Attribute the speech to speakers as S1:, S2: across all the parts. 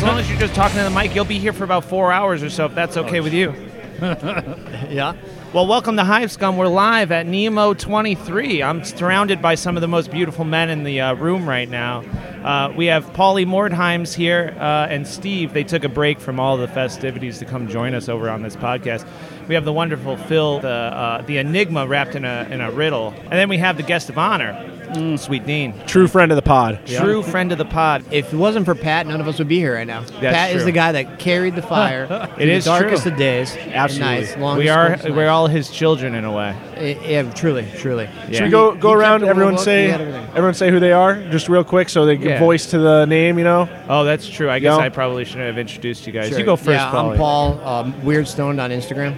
S1: talking to the mic. You'll be here for about four hours or so, if that's okay with you.
S2: Yeah.
S1: Well, welcome to Hive Scum. We're live at Nemo 23. I'm surrounded by some of the most beautiful men in the uh, room right now. Uh, we have Paulie Mordheims here uh, and Steve. They took a break from all the festivities to come join us over on this podcast. We have the wonderful Phil, the, uh, the enigma wrapped in a, in a riddle. And then we have the guest of honor,
S2: Mm.
S1: Sweet Dean.
S3: True friend of the pod.
S1: True friend of the pod.
S2: If it wasn't for Pat, none of us would be here right now. Pat is
S1: true.
S2: the guy that carried the fire.
S1: It
S2: in
S1: is
S2: the darkest
S1: true.
S2: of days.
S3: Absolutely.
S2: And nights, longest,
S1: We are
S2: coldest
S1: we're
S2: nights.
S1: all his children in a way.
S2: Eh, yeah, truly, truly.
S3: Should
S1: Yeah.
S3: we go go
S2: He- he
S3: around?
S2: kept a
S3: Everyone
S2: little book,
S3: say
S2: he had everything.
S3: everyone say who they are, just real quick, so they give
S1: Yeah.
S3: voice to the name. You know,
S1: Oh, that's true. I guess
S3: No.
S1: I probably shouldn't have introduced you guys.
S2: Sure.
S1: You go first,
S2: yeah,
S1: Paulie.
S2: I'm Paul, um, Weird Stoned on Instagram.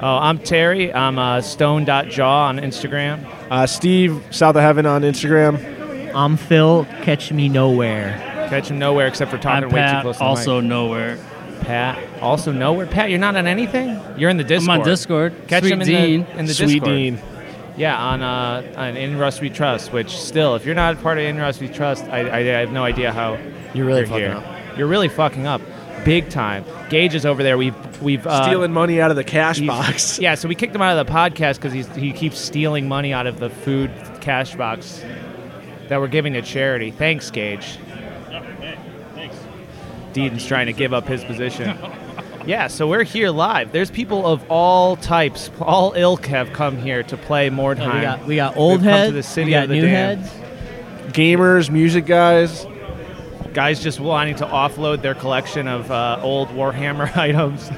S1: Oh, I'm Terry. I'm uh, stone.jaw on Instagram.
S3: uh, Steve South of Heaven on Instagram.
S4: I'm Phil. Catch me nowhere.
S1: Catch him nowhere except for talking
S5: I'm
S1: way too
S5: Pat,
S1: close to the
S5: also nowhere.
S1: mic. Pat. Also nowhere. Pat, you're not on anything? You're in the Discord.
S5: I'm on Discord.
S1: Catch
S5: Sweet
S1: him in
S5: Dean.
S1: the, in the
S3: Sweet
S1: Discord.
S3: Dean.
S1: Yeah, on, uh, on In Rust We Trust, which still, if you're not a part of In Rust We Trust, I, I, I have no idea how
S2: You're really
S1: you're
S2: fucking
S1: here.
S2: up.
S1: You're really fucking up. Big time. Gage is over there. We've. we've uh,
S3: Stealing money out of the cash
S1: He's-
S3: box.
S1: Yeah, so we kicked him out of the podcast because he keeps stealing money out of the food cash box that we're giving to charity. Thanks, Gage. Deaton's trying to give up his position. Yeah, so we're here live. There's people of all types, all ilk have come here to play Mordheim.
S4: We got we got
S1: We've
S4: old
S1: come to
S4: heads.
S1: the city
S4: we got
S1: of the
S4: new
S1: damned.
S4: heads.
S3: Gamers, music guys.
S1: Guys just wanting to offload their collection of uh, old Warhammer items.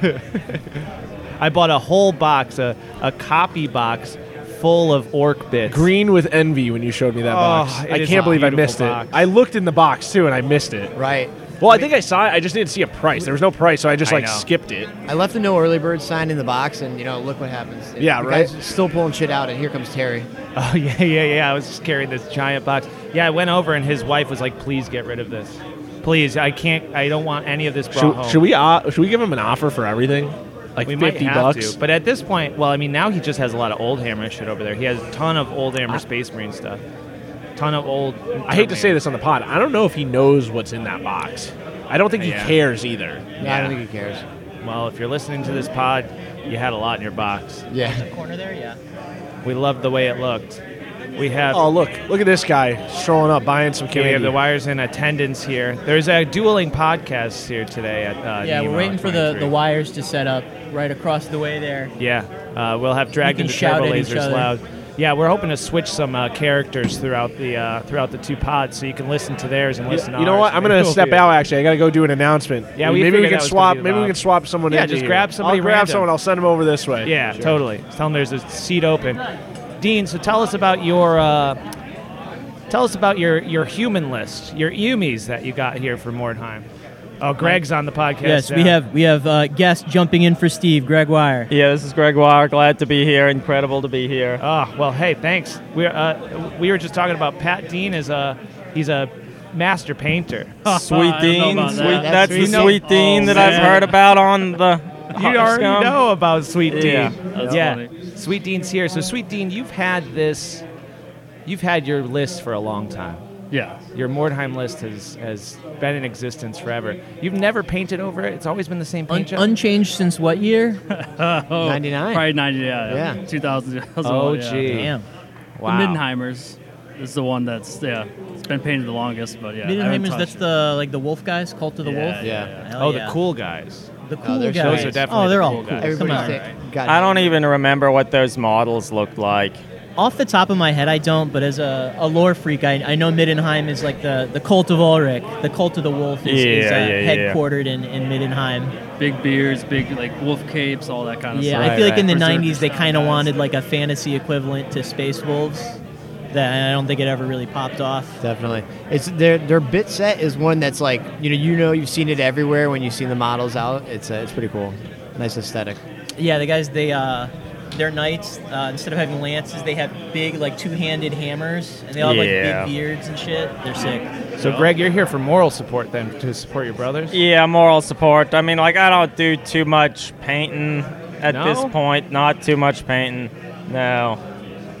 S1: I bought a whole box, a, a copy box full of orc bits. Oh,
S3: Green with envy when you showed me that box.
S1: it
S3: I
S1: is
S3: can't
S1: a
S3: believe I
S1: beautiful
S3: missed
S1: box.
S3: it. I looked in the box too and I missed it.
S2: Right.
S3: Well, I think I saw it. I just didn't see a price. There was no price, so I just
S1: I
S3: like
S1: know.
S3: skipped it.
S2: I left the no early bird sign in the box, and you know, look what happens.
S3: Yeah,
S2: The
S3: right.
S2: guy's still pulling shit out, and here comes Terry.
S1: Oh yeah, yeah, yeah. I was just carrying this giant box. Yeah, I went over and his wife was like, "Please get rid of this. Please, I can't. I don't want any of this brought
S3: Should,
S1: home."
S3: should we uh, should we give him an offer for everything? Like
S1: We might
S3: fifty
S1: have
S3: bucks.
S1: to. But at this point, well, I mean, now he just has a lot of old hammer shit over there. He has a ton of old hammer space marine stuff. Ton of old.
S3: I hate to say this on the pod. I don't know if he knows what's in that box. I don't think he
S1: Yeah.
S3: cares either.
S2: Yeah, I don't think he cares.
S1: Well, if you're listening to this pod, you had a lot in your box.
S2: Yeah.
S4: Corner there, yeah.
S1: We loved the way it looked. We have.
S3: Oh, look. Look at this guy strolling up, buying some
S1: We
S3: candy.
S1: have the wires in attendance here. There's a dueling podcast here today at uh,
S4: Yeah,
S1: Nemo
S4: we're waiting for the,
S1: 23.
S4: the wires to set up right across the way there.
S1: Yeah, uh, we'll have dragged
S4: can
S1: into
S4: shout
S1: turbo
S4: at each
S1: lasers
S4: other.
S1: loud. Yeah, we're hoping to switch some uh, characters throughout the uh, throughout the two pods, so you can listen to theirs and
S3: You-
S1: listen. to
S3: you know what?
S1: ours.
S3: I'm gonna
S1: Maybe
S3: step
S1: we'll-
S3: out. Actually, I gotta go do an announcement.
S1: Yeah, we
S3: maybe
S1: figured
S3: we can
S1: that was
S3: swap.
S1: gonna be
S3: Maybe we
S1: loud.
S3: can swap someone.
S1: Yeah,
S3: into
S1: just
S3: here.
S1: grab somebody
S3: I'll grab
S1: random.
S3: someone. I'll send them over this way.
S1: Yeah, totally. Tell them there's a seat open. Dean, so tell us about your uh, tell us about your your human list, your umies that you got here for Mordheim. Oh, Greg's on the podcast.
S4: Yes, we
S1: now.
S4: have we have uh, guests jumping in for Steve Greg Wire.
S6: Yeah, this is Gregoire. Glad to be here. Incredible to be here.
S1: Oh, well, hey, thanks. We're, uh, we were just talking about Pat Dean is a he's a master painter.
S6: Sweet
S5: I don't know
S6: Dean.
S5: about
S6: Sweet,
S5: that.
S6: that's
S1: You
S6: the
S1: know-
S6: sweet Dean
S5: Oh,
S6: that I've
S5: man.
S6: heard about on the.
S1: You
S6: Hot
S1: already
S6: Scum.
S1: know about Sweet Dean.
S6: Yeah,
S5: that's
S1: yeah.
S5: funny.
S1: Sweet Dean's here. So Sweet Dean, you've had this you've had your list for a long time.
S5: Yeah.
S1: Your Mordheim list has has been in existence forever. You've never painted over it. It's always been the same
S4: Un-
S1: paint job.
S4: unchanged since what year?
S5: Oh,
S2: 99.
S5: Probably 90, yeah.
S2: Yeah.
S5: 2000. 2001,
S1: oh
S5: yeah.
S1: gee.
S4: Damn.
S5: The
S1: Wow.
S5: Mindenheimers is the one that's, yeah, it's been painted the longest, but yeah. I haven't
S4: Middenheimers,
S5: touched
S4: that's
S5: it.
S4: the like the wolf guys, cult of the
S5: Yeah,
S4: wolf.
S2: Yeah.
S4: Hell
S1: Oh,
S4: yeah.
S1: the cool guys.
S4: the cool
S2: those are
S4: guys.
S1: definitely
S4: oh, they're
S1: the
S4: all
S1: cool
S4: cool.
S1: guys.
S4: Come
S2: Everybody's
S4: on.
S2: sick. God,
S6: I don't even remember what those models looked like.
S4: Off the top of my head, I don't, but as a, a lore freak, I, I know Middenheim is like the, the cult of Ulrich. The cult of the wolf is, is,
S6: Yeah, yeah, yeah.
S4: uh, headquartered in, in Middenheim.
S5: Big beards, big, like, wolf capes, all that kind of
S4: yeah,
S5: stuff.
S4: I feel like in the
S5: Berserker
S4: 90s they
S5: style
S4: kind of
S5: guys.
S4: wanted like a fantasy equivalent to Space Wolves that I don't think it ever really popped off.
S2: Definitely. It's their their bit set is one that's like you know you know you've seen it everywhere when you've seen the models out. It's uh, it's pretty cool. Nice aesthetic.
S4: Yeah, the guys they uh, their knights uh, instead of having lances, they have big like two-handed hammers, and they all have
S6: Yeah.
S4: like big beards and shit. They're sick.
S1: So Greg, you're here for moral support then to support your brothers?
S6: Yeah, moral support. I mean, like, I don't do too much painting at
S1: No?
S6: this point. Not too much painting. No.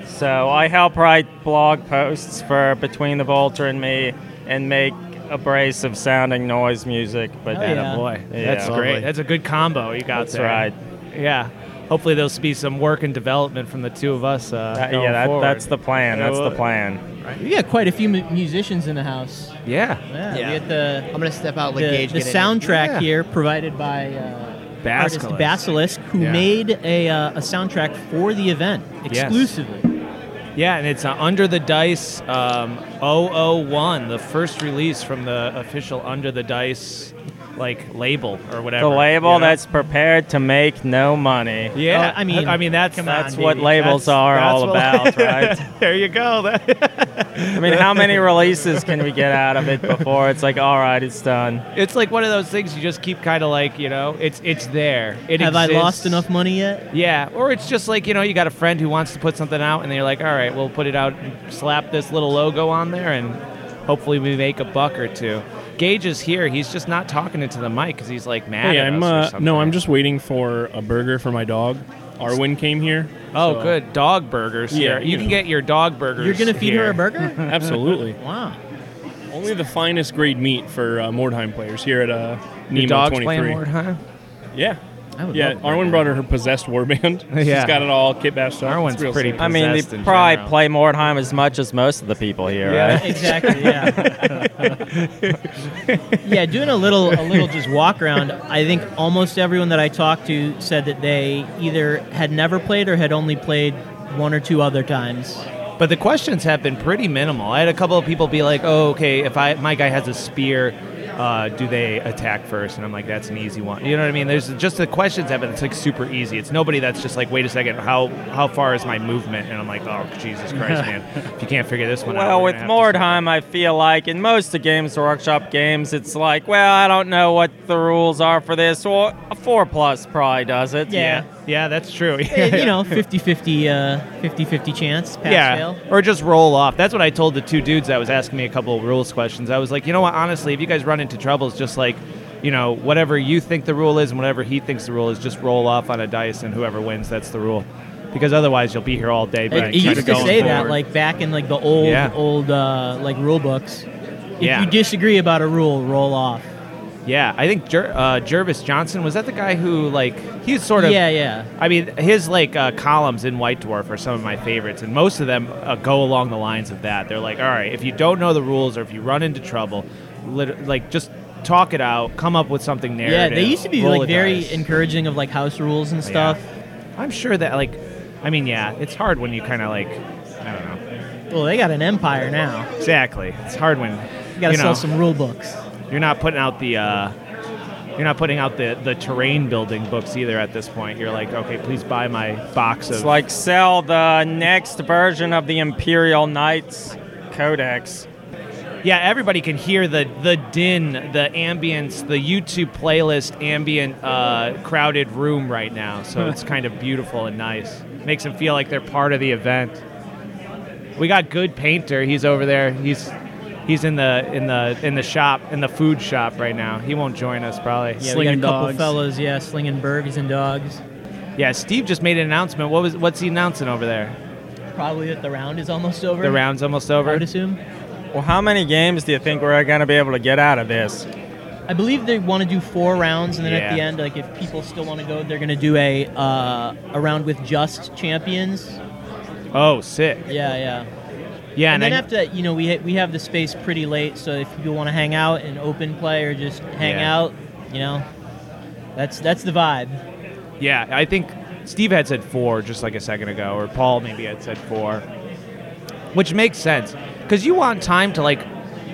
S6: So I help write blog posts for Between the Vulture and Me and make abrasive sounding noise music. But
S4: Hell yeah.
S1: boy.
S6: Yeah.
S1: That's
S2: Lovely.
S1: great. That's a good combo you got
S6: That's
S1: there.
S6: right.
S1: Yeah. Hopefully there'll be some work and development from the two of us. Uh,
S6: That-
S1: going
S6: yeah, that,
S1: forward.
S6: that's the plan.
S1: Yeah,
S6: That's the
S1: well-
S6: plan.
S4: We got quite a few mu- musicians in the house.
S1: Yeah.
S4: Yeah,
S2: Yeah.
S4: we got the
S2: I'm gonna step out like
S4: the,
S2: Gage.
S4: the
S2: get in.
S4: soundtrack
S1: Yeah.
S4: here provided by uh, artist
S1: Basilisk.
S4: Basilisk, who
S1: Yeah.
S4: made a, uh, a soundtrack for the event
S1: Yes.
S4: exclusively.
S1: Yeah, and it's uh, Under the Dice um, 001, the first release from the official Under the Dice like label or whatever.
S6: The label
S1: you know?
S6: that's prepared to make no money.
S1: yeah.
S4: Oh, I mean,
S1: I mean that's
S4: come
S6: That's
S4: on,
S6: what
S4: baby.
S6: labels
S1: That's-
S6: are
S1: that's
S6: all
S1: what-
S6: about, right?
S1: there you go.
S6: I mean, how many releases can we get out of it before it's like, all right, it's done?
S1: it's like one of those things you just keep kind of like you know, it's it's there. It
S4: Have I
S1: exists.
S4: lost enough money yet?
S1: Yeah, or it's just like you know, you got a friend who wants to put something out, and they're like, all right, we'll put it out, and slap this little logo on there, and hopefully we make a buck or two. Gage is here. He's just not talking into the mic because he's like mad.
S7: Hey,
S1: at
S7: I'm
S1: us or
S7: uh,
S1: something.
S7: no, I'm just waiting for a burger for my dog. Arwen came here.
S1: Oh,
S7: so-
S1: good. Dog burgers.
S7: Yeah,
S1: Yeah, you,
S7: you
S1: can
S7: know.
S1: get your dog burgers.
S4: You're gonna feed her
S1: here.
S4: a burger?
S7: Absolutely.
S4: wow.
S7: Only the finest grade meat for uh, Mordheim players here at uh,
S1: Your
S7: Nemo
S1: dog's
S7: 23.
S1: playing more, huh?
S7: Yeah.
S4: I would
S7: Yeah,
S4: love
S7: Arwen brought her her possessed warband.
S1: Yeah.
S7: She's got it all kit bashed up.
S1: Arwen's
S7: It's real
S1: pretty
S7: sick.
S6: I mean,
S1: Possessed
S6: they
S1: in
S6: probably
S1: general.
S6: play Mordheim as much as most of the people here,
S1: Yeah.
S6: right?
S4: Exactly. Yeah. yeah. Doing a little, a little just walk around. I think almost everyone that I talked to said that they either had never played or had only played one or two other times.
S1: But the questions have been pretty minimal. I had a couple of people be like, "Oh, okay, if I my guy has a spear, uh, do they attack first? And I'm like, "That's an easy one." You know what I mean? There's just the questions have been. It's like super easy. It's nobody that's just like, "Wait a second, how how far is my movement?" And I'm like, "Oh, Jesus Christ, man! If you can't figure this one out,
S6: Well,
S1: we're
S6: with
S1: gonna have to start."
S6: Mordheim, I feel like in most of Games Workshop games, it's like, well, I don't know what the rules are for this. Well, a four plus probably does it.
S4: Yeah.
S1: yeah, that's true.
S4: Eh, you know, 50-50, uh, 50-50 chance pass
S1: yeah,
S4: fail.
S1: or just roll off. That's what I told the two dudes that was asking me a couple of rules questions. I was like, you know what? Honestly, if you guys run into troubles, just like, you know, whatever you think the rule is and whatever he thinks the rule is, just roll off on a dice, and whoever wins, that's the rule. Because otherwise, you'll be here all day.
S4: It,
S1: Brian,
S4: it
S1: trying
S4: used to
S1: go
S4: say that
S1: forward.
S4: like back in like the old
S1: Yeah.
S4: old uh, like rule books. If
S1: Yeah.
S4: you disagree about a rule, roll off.
S1: yeah, I think Jer- uh, Jervis Johnson was that the guy who like he's sort of
S4: Yeah, yeah.
S1: I mean, his like uh, columns in White Dwarf are some of my favorites, and most of them uh, go along the lines of that. They're like, all right, if you don't know the rules or if you run into trouble, lit- like just talk it out, come up with something
S4: Yeah,
S1: narrative.
S4: they used to be
S1: roll
S4: like
S1: a
S4: very
S1: dice.
S4: encouraging of like house rules and stuff.
S1: I'm sure that like, I mean, yeah, it's hard when you kind of like, I don't know,
S4: Well, they got an empire now.
S1: exactly. It's hard when
S4: You gotta
S1: you
S4: sell
S1: know,
S4: some rule books.
S1: You're not putting out the. Uh, you're not putting out the, the terrain building books either at this point. You're like, okay, please buy my box of
S6: It's like sell the next version of the Imperial Knights Codex.
S1: Yeah, everybody can hear the the din, the ambience, the YouTube playlist ambient uh, crowded room right now. So it's kind of beautiful and nice. Makes them feel like they're part of the event. We got good painter. He's over there. He's he's in the in the in the shop in the food shop right now. He won't join us probably.
S4: Yeah,
S5: Slinging
S4: we got a couple
S5: dogs.
S4: fellows. Yeah, slinging burgers and dogs.
S1: Yeah, Steve just made an announcement. What was what's he announcing over there?
S4: Probably that the round is almost over.
S1: The round's almost
S4: I
S1: over.
S4: would assume.
S6: Well, how many games do you think we're going to be able to get out of this?
S4: I believe they want to do four rounds, and then at
S1: Yeah.
S4: the end, like if people still want to go, they're gonna do a uh, a round with just champions.
S1: Oh, sick.
S4: Yeah, yeah.
S1: Yeah, and,
S4: And, then
S1: I-
S4: after that, you know, we ha- we have the space pretty late, so if people want to hang out and open play or just hang
S1: Yeah.
S4: out, you know, that's that's the vibe.
S1: Yeah, I think Steve had said four just like a second ago, or Paul maybe had said four, which makes sense because you want time to like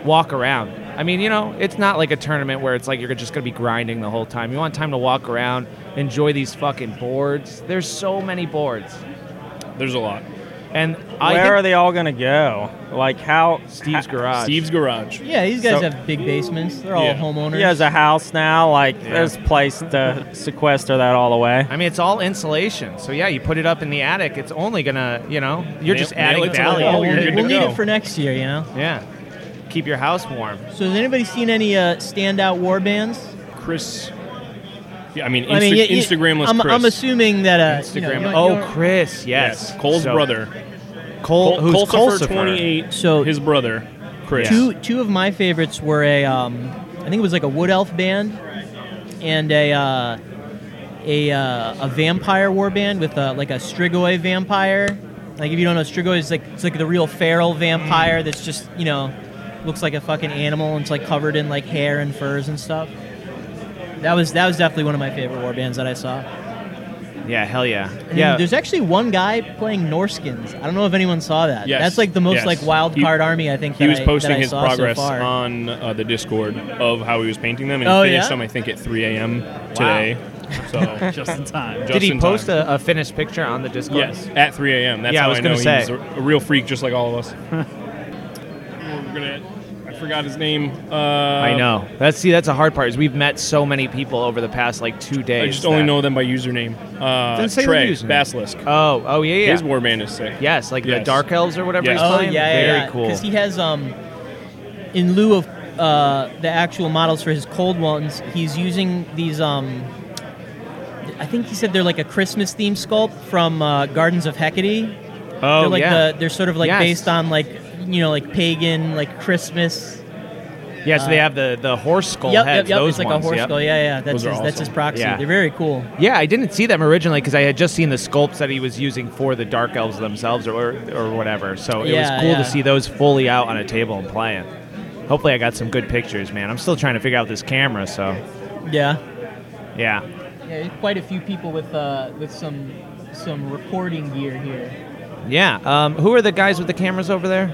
S1: walk around. I mean, you know, it's not like a tournament where it's like you're just gonna be grinding the whole time. You want time to walk around, enjoy these fucking boards. There's so many boards,
S7: There's a lot.
S1: and
S6: Where
S1: I
S6: are
S1: think
S6: they all going to go? Like how?
S1: Steve's
S6: ha-
S1: garage.
S7: Steve's garage.
S4: Yeah, these guys
S6: So-
S4: have big basements. They're all
S7: Yeah.
S4: homeowners.
S6: He has a house now. Like there's a place to sequester that all away.
S1: I mean, it's all insulation. So yeah, you put it up in the attic. It's only gonna, you know, you're
S7: Nail-
S1: just
S7: nail
S1: adding
S7: it to the
S1: value.
S7: wall.
S4: we'll
S7: you're good
S4: we'll
S7: to
S4: need
S7: go.
S4: it for next year, you know.
S1: Yeah, keep your house warm.
S4: So has anybody seen any uh, standout war bands?
S7: Chris. Yeah, I mean, Insta-
S4: I mean, yeah, yeah,
S7: Instagramless
S4: I'm,
S7: Chris.
S4: I'm assuming that uh, you know,
S1: Instagram.
S4: you don't- you
S1: oh,
S4: don't-
S1: Chris, yes,
S7: Yes. Cole's
S1: So-
S7: brother.
S1: Cole,
S7: Col-
S1: who's
S7: Colsifer
S1: Colsifer?
S7: 28.
S4: So-
S7: his brother. Chris.
S4: Two two of my favorites were a um, I think it was like a wood elf band and a uh, a uh, a vampire war band with a, like a strigoi vampire. Like if you don't know strigoi is like it's like the real feral vampire that's just you know looks like a fucking animal and it's like covered in like hair and furs and stuff. That was that was definitely one of my favorite war bands that I saw.
S1: Yeah, hell yeah.
S4: And
S1: yeah.
S4: There's actually one guy playing Norskins. I don't know if anyone saw that.
S7: Yes.
S4: That's like the most
S7: Yes.
S4: like wild
S7: He-
S4: card army I think
S7: He
S4: that
S7: was
S4: I-
S7: posting
S4: that I
S7: his
S4: saw so
S7: progress
S4: far.
S7: on uh, the Discord of how he was painting them, and
S4: Oh,
S7: he finished
S4: yeah?
S7: them, I think, at 3 a.m. today. So
S5: just in time.
S1: Did
S7: just
S1: he
S7: in
S1: post
S7: time.
S1: a, a finished picture on the Discord?
S7: Yes, at 3 a.m. That's
S1: Yeah, I
S7: how I,
S1: was
S7: know
S1: gonna say.
S7: he's a, a real freak, just like all of us. We're gonna. I forgot his name. Uh,
S1: I know. That's see. That's a hard part. Is we've met so many people over the past like two days.
S7: I just only
S1: that-
S7: know them by username. Uh,
S1: Didn't say the
S7: Trey
S1: username.
S7: Basilisk.
S1: Oh, oh yeah, yeah.
S7: His warband is sick.
S1: yes, like the
S7: Yes.
S1: Dark Elves or whatever.
S7: Yes.
S1: He's
S4: Oh yeah,
S1: playing.
S4: yeah,
S1: Very
S4: yeah.
S1: cool.
S4: Because he has um, in lieu of uh, the actual models for his cold ones, he's using these um. I think he said they're like a Christmas theme sculpt from uh, Gardens of Hecate.
S1: oh
S4: they're like
S1: yeah.
S4: the, they're sort of like
S1: Yes.
S4: based on like you know like pagan like Christmas. Uh,
S1: yeah. So they have the the horse skull
S4: yep,
S1: heads.
S4: yep, yep.
S1: those
S4: It's like
S1: ones,
S4: a horse
S1: yep.
S4: skull. Yeah, yeah. That's
S7: Those are
S4: his, that's his
S7: awesome.
S4: proxy.
S1: Yeah.
S4: They're very cool.
S1: Yeah, I didn't see them originally because I had just seen the sculpts that he was using for the Dark Elves themselves or or whatever. So it
S4: Yeah,
S1: was cool
S4: yeah.
S1: to see those fully out on a table and playing. Hopefully, I got some good pictures, man. I'm still trying to figure out this camera, so
S4: Yeah.
S1: yeah.
S4: Yeah, quite a few people with uh, with some some recording gear here.
S1: Yeah. Um, who are the guys with the cameras over there?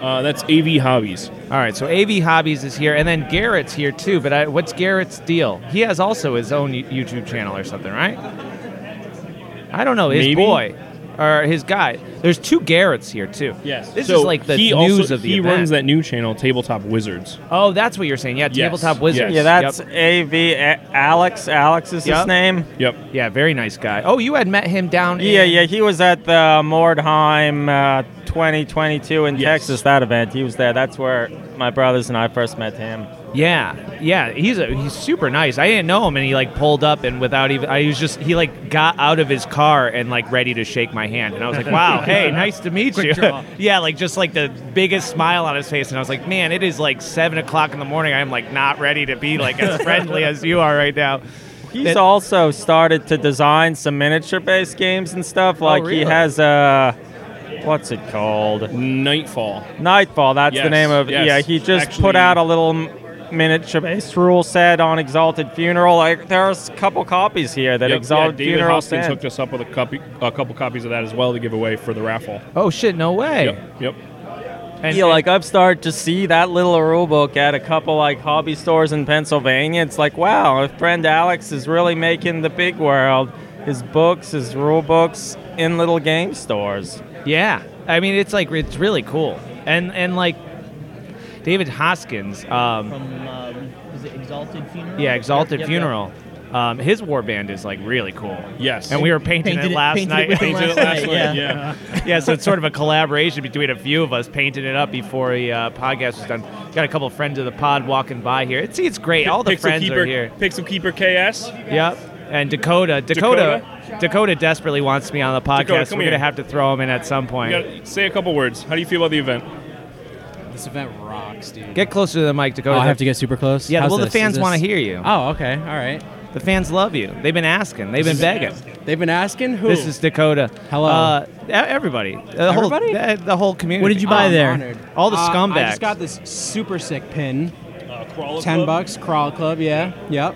S7: Uh, that's AV Hobbies.
S1: All right. So AV Hobbies is here, and then Garrett's here too. But I, what's Garrett's deal? He has also his own Y- YouTube channel or something, right? I don't know. His
S7: Maybe.
S1: boy or his guy. There's two Garrett's here too.
S7: Yes.
S1: This
S7: So
S1: is like the
S7: he
S1: news
S7: also,
S1: of the
S7: He
S1: event.
S7: runs that new channel, Tabletop Wizards.
S1: Oh, that's what you're saying. Yeah,
S7: Yes,
S1: tabletop wizards.
S7: yes.
S6: Yeah, that's
S1: Yep.
S6: AV A- Alex. Alex is
S1: Yep.
S6: his name.
S7: Yep.
S1: yeah, very nice guy. Oh, you had met him down.
S6: Yeah,
S1: in-
S6: yeah, he was at the Mordheim uh, 2022 in
S7: Yes.
S6: Texas, that event. He was there. That's where my brothers and I first met him.
S1: yeah, yeah. He's a, he's super nice. I didn't know him, and he like pulled up and without even. I was just he like got out of his car and like ready to shake my hand, and I was like, wow, hey, nice to meet
S5: Quick
S1: you.
S5: draw.
S1: yeah, like just like the biggest smile on his face, and I was like, man, it is like seven o'clock in the morning. I'm like not ready to be like as friendly as you are right now.
S6: He's
S1: That-
S6: also started to design some miniature based games and stuff. Like he
S1: Oh, really?
S6: has uh, a. What's it called?
S7: Nightfall.
S6: Nightfall. That's the
S7: Yes,
S6: name of
S7: yes.
S6: Yeah, he just put
S7: Actually-
S6: out a little miniature based rule set on Exalted Funeral. Like there's a couple copies here that
S7: Yep,
S6: Exalted
S7: yeah, David
S6: Funeral
S7: Hoskins
S6: sent.
S7: hooked us up with a, copy, a couple copies of that as well to give away for the raffle.
S1: Oh shit, no way.
S7: Yep. Yep.
S1: And,
S6: yeah, like I've started to see that little rule book at a couple like hobby stores in Pennsylvania. It's like, wow, our friend Alex is really making the big world. His books, his rule books in little game stores.
S1: Yeah, I mean it's like it's really cool, and and like David Hoskins, um,
S4: From um, was it Exalted Funeral?
S1: yeah, Exalted
S4: Yep, yep, yep.
S1: Funeral. Um, his war band is like really cool.
S7: Yes.
S1: and we were painting
S4: Painted
S1: it
S4: it-
S1: last
S4: painted it
S1: night.
S4: with the Painted it last last night, night,
S7: yeah.
S1: yeah, so it's sort of a collaboration between a few of us painting it up before the uh, podcast was done. Got a couple friends of the pod walking by here. It's it's great. All the
S7: Pixel
S1: friends
S7: Keeper,
S1: are here.
S7: Pixel Keeper KS.
S1: Yep. And Dakota, Dakota, Dakota, desperately wants me on the podcast.
S7: Dakota, come
S1: We're
S7: here.
S1: gonna have to throw him in at some point.
S7: You gotta say a couple words. How do you feel about the event?
S8: This event rocks, dude.
S1: Get closer to the mic,
S8: oh,
S1: Dakota.
S8: I have to get super close.
S1: Yeah,
S8: How's
S1: well, the
S8: this?
S1: fans
S8: Is this-
S1: want to hear you.
S8: Oh, okay. All right.
S1: The fans love you. They've been asking. They've been begging.
S8: They've been asking who.
S1: This is Dakota.
S8: Hello.
S1: Uh, e- everybody. The whole,
S8: Everybody?
S1: The, the whole community.
S4: What did you buy
S8: I'm
S4: there?
S8: honored.
S1: All the
S8: Uh, I
S1: scumbags.
S8: just got this super sick pin.
S7: Uh, Crawl
S8: Ten
S7: Club?
S8: bucks. Crawl Club. Yeah. Yep.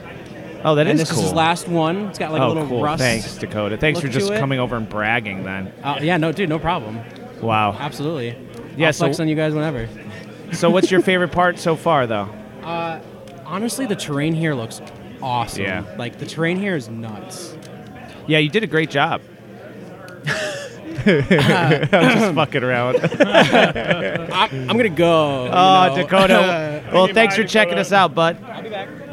S1: Oh, that is
S8: and this
S1: cool.
S8: is his last one. It's got like a
S1: oh,
S8: little
S1: cool.
S8: rust.
S1: Thanks, Dakota. Thanks
S8: look
S1: for just
S8: to it.
S1: coming over and bragging then.
S8: Uh, yeah. No, dude. No problem.
S1: Wow.
S8: Absolutely.
S1: Yeah,
S8: I'll
S1: so-
S8: flex on you guys whenever.
S1: so, what's your favorite part so far, though?
S8: Uh, Honestly, the terrain here looks awesome.
S1: Yeah.
S8: Like the terrain here is nuts.
S1: Yeah, you did a great job. I'm just fucking around.
S8: I'm, I'm gonna go. you
S1: Oh,
S8: know.
S1: Dakota. Well, thanks for
S7: Dakota.
S1: checking us out, bud.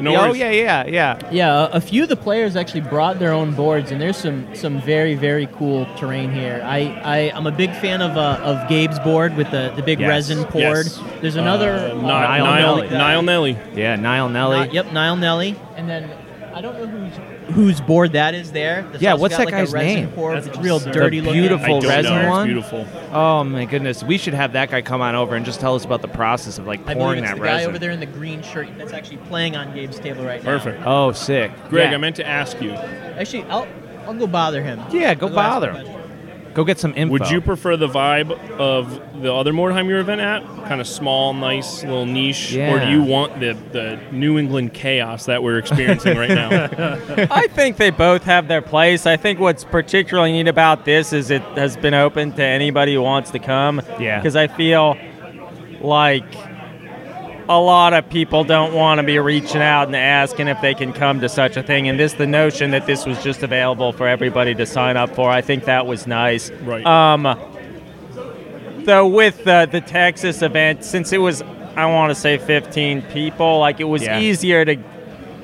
S7: No
S1: oh,
S7: worries.
S1: yeah, yeah, yeah.
S4: Yeah, a- a few of the players actually brought their own boards, and there's some some very very cool terrain here. I I i am a big fan of uh, of Gabe's board with the the big
S1: Yes,
S4: resin poured.
S7: yes.
S4: There's another
S7: Uh,
S4: uh,
S7: Nile,
S1: Nile
S7: Nile,
S1: Nelly.
S7: Nile Nelly.
S1: Yeah, Nile Nelly.
S4: Ni- yep, Nile Nelly, and then I don't know whose whose board that is there. That's
S1: Yeah,
S4: also
S1: what's
S4: got,
S1: that
S4: like,
S1: guy's
S4: a resin
S1: name?
S4: Core,
S5: That's
S4: real
S5: absurd.
S4: dirty
S1: The
S4: looking.
S1: beautiful
S7: I don't
S1: resin
S7: know.
S1: one?
S7: It's beautiful.
S1: Oh my goodness, we should have that guy come on over and just tell us about the process of like
S4: I
S1: pouring
S4: believe it's
S1: that
S4: the guy
S1: resin.
S4: over there in the green shirt that's actually playing on Gabe's table right now.
S7: Perfect.
S1: Oh, sick,
S7: Greg,
S1: Yeah.
S7: I meant to ask you:
S4: Actually, I'll I'll go bother him.
S1: Yeah, go
S4: I'll ask
S1: bother
S4: him.
S1: him. Go get some info.
S7: Would you prefer the vibe of the other Mordheim you were event at? Kind of small, nice, little niche, or do
S1: Yeah.
S7: you want the the New England chaos that we're experiencing right now?
S6: I think they both have their place. I think what's particularly neat about this is it has been open to anybody who wants to come.
S1: Yeah.
S6: Because I feel like a lot of people don't want to be reaching out and asking if they can come to such a thing. And this, the notion that this was just available for everybody to sign up for, I think that was nice.
S7: Right.
S6: Um, though with uh, the Texas event, since it was, I want to say 15 people, like it was
S1: Yeah.
S6: easier to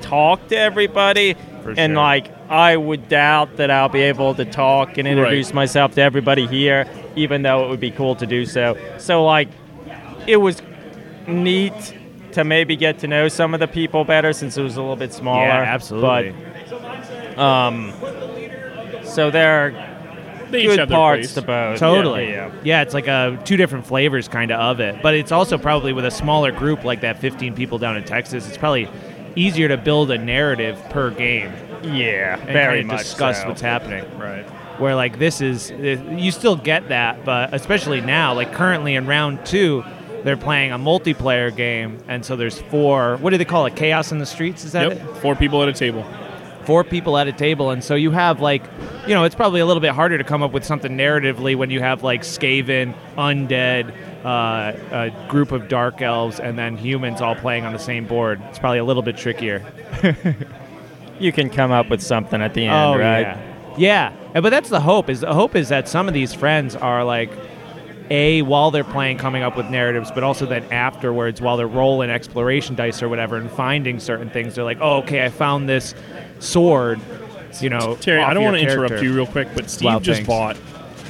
S6: talk to everybody.
S1: For
S6: and
S1: sure.
S6: like, I would doubt that I'll be able to talk and introduce myself to everybody here, even though it would be cool to do so. So, like, it was neat to maybe get to know some of the people better since it was a little bit
S1: Yeah,
S6: smaller.
S1: absolutely.
S6: But, um, so there are
S7: they each
S6: good
S7: have their
S6: parts
S7: place.
S6: to both.
S1: Totally.
S6: Yeah.
S1: Yeah, it's like a two different flavors kind of of it. But it's also probably with a smaller group like that 15 people down in Texas, it's probably easier to build a narrative per game
S6: yeah. Yeah,
S1: and
S6: very
S1: kinda
S6: much
S1: discuss
S6: so.
S1: what's happening.
S7: Right.
S1: Where like this is you still get that, but especially now, like currently in round 2, they're playing a multiplayer game and so there's four, what do they call it? Chaos in the streets is that it?
S7: Yep. Four people at a table.
S1: four people at a table and so you have like you know it's probably a little bit harder to come up with something narratively when you have like skaven undead uh, a group of dark elves and then humans all playing on the same board it's probably a little bit trickier
S6: You can come up with something at the end,
S1: oh
S6: right?
S1: yeah yeah And- but that's the hope is the hope is that some of these friends are like a while they're playing coming up with narratives but also then afterwards while they're rolling exploration dice or whatever and finding certain things they're like oh okay i found this sword you know
S7: Terry,
S1: off
S7: I don't
S1: your
S7: want to interrupt
S1: character.
S7: you real quick, but Steve
S1: Wow,
S7: just
S1: thanks.
S7: bought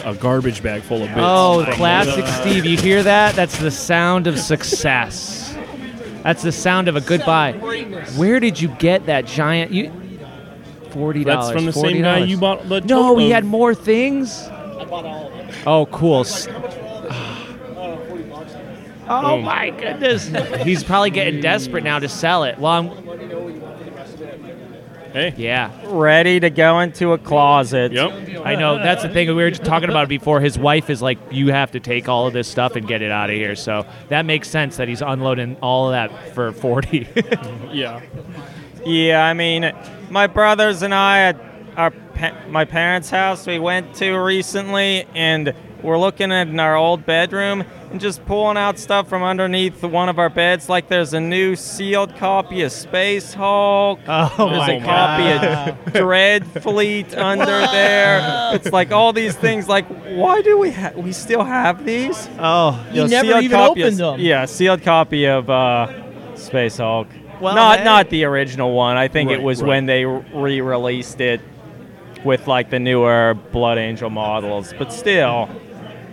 S7: a garbage bag full of bits.
S1: Oh,
S7: from-
S1: classic Steve. You hear that? That's the sound of success. That's the sound of a goodbye. Where did you get that giant? You forty dollars.
S7: That's from the same
S1: Uh,
S7: guy you bought the
S1: No,
S7: tote
S1: he
S7: of.
S1: had more things. I bought all of them. Oh, cool. S- Oh
S7: Boom.
S1: my goodness! He's probably getting desperate now to sell it. Well, I'm,
S7: Hey.
S1: yeah,
S6: Ready to go into a closet.
S7: Yep.
S1: I know. That's the thing we were just talking about it before. His wife is like, "You have to take all of this stuff and get it out of here." So that makes sense that he's unloading all of that for forty.
S7: Yeah.
S6: Yeah, I mean, my brothers and I at our pa- my parents' house we went to recently, and we're looking at in our old bedroom and just pulling out stuff from underneath one of our beds. Like there's a new sealed copy of Space Hulk.
S1: Oh
S6: There's
S1: my
S6: a copy of Dread Fleet under there. It's like all these things. Like, why do we ha- we still have these?
S1: Oh,
S4: You never
S6: sealed
S4: even
S6: copy
S4: opened
S6: of,
S4: them.
S6: Yeah, sealed copy of uh, Space Hulk.
S1: Well,
S6: not
S1: hey.
S6: not the original one. I think
S7: Right,
S6: it was
S7: right.
S6: when they re-released it with like the newer Blood Angel models, but still.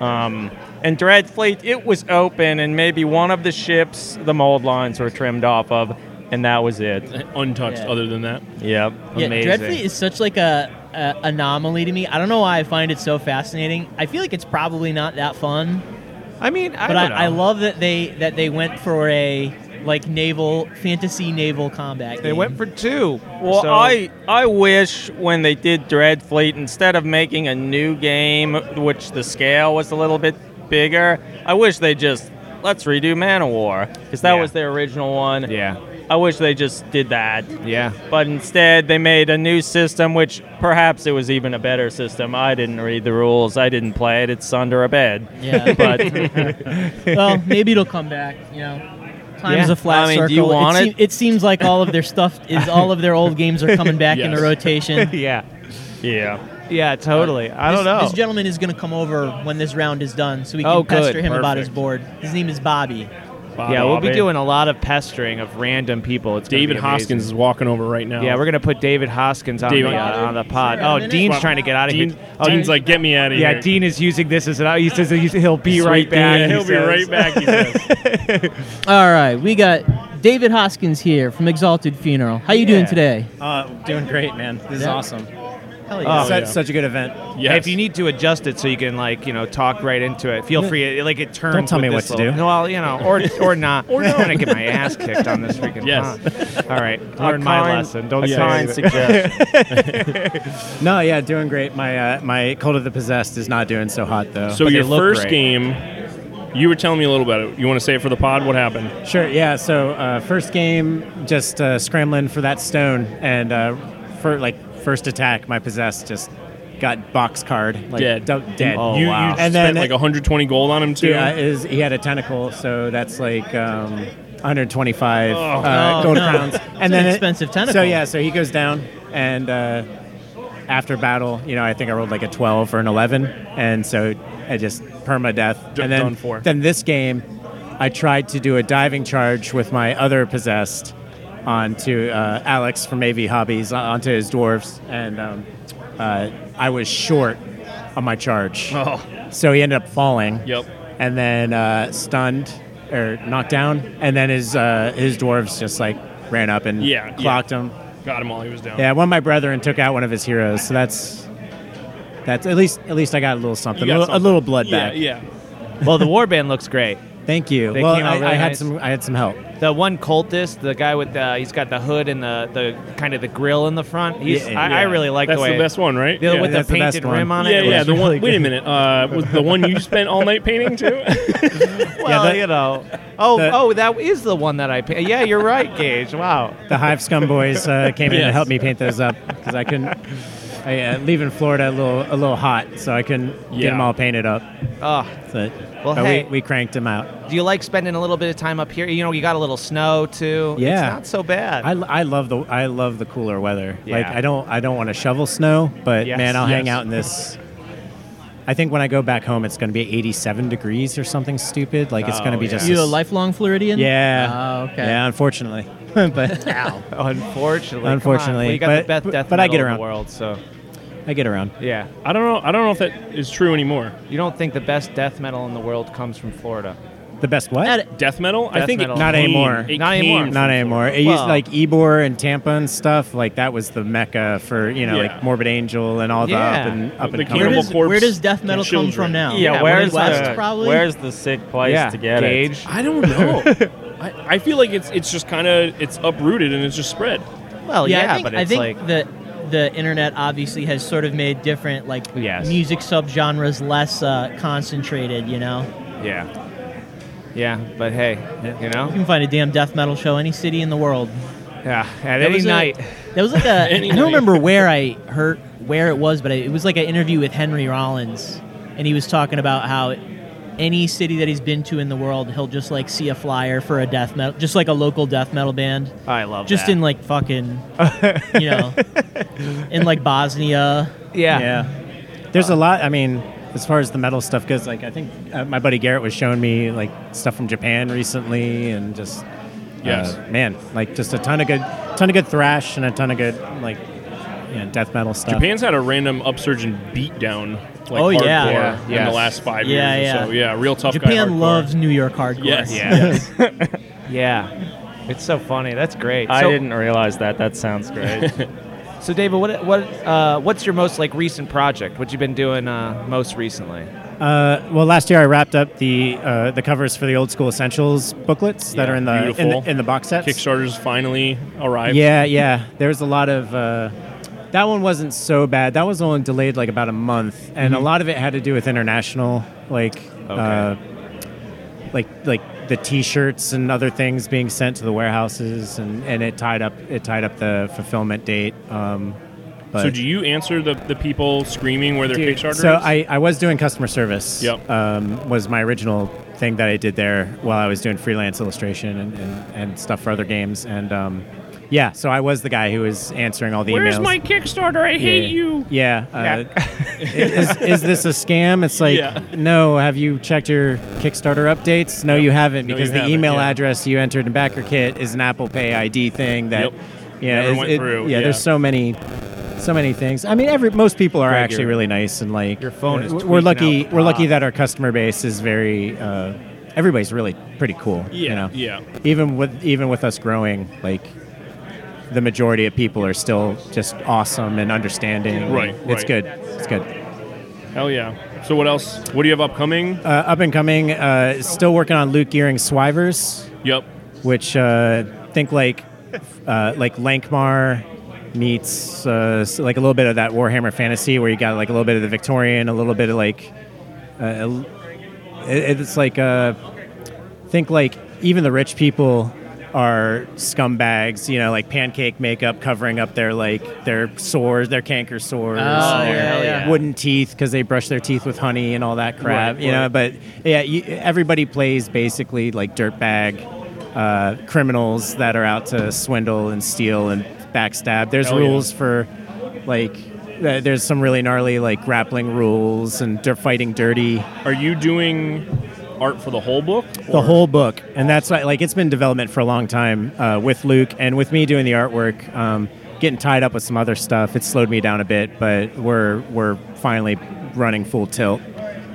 S6: Um, and Dreadfleet, it was open, and maybe one of the ships, the mold lines were trimmed off of, and that was it.
S7: Untouched.
S4: Yeah.
S7: Other than that,
S6: Yep.
S4: Yeah,
S1: Amazing.
S4: Dreadfleet is such like a, a anomaly to me. I don't know why I find it so fascinating. I feel like it's probably not that fun,
S1: I mean, I
S4: but
S1: don't know.
S4: I, I love that they that they went for a like naval fantasy naval combat.
S1: They
S4: game.
S1: went for two.
S6: Well,
S1: so-
S6: I I wish when they did Dreadfleet, instead of making a new game, which the scale was a little bit bigger, I wish they just let's redo Manowar because that
S1: Yeah.
S6: was their original one.
S1: yeah,
S6: I wish they just did that,
S1: yeah.
S6: but instead they made a new system, which perhaps it was even a better system. I didn't read the rules. I didn't play it. It's under a bed.
S4: Yeah.
S6: But
S4: well, maybe it'll come back. You know. Time's
S1: Yeah.
S4: a flat
S6: I mean,
S4: circle.
S6: do you want
S4: it,
S6: it?
S4: seem- it seems like all of their stuff is all of their old games are coming back into
S7: Yes.
S4: rotation.
S1: Yeah,
S6: yeah.
S1: yeah, totally. I don't
S4: this,
S1: know.
S4: This gentleman is going to come over when this round is done, so we can
S1: Oh, good.
S4: pester him about his
S1: Perfect.
S4: board. His name is Bobby.
S1: yeah, we'll be
S6: Bobby.
S1: doing a lot of pestering of random people. It's gonna
S7: David
S1: be amazing.
S7: Hoskins is walking over right now.
S1: Yeah, we're gonna put David Hoskins on
S7: David-
S1: the uh, on the pod.
S4: Sure,
S1: Oh,
S4: I'm in it.
S1: Dean's trying to get out of
S7: Dean,
S1: here. Oh,
S7: Dean's like, get me out of
S1: yeah,
S7: here.
S1: Dean is using this as an. He says that he's- he'll be
S7: Sweet
S1: right back.
S7: Dean.
S1: he
S7: He'll be
S1: says.
S7: right back. He says.
S4: All right, we got David Hoskins here from Exalted Funeral. How you doing
S9: Yeah.
S4: today?
S9: Uh, doing great, man. This is
S4: Yeah.
S9: awesome.
S4: Hell
S1: yeah. Oh,
S9: such,
S1: yeah.
S9: such a good event.
S1: Hey, if you need to adjust it so you can like you know talk right into it, feel free. It, like it turns.
S9: tell
S1: with
S9: me
S1: this
S9: what to
S1: little-
S9: do.
S1: Well, you know, or or not.
S7: Or
S1: I'm
S7: no.
S1: gonna get my ass kicked on this freaking.
S7: Yes.
S1: pod. All right,
S6: A
S1: learn my
S6: kind-
S1: lesson. Don't
S6: a
S1: say
S6: kind
S1: anything.
S9: No, yeah, doing great. My uh, my Cult of the Possessed is not doing so hot though.
S7: So
S9: But they
S7: your
S9: look
S7: first
S9: great.
S7: game, you were telling me a little about it. You want to say it for the pod? What happened?
S9: Sure. Yeah. So uh, first game, just uh, scrambling for that stone, and uh, for like first attack, my possessed just got box card like,
S7: Dead.
S9: du- dead.
S7: you, You
S9: and
S7: spent
S9: then
S7: like 120 gold on him too.
S9: yeah, is he had a tentacle, so that's like. Um, 125
S4: Oh,
S9: uh, gold
S4: no.
S9: crowns,
S4: It's
S9: and then
S4: an
S9: it-
S4: expensive tentacle.
S9: So yeah, so he goes down, and uh, after battle, you know, I think I rolled like a 12 or an 11, and so I just perma death. And then,
S7: done for.
S9: then this game, I tried to do a diving charge with my other possessed onto uh, Alex from AV Hobbies uh, onto his dwarves, and um, uh, I was short on my charge.
S7: Oh.
S9: So he ended up falling.
S7: Yep.
S9: And then uh, stunned or knocked down, and then his uh, his dwarves just like ran up and
S7: Yeah, yeah.
S9: clocked him.
S7: Got him while he was down.
S9: Yeah, one of my brethren took out one of his heroes, so that's that's at least at least I got a little something,
S7: You got
S9: a, little, a
S7: something.
S9: little blood
S7: Yeah,
S9: back.
S7: yeah.
S1: well, the warband looks great.
S9: Thank you.
S1: They
S9: well,
S1: came out
S9: I,
S1: really
S9: I had
S1: nice.
S9: some I had some help.
S1: The one cultist, the guy with the, he's got the hood and the, the kind of the grill in the front. He's,
S9: Yeah,
S1: I, I
S7: Yeah.
S1: really like
S7: That's
S1: the way.
S7: best one, right?
S1: The,
S7: yeah.
S1: with
S9: that's
S1: the
S9: the best
S1: painted
S9: one.
S1: rim on it.
S7: yeah,
S1: it
S7: yeah,
S1: was
S7: the one.
S1: really
S7: Wait a
S1: good.
S7: minute. Uh, was the one you spent all night painting too?
S1: Well,
S9: that-
S1: you know. Oh,
S9: that-
S1: oh, that is the one that I. Pa- yeah, you're right, Gage. Wow.
S9: The Hive Scum boys uh, came in to
S7: Yes.
S9: help me paint those up because I couldn't. I uh, leaving Florida a little a little hot, so I couldn't get
S7: Yeah.
S9: them all painted up.
S1: Oh,
S9: But,
S1: Well,
S9: but
S1: hey.
S9: we, we cranked them out.
S1: do you like spending a little bit of time up here? You know, you got a little snow too.
S9: Yeah.
S1: It's not so bad.
S9: I, I love the I love the cooler weather. Like
S1: Yeah.
S9: I don't I don't want to shovel snow, but
S1: Yes,
S9: man, I'll hang
S1: yes.
S9: out in this. I think when I go back home, it's going to be 87 degrees or something stupid. Like it's going to
S1: Oh,
S9: be
S1: yeah.
S9: just
S4: You a
S9: this-
S4: lifelong Floridian?
S9: Yeah.
S4: Oh, okay.
S9: Yeah, unfortunately, but
S1: unfortunately. come on.
S9: Unfortunately,
S1: Well, you got the
S9: but-
S1: best
S9: but-
S1: death
S9: but I
S1: metal
S9: get
S1: in
S9: around.
S1: the world. So
S9: I get around.
S1: yeah,
S7: I don't know. I don't know if that is true anymore.
S1: you don't think the best death metal in the world comes from Florida?
S9: The best what?
S4: That-
S7: Death metal. I
S1: Death
S7: think it
S1: metal.
S9: Not
S7: came-
S9: anymore.
S7: it
S1: Not
S7: came
S1: anymore.
S7: from-
S9: Not anymore. It used
S1: Well-
S9: like Ebor and Tampa and stuff. Like that was the mecca for you know
S7: Yeah.
S9: like Morbid Angel and all
S1: Yeah.
S9: the up and up
S7: The
S9: and
S4: Where
S7: Cannibal
S9: coming.
S4: does,
S7: Corpse
S4: where does death metal
S7: and
S4: come from
S7: children.
S4: now?
S6: Yeah,
S1: Yeah,
S6: where's
S4: West,
S6: the
S4: probably?
S6: where's the sick place
S1: yeah.
S6: to get it?
S1: Gage.
S7: I don't know. I, I feel like it's it's just kind of it's uprooted and it's just spread.
S1: Well, yeah,
S4: yeah, I think,
S1: but
S4: I
S1: it's
S4: think
S1: like
S4: the the internet obviously has sort of made different like
S1: Yes.
S4: music subgenres less uh, concentrated. You know,
S1: yeah, yeah. But hey, you know,
S4: you can find a damn death metal show any city in the world.
S1: yeah. At
S4: That
S1: any
S4: was a-
S1: night.
S4: that was like a. I
S7: Any
S4: don't
S7: night.
S4: remember where I heard where it was, but I, it was like an interview with Henry Rollins, and he was talking about how any city that he's been to in the world, he'll just like see a flyer for a death metal, just like a local death metal band.
S1: I love
S4: just
S1: that.
S4: in like fucking you know in like bosnia
S1: yeah.
S9: Yeah. There's a lot. I mean, as far as the metal stuff goes, like I think uh, my buddy Garrett was showing me like stuff from Japan recently, and just
S7: Yes.
S9: uh, man, like just a ton of good, ton of good thrash and a ton of good like you know, death metal stuff.
S7: Japan's had a random upsurge and beatdown. Like
S4: Oh,
S7: hardcore
S4: yeah.
S1: Yeah,
S7: in
S1: yes.
S7: the last five
S4: Yeah,
S7: years.
S4: yeah.
S7: Or so. Yeah, real tough. guy
S4: japan
S7: hardcore.
S4: loves new york hardcore
S7: Yes.
S1: Yes. yeah. It's so funny. That's great.
S6: I
S1: so,
S6: didn't realize that. That sounds great.
S1: So, David, what what uh, what's your most like recent project? What you been doing uh, most recently?
S9: Uh, well, last year I wrapped up the uh, the covers for the old school essentials booklets that
S7: Yeah,
S9: are in the, in
S7: beautiful.
S9: the in the box sets.
S7: Kickstarter's finally arrived.
S9: Yeah, yeah. There was a lot of. Uh, that one wasn't so bad. That was only delayed like about a month, and
S7: Mm-hmm.
S9: a lot of it had to do with international, like, uh, like like the T-shirts and other things being sent to the warehouses, and, and it tied up it tied up the fulfillment date. Um, but
S7: So do you answer the, the people screaming where their
S9: Dude,
S7: Kickstarter
S9: so
S7: is?
S9: I, I was doing customer service.
S7: Yep.
S9: Um, was my original thing that I did there while I was doing freelance illustration and, and, and stuff for other games. And um, yeah, so I was the guy who was answering all the
S7: Where's
S9: emails.
S7: my Kickstarter? I hate
S9: Yeah.
S7: you.
S9: Yeah. Uh, is, is this a scam? It's like,
S7: Yeah.
S9: no, have you checked your Kickstarter updates? No, you haven't
S7: No,
S9: because
S7: you
S9: the
S7: haven't,
S9: email
S7: yeah.
S9: address you entered in Backer Kit is an Apple Pay ID thing that
S7: Yep.
S9: yeah,
S7: Never
S9: it's-
S7: went through,
S9: Yeah,
S7: yeah.
S9: there's so many so many things. I mean, every most people are
S1: Greg,
S9: actually
S1: your-
S9: really nice and like
S1: your phone is
S7: Ah.
S1: tweaking
S9: we're lucky
S1: out the
S9: we're lucky
S1: top.
S9: that our customer base is very uh, everybody's really pretty cool.
S7: Yeah,
S9: you know?
S7: yeah.
S9: Even with even with us growing, like the majority of people are still just awesome and understanding.
S7: Right,
S9: It's
S7: right.
S9: good. It's good.
S7: Hell yeah. So what else? What do you have upcoming?
S9: Uh, up and coming. Uh, still working on Luke Gearing's Swivers,
S7: Yep.
S9: which uh, think like uh, like Lankmar meets uh, s- like a little bit of that Warhammer fantasy where you got like a little bit of the Victorian, a little bit of like uh, el- it, it's like uh, think like even the rich people are scumbags, you know, like pancake makeup covering up their like their sores, their canker sores,
S4: Oh,
S9: their
S4: yeah, yeah.
S9: wooden teeth because they brush their teeth with honey and all that crap,
S7: Right,
S9: you know. But yeah, you, everybody plays basically like dirtbag uh, criminals that are out to swindle and steal and backstab. There's
S7: Hell yeah.
S9: rules for like. th- There's some really gnarly like grappling rules and they're fighting dirty
S7: Are you doing art for the whole book?
S9: the whole book and that's why like it's been in development for a long time uh, with luke and with me doing the artwork um, getting tied up with some other stuff it slowed me down a bit but we're we're finally running full tilt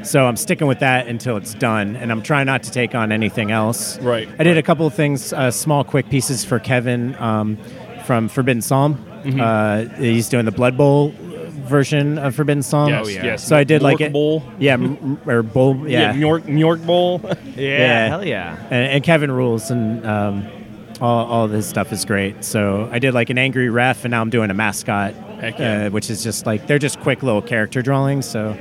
S9: so i'm sticking with that until it's done and i'm trying not to take on anything else
S7: Right.
S9: i did a couple of things uh, small quick pieces for kevin um, from forbidden psalm
S7: Mm-hmm.
S9: uh, he's doing the blood bowl version of forbidden psalm
S7: Yes, Oh, yeah. yes.
S9: so i did like
S7: York
S9: it
S7: Bowl.
S9: yeah m- or bowl
S7: New York, New York Bowl.
S9: Yeah.
S1: hell yeah.
S9: and, and Kevin rules, and um, all, all this stuff is great. So I did like an angry ref, and now I'm doing a mascot,
S7: Heck yeah.
S9: uh, which is just like they're just quick little character drawings. So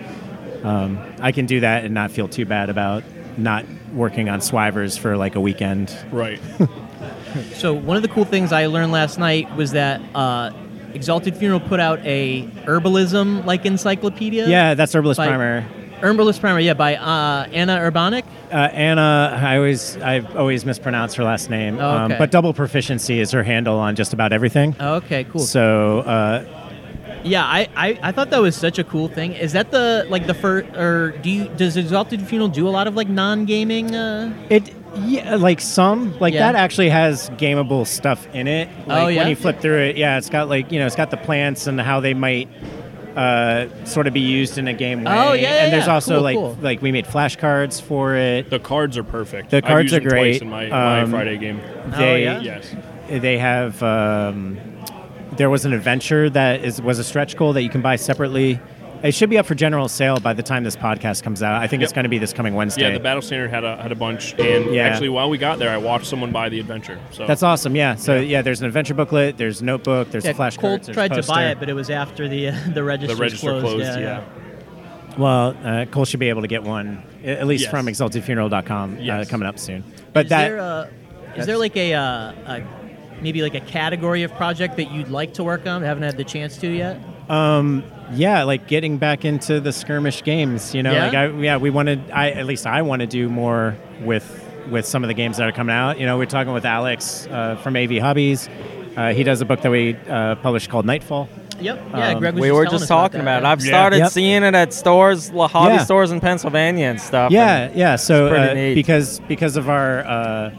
S9: um, I can do that and not feel too bad about not working on Swivers for like a weekend.
S7: right.
S4: So one of the cool things I learned last night was that uh, Exalted Funeral put out a herbalism like encyclopedia.
S9: Yeah, that's Herbalist
S4: By-
S9: Primer.
S4: Herbalist Primer, yeah, by uh, Anna Urbanic.
S9: Uh, Anna, I always I always mispronounce her last name, um,
S4: Oh, okay.
S9: but double proficiency is her handle on just about everything.
S4: Oh, okay, cool.
S9: So uh,
S4: yeah, I, I, I thought that was such a cool thing. Is that the like the first or do you does Exalted Funeral do a lot of like non gaming? Uh,
S9: It yeah, like some like
S4: Yeah.
S9: that actually has gameable stuff in it. Like
S4: Oh, yeah?
S9: when you flip through it, yeah, it's got like you know, it's got the plants and how they might uh, sort of be used in a game way.
S4: Oh, yeah, yeah,
S9: and there's
S4: yeah.
S9: also
S4: Cool,
S9: like
S4: cool.
S9: like we made flashcards for it.
S7: The cards are perfect.
S9: The
S7: I've
S9: cards
S7: used
S9: are
S7: them twice
S9: great.
S7: in my, my
S9: Um,
S7: Friday game.
S9: They
S4: Oh, yeah?
S7: Yes.
S9: they have um, there was an adventure that is was a stretch goal that you can buy separately. It should be up for general sale by the time this podcast comes out. I think it's
S7: Yep.
S9: going to be this coming Wednesday.
S7: Yeah, the Battle Standard had a had a bunch, and
S9: Yeah.
S7: actually, while we got there, I watched someone buy the adventure. So
S9: That's awesome. Yeah. So yeah. there's an adventure booklet. There's a notebook. There's
S4: yeah,
S9: flashcards.
S4: Colt
S9: there's
S4: tried to buy
S9: poster.
S4: it, but it was after the uh, the register
S7: the register closed. yeah.
S9: Well, uh, Cole should be able to get one, a- at least
S7: Yes.
S9: from exaltedfuneral.com
S7: Yes.
S9: uh, coming up soon. But
S4: is
S9: that,
S4: there a, is there like a, uh, a maybe like a category of project that you'd like to work on? Haven't had the chance to yet.
S9: um, yeah, like getting back into the skirmish games, you know,
S4: Yeah?
S9: like I, yeah, we wanted, I at least I want to do more with with some of the games that are coming out. You know, we're talking with Alex uh, from AV Hobbies. Uh, he does a book that we uh, published called Nightfall.
S4: Yep. Yeah,
S9: Um,
S4: Greg was
S6: we
S4: just
S6: were
S4: telling
S6: just
S4: us
S6: talking
S4: about,
S6: about,
S4: that.
S6: it. I've
S7: Yeah.
S6: started
S9: Yep.
S6: seeing it at stores, la- hobby
S9: Yeah.
S6: stores in Pennsylvania and stuff.
S9: Yeah,
S6: and
S9: yeah. So
S6: pretty
S9: uh,
S6: neat.
S9: because because of our uh,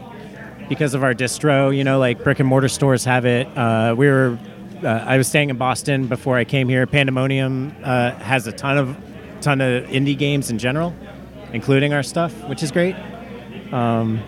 S9: because of our distro, you know, like brick and mortar stores have it. Uh, we were uh, I was staying in Boston before I came here. Pandemonium uh, has a ton of ton of indie games in general, including our stuff, which is great. Um,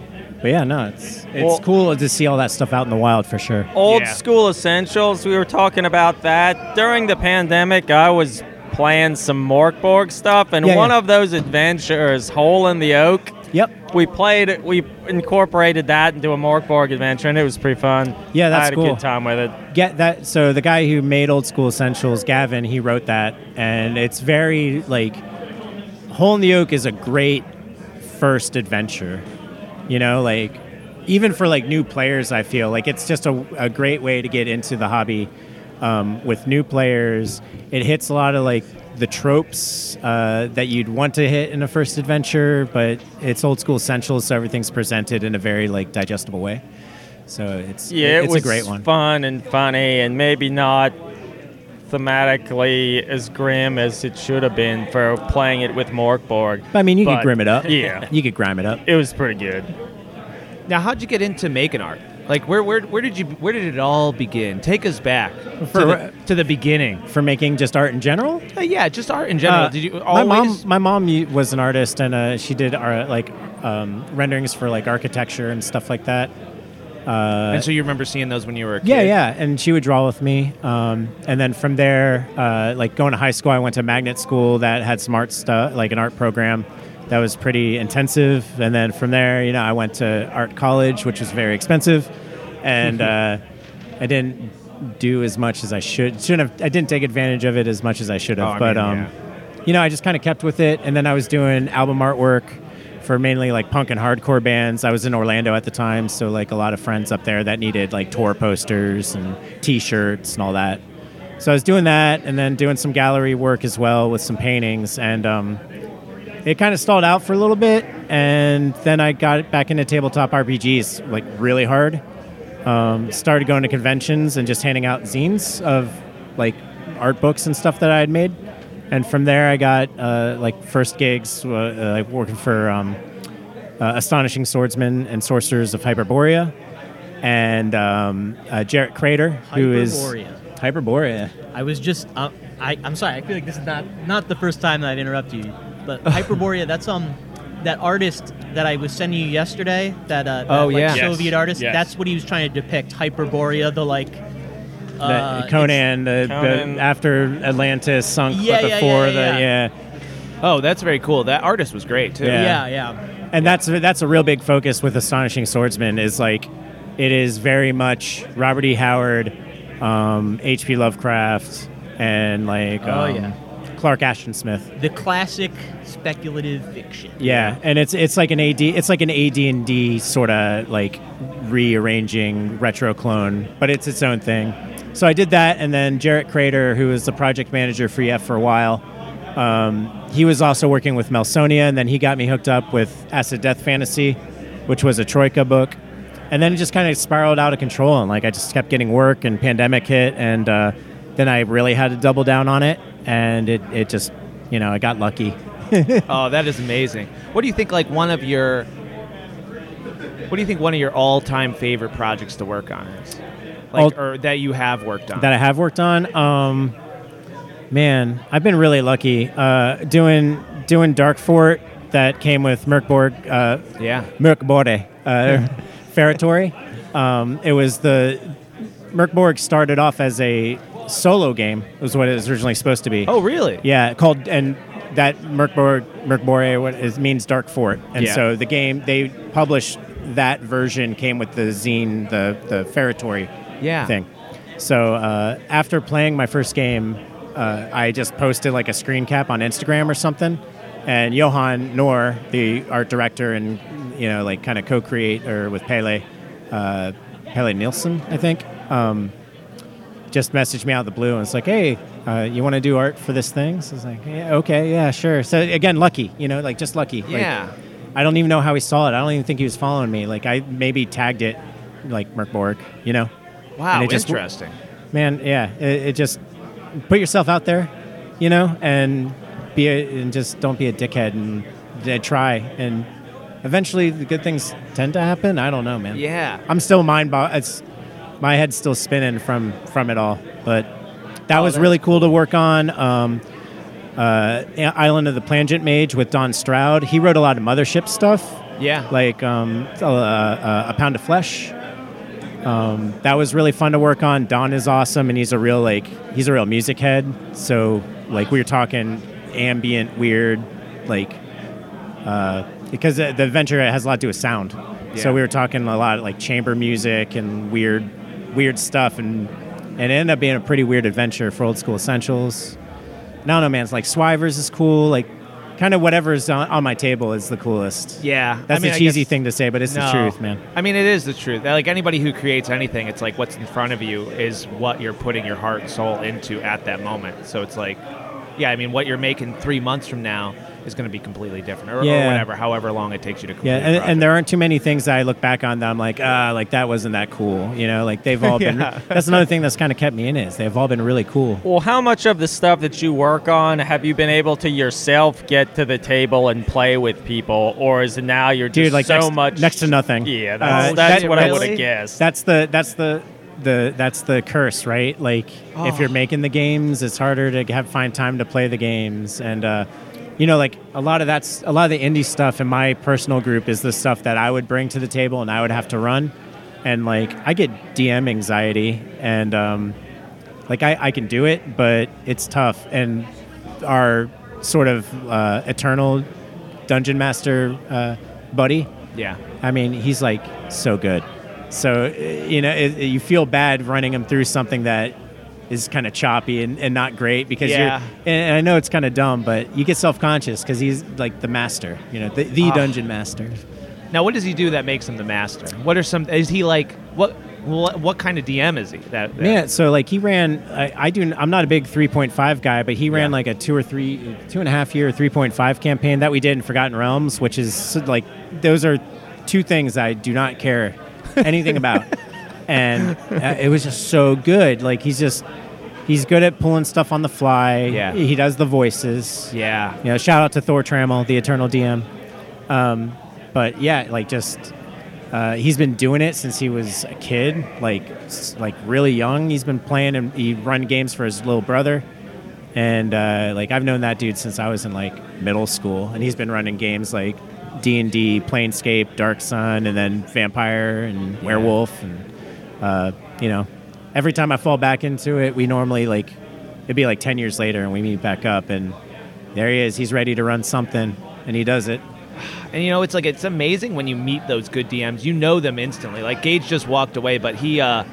S9: but yeah, no, it's it's
S6: Well-
S9: cool to see all that stuff out in the wild for sure.
S6: old
S7: Yeah.
S6: school essentials. We were talking about that during the pandemic. I was playing some Morkborg stuff, and
S9: Yeah,
S6: one
S9: yeah.
S6: of those adventures, Hole in the Oak.
S9: Yep.
S6: We played. We incorporated that into a Morkborg adventure, and it was pretty fun.
S9: Yeah, that's
S6: I had a
S9: cool.
S6: good time with it.
S9: get that so the guy who made old school essentials gavin he wrote that and it's very like hole in the oak is a great first adventure you know like even for like new players i feel like it's just a, a great way to get into the hobby um, with new players it hits a lot of like the tropes uh, that you'd want to hit in a first adventure but it's old school essentials so everything's presented in a very like digestible way so it's
S6: Yeah, it
S9: it's
S6: was
S9: a great one
S6: fun and funny, and maybe not thematically as grim as it should have been for playing it with Morkborg.
S9: I mean, you could
S6: But-
S9: grim it up.
S6: Yeah.
S9: You could grime it up.
S6: It was pretty good.
S1: Now, how'd you get into making art? Like where where where did you where did it all begin? Take us back to, the, to the beginning.
S9: for making just art in general.
S1: Uh, yeah, just art in general.
S9: Uh,
S1: did you
S9: my
S1: always?
S9: mom, my mom y- was an artist, and uh, she did our like um, renderings for like architecture and stuff like that. Uh,
S1: and so you remember seeing those when you were a kid.
S9: Yeah, yeah, and she would draw with me. Um, and then from there, uh, like going to high school, I went to magnet school that had some art stuff, like an art program that was pretty intensive. And then from there, you know, I went to art college, which was very expensive, and
S1: Mm-hmm.
S9: uh, I didn't do as much as I should. Shouldn't have. I didn't take advantage of it as much as I should have.
S1: Oh, I
S9: but
S1: mean,
S9: um,
S1: yeah.
S9: you know, I just kind of kept with it. And then I was doing album artwork for mainly like punk and hardcore bands. I was in Orlando at the time, so like a lot of friends up there that needed like tour posters and t shirts and all that. So I was doing that and then doing some gallery work as well with some paintings. And um, it kind of stalled out for a little bit. And then I got back into tabletop RPGs like really hard. Um, started going to conventions and just handing out zines of like art books and stuff that I had made. And from there, I got uh, like first gigs, uh, uh, like working for um, uh, Astonishing Swordsmen and Sorcerers of Hyperborea, and um, uh, Jarrett Crater, who is
S4: Hyperborea.
S9: Hyperborea.
S4: I was just uh, I I'm sorry. I feel like this is not not the first time that I've interrupted you, but Hyperborea. that's um that artist that I was sending you yesterday. That uh, that,
S1: Oh,
S4: like,
S1: yeah.
S4: Soviet
S7: Yes,
S4: artist.
S7: yes.
S4: That's what he was trying to depict. Hyperborea, the like. Uh,
S9: That Conan, the,
S6: Conan.
S9: the after Atlantis sunk,
S4: Yeah,
S9: but
S4: yeah,
S9: before
S4: yeah, yeah,
S9: the
S4: yeah.
S9: yeah.
S1: Oh, that's very cool. That artist was great too.
S9: Yeah.
S4: Yeah, yeah.
S9: and that's that's a real big focus with astonishing swordsman is like it is very much robert e howard um, hp lovecraft and like
S4: Oh,
S9: um,
S4: yeah.
S9: clark ashton smith
S4: The classic speculative fiction.
S9: yeah and it's it's like an ad it's like an ad&d sort of like rearranging retro clone but it's its own thing so i did that and then jarrett crater who was the project manager for ef for a while um, he was also working with melsonia and then he got me hooked up with acid death fantasy which was a troika book and then it just kind of spiraled out of control and like i just kept getting work and pandemic hit and uh, then i really had to double down on it and it, it just you know i got lucky
S1: Oh, that is amazing. What do you think? Like one of your. What do you think one of your all-time favorite projects to work on is? Like,
S9: All-
S1: or that you have worked on?
S9: that I have worked on. Um, man, I've been really lucky uh, doing doing Dark Fort that came with Merkborg, uh,
S1: yeah.
S9: Merkbore, uh, Ferritory. Um, it was the Merkborg started off as a solo game. Was what it was originally supposed to be.
S1: Oh, really?
S9: Yeah, called and that Merkborg Merkbore what is means Dark Fort, and
S1: Yeah.
S9: so the game they published that version came with the zine, the the Ferritory
S1: Yeah.
S9: thing. So uh, after playing my first game, uh, I just posted like a screen cap on Instagram or something, and Johan Noor, the art director and you know like kind of co-creator with Pele, uh, Pele Nielsen, I think. Um, just messaged me out of the blue and was like, "Hey, uh, you want to do art for this thing?" So I was like, yeah, "Okay, yeah, sure." So again, lucky, you know, like just lucky. Like,
S1: Yeah.
S9: I don't even know how he saw it. I don't even think he was following me. Like I maybe tagged it, like Merc Borg, you know.
S1: wow.
S9: And it just-
S1: interesting.
S9: Man, yeah, it, it just put yourself out there, you know, and be a, and just don't be a dickhead and d- try and eventually the good things tend to happen. I don't know, man.
S1: Yeah.
S9: I'm still mind bo- it's my head's still spinning from from it all, but Oh, that was
S1: that's
S9: really cool to work on. Um, uh, Island of the Plangent Mage with Don Stroud. He wrote a lot of mothership stuff
S1: Yeah.
S9: like um, uh, uh, a pound of flesh. Um, that was really fun to work on. Don is awesome, and he's a real like he's a real music head. So like we were talking ambient, weird, like uh, because the, the adventure has a lot to do with sound.
S1: Yeah.
S9: So we were talking a lot like chamber music and weird, weird stuff, and and it ended up being a pretty weird adventure for old school essentials. And I don't know, man. It's like Swivers is cool. Like kind of whatever's on, on my table is the coolest.
S1: yeah.
S9: That's
S1: I mean,
S9: a
S1: I
S9: cheesy
S1: guess-
S9: thing to say, but it's the
S1: No.
S9: truth, man.
S1: I mean, it is the truth. Like anybody who creates anything, it's like what's in front of you is what you're putting your heart and soul into at that moment. So it's like, yeah, I mean, what you're making three months from now is going to be completely different, or,
S9: Yeah.
S1: or whatever, however long it takes you to complete.
S9: Yeah,
S1: a
S9: and,
S1: project.
S9: and there aren't too many things that I look back on that I'm like, ah, like that wasn't that cool. You know, like they've all been.
S6: Yeah.
S9: That's another thing that's kind of kept me in is they've all been really cool.
S6: Well, how much of the stuff that you work on have you been able to yourself get to the table and play with people, or is it now you're
S9: Dude,
S6: just
S9: like
S6: so
S9: next,
S6: much
S9: next to nothing.
S6: Yeah, that's,
S9: Uh,
S6: that's
S9: that-
S6: what I
S9: that's-
S6: would have guessed.
S9: That's the that's the the that's the curse, right? Like
S6: Oh.
S9: if you're making the games, it's harder to have find time to play the games, and uh, you know, like a lot of that's a lot of the indie stuff in my personal group is the stuff that I would bring to the table and I would have to run, and like I get DM anxiety, and um, like I, I can do it, but it's tough, and our sort of uh, eternal dungeon master uh, buddy
S1: Yeah.
S9: I mean, he's like so good. So uh, you know, it, it- you feel bad running him through something that is kind of choppy and, and not great because
S1: Yeah.
S9: you're. And, and I know it's kind of dumb, but you get self conscious because he's like the master, you know, the, the
S1: Ah.
S9: dungeon master.
S1: Now, what does he do that makes him the master? What are some? Is he like what? What, what kind of DM is he? That, that-
S9: Yeah. So like he ran. I, I do. I'm not a big 3.5 guy, but he ran like a two or three, two and a half year 3.5 campaign that we did in Forgotten Realms, which is like those are two things I do not care anything about, and uh, it was just so good. Like he's just he's good at pulling stuff on the fly.
S1: Yeah.
S9: He does the voices.
S1: Yeah.
S9: You know, shout out to Thor Trammell, the Eternal DM. Um, but yeah, like just uh, he's been doing it since he was a kid, like s- like really young. He's been playing and he run games for his little brother, and uh, like I've known that dude since I was in like middle school, and he's been running games like D and D, Planescape, Dark Sun, and then Vampire and Werewolf, and uh, you know, every time I fall back into it, we normally like it'd be like ten years later, and we meet back up, and there he is. He's ready to run something, and he does it.
S1: And you know, it's like it's amazing when you meet those good DMs. You know them instantly. Like Gage just walked away, but he uh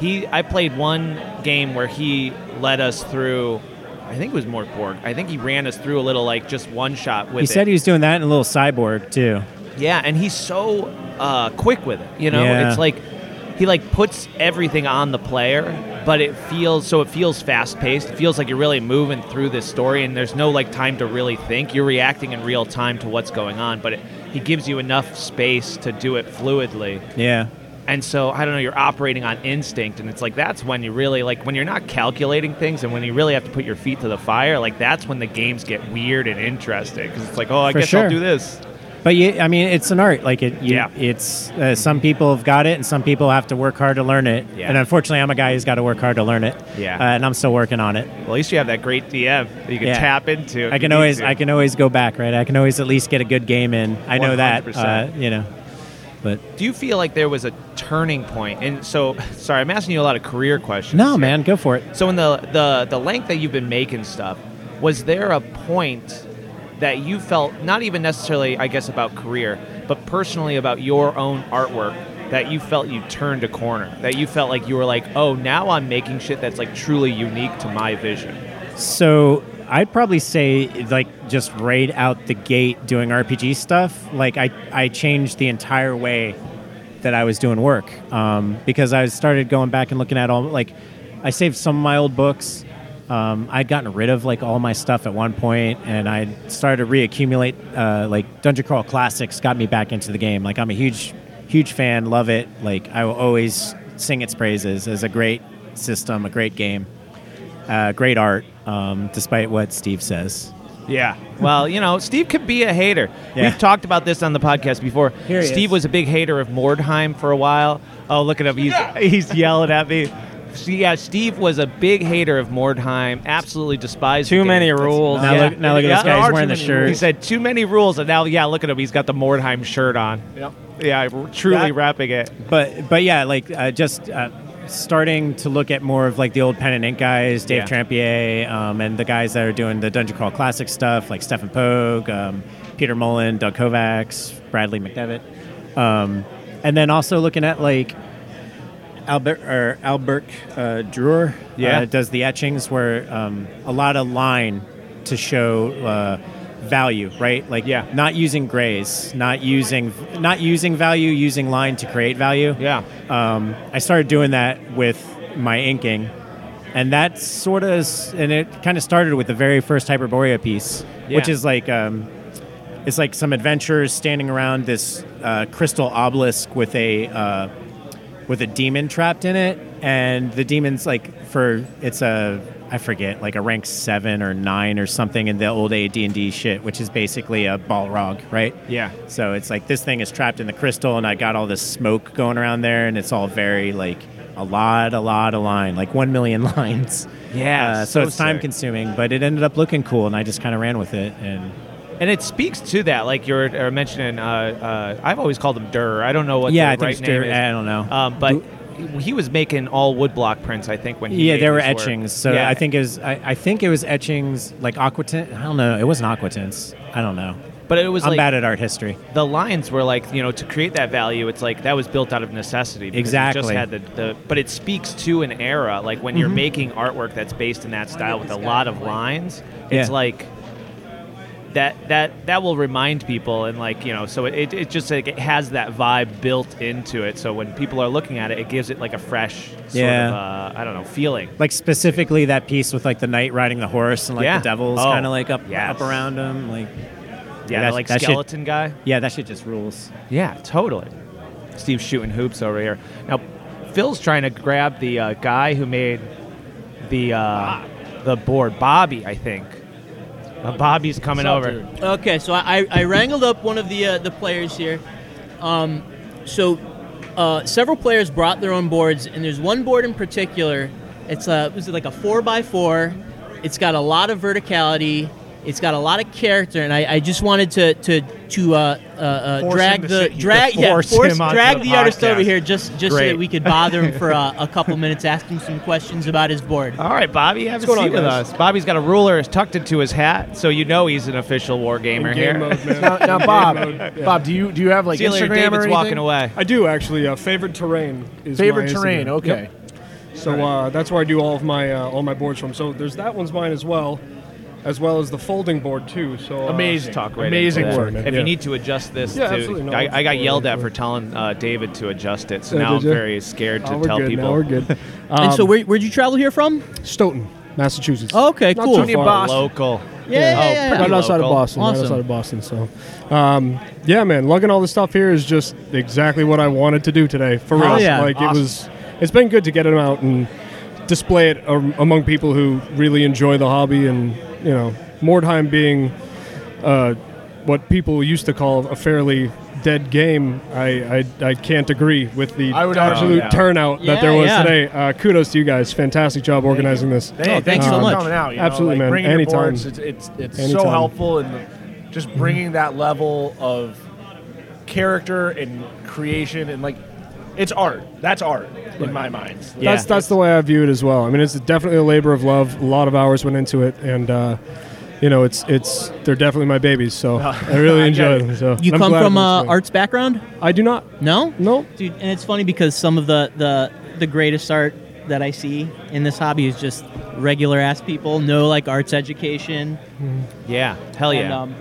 S1: he I played one game where he led us through I think it was Mortborg. I think he ran us through a little like just one shot with
S9: he
S1: it.
S9: said he was doing that in a little cyborg too.
S1: Yeah, and he's so uh, quick with it. You know,
S9: Yeah.
S1: it's like he like puts everything on the player, but it feels so it feels fast paced. It feels like you're really moving through this story, and there's no like time to really think. You're reacting in real time to what's going on, but it, he gives you enough space to do it fluidly.
S9: Yeah.
S1: And so I don't know, you're operating on instinct, and it's like that's when you really like when you're not calculating things, and when you really have to put your feet to the fire. Like that's when the games get weird and interesting because it's like, oh, I
S9: For
S1: guess
S9: sure.
S1: I'll do this.
S9: But you, I mean, it's an art. Like it, you, yeah. It's uh, some people have got it, and some people have to work hard to learn it.
S1: Yeah.
S9: And unfortunately, I'm a guy who's got to work hard to learn it.
S1: Yeah.
S9: Uh, and I'm still working on it.
S1: Well, at least you have that great DM that you can
S9: Yeah.
S1: tap into. if
S9: I
S1: you
S9: can
S1: need
S9: always,
S1: to.
S9: I can always go back, right? I can always at least get a good game in. I know that. Uh,
S1: 100%.
S9: you know. But
S1: Do you feel like there was a turning point? And so, sorry, I'm asking you a lot of career questions.
S9: no, man, go for it.
S1: So, in the the the length that you've been making stuff, was there a point that you felt not even necessarily, I guess, about career, but personally about your own artwork that you felt you turned a corner, that you felt like you were like, oh, now I'm making shit that's like truly unique to my vision.
S9: So I'd probably say like just right out the gate doing RPG stuff. Like I, I changed the entire way that I was doing work um, because I started going back and looking at all like I saved some of my old books. Um, I'd gotten rid of like all my stuff at one point, and I started to reaccumulate. Uh, like Dungeon Crawl Classics got me back into the game. Like I'm a huge, huge fan. Love it. Like I will always sing its praises as a great system, a great game uh, great art, um, despite what Steve says.
S1: Yeah. Well, you know, Steve could be a hater.
S9: Yeah.
S1: We've talked about this on the podcast before.
S9: Here he
S1: Steve
S9: is.
S1: was a big hater of Mordheim for a while. Oh, look at him. He's, he's yelling at me. See, Yeah, Steve was a big hater of Mordheim. Absolutely despised.
S6: Too
S1: the
S6: many
S1: game.
S6: rules.
S9: Now look- now look at this guy.
S1: there
S9: He's
S1: are
S9: wearing
S1: too
S9: the
S1: many
S9: shirt.
S1: rules. He said too many rules, and now yeah, look at him. He's got the Mordheim shirt on. Yep. Yeah, truly
S9: That-
S1: wrapping it.
S9: But but yeah, like uh, just uh, starting to look at more of like the old pen and ink guys, Dave
S1: Yeah.
S9: Trampier, um, and the guys that are doing the Dungeon Crawl Classic stuff, like Stefan Pogue, um, Peter Mullen, Doug Kovacs, Bradley McDevitt, um, and then also looking at like Albert or Albert uh, Drewer
S1: Yeah.
S9: uh, does the etchings where um, a lot of line to show uh, value, right? Like
S1: Yeah.
S9: not using grays, not using not using value, using line to create value.
S1: Yeah.
S9: Um, I started doing that with my inking, and that sort of and it kind of started with the very first Hyperborea piece, which
S1: Yeah.
S9: is like um, it's like some adventurers standing around this uh, crystal obelisk with a uh, with a demon trapped in it, and the demon's like for it's a I forget like a rank seven or nine or something in the old AD and D shit, which is basically a Balrog, right?
S1: Yeah.
S9: So it's like this thing is trapped in the crystal, and I got all this smoke going around there, and it's all very like a lot, a lot of line, like one million lines.
S1: Yeah,
S9: Uh, so,
S1: so
S9: it's time
S1: sick.
S9: consuming, but it ended up looking cool, and I just kind of ran with it. And
S1: And it speaks to that, like you were uh, mentioning. Uh, uh, I've always called him Durr. I don't know what
S9: yeah,
S1: the
S9: I think
S1: right
S9: it's
S1: name
S9: dir-
S1: is.
S9: I don't know.
S1: Um, but he was making all woodblock prints, I think, when he
S9: yeah,
S1: made
S9: there were
S1: this work.
S9: etchings. So
S1: Yeah.
S9: I think it was I, I think it was etchings like aquatint. I don't know. It wasn't aquatints. I don't know.
S1: but it was
S9: I'm
S1: like
S9: bad at art history.
S1: the lines were like you know to create that value. It's like that was built out of necessity. because it
S9: Exactly. Mm-hmm.
S1: just had the, the but it speaks to an era like when you're making artwork that's based in that style with a lot of lines. It's
S9: Yeah.
S1: like that that that will remind people and like you know so it- it, it just like it has that vibe built into it so when people are looking at it it gives it like a fresh sort
S9: Yeah.
S1: of uh, i don't know feeling
S9: Like specifically that piece with like the knight riding the horse and like
S1: Yeah.
S9: the devils
S1: Oh,
S9: kind of like up
S1: yes.
S9: up around him. Like
S1: yeah,
S9: that-
S1: the, like
S9: that shit-
S1: skeleton guy
S9: yeah, that shit just rules.
S1: Yeah, totally. Steve's shooting hoops over here. Now, Phil's trying to grab the uh, guy who made the uh, the board, Bobby, I think. Uh, Bobby's coming over.
S4: Okay, so I, I wrangled up one of the uh, the players here. Um, so uh, several players brought their own boards, and there's one board in particular. It's a was it like a four by four? It's got a lot of verticality. It's got a lot of character, and I, I just wanted to to to uh, uh, uh,
S1: Force
S4: drag
S1: him to
S4: the
S1: sit-
S4: drag yeah
S1: force him onto
S4: drag
S1: the
S4: the artist
S1: podcast.
S4: over here just just so
S1: Great.
S4: that we could bother him for uh, a couple minutes, ask him some questions about his board.
S1: All right, Bobby, have a
S7: going
S1: seat
S7: on,
S1: with
S7: guys?
S1: us. Bobby's got a ruler tucked into his hat, so you know he's an official war gamer
S7: Game
S1: here.
S7: mode, man.
S10: now, Uh, now
S7: Game
S10: Bob,
S7: mode, yeah.
S10: Bob, do you do you have like
S1: See you later.
S10: Instagram or
S1: David's
S10: anything?
S1: walking away.
S7: I do actually. Uh, favorite terrain is
S10: Favorite
S7: my Instagram.
S10: terrain,
S7: Yep.
S10: okay.
S7: So uh, that's where I do all of my uh, all my boards from. So there's that one's mine as well, as well as the folding board too. So uh,
S10: Amazing.
S1: Talk right
S10: Amazing
S1: into that.
S10: work.
S1: If
S7: Yeah.
S1: you need to adjust this,
S7: Yeah,
S1: to,
S7: absolutely. No,
S1: I,
S7: it's
S1: I got
S7: cool.
S1: yelled at for telling uh, David to adjust it, so
S7: Yeah,
S1: now I'm
S7: did ya?
S1: very scared to
S7: Oh, we're
S1: tell
S7: good
S1: people. Um,
S7: Now, we're good.
S4: and
S7: Um,
S4: so where would you travel here from?
S7: Stoughton, Massachusetts.
S4: Okay,
S7: Not
S4: cool.
S7: too far.
S1: Local.
S4: Yeah, yeah,
S1: Oh,
S4: yeah, yeah.
S1: pretty
S7: right outside
S1: local.
S7: of Boston.
S4: Awesome.
S7: Right outside of Boston. So, um, yeah, man, lugging all this stuff here is just exactly what I wanted to do today. For
S4: Hell
S7: real,
S4: Oh, yeah.
S7: like it was. It's been good to get it out and display it um, among people who really enjoy the hobby, and you know, Mordheim being uh, what people used to call a fairly dead game. I I, I can't agree with the
S10: I would
S7: absolute
S10: argue, yeah.
S7: turnout that there
S4: Yeah,
S7: was
S4: yeah.
S7: today. Uh, kudos to you guys. Fantastic job organizing this.
S10: Hey,
S4: thank
S10: thanks
S4: you so
S10: for
S4: much.
S10: coming out. you know,
S7: Absolutely,
S10: like,
S7: man.
S10: Bringing
S7: Anytime.
S10: Your boards, it's it's, it's so
S7: Anytime.
S10: helpful and just bringing that level of character and creation and like it's art. That's art in my mind.
S7: That's that's the way I view it as well. I mean, it's definitely a labor of love. A lot of hours went into it, and uh, you know, it's it's they're definitely my babies. So Oh, I really enjoy them. So
S4: You
S7: I'm
S4: come
S7: glad
S4: from
S7: I'm
S4: uh,
S7: doing it.
S4: arts background?
S7: I do not.
S4: No.
S7: No.
S4: Dude, and it's funny because some of the the the greatest art that I see in this hobby is just regular ass people, no like arts education.
S7: Mm-hmm.
S1: Yeah, hell yeah.
S4: And, um,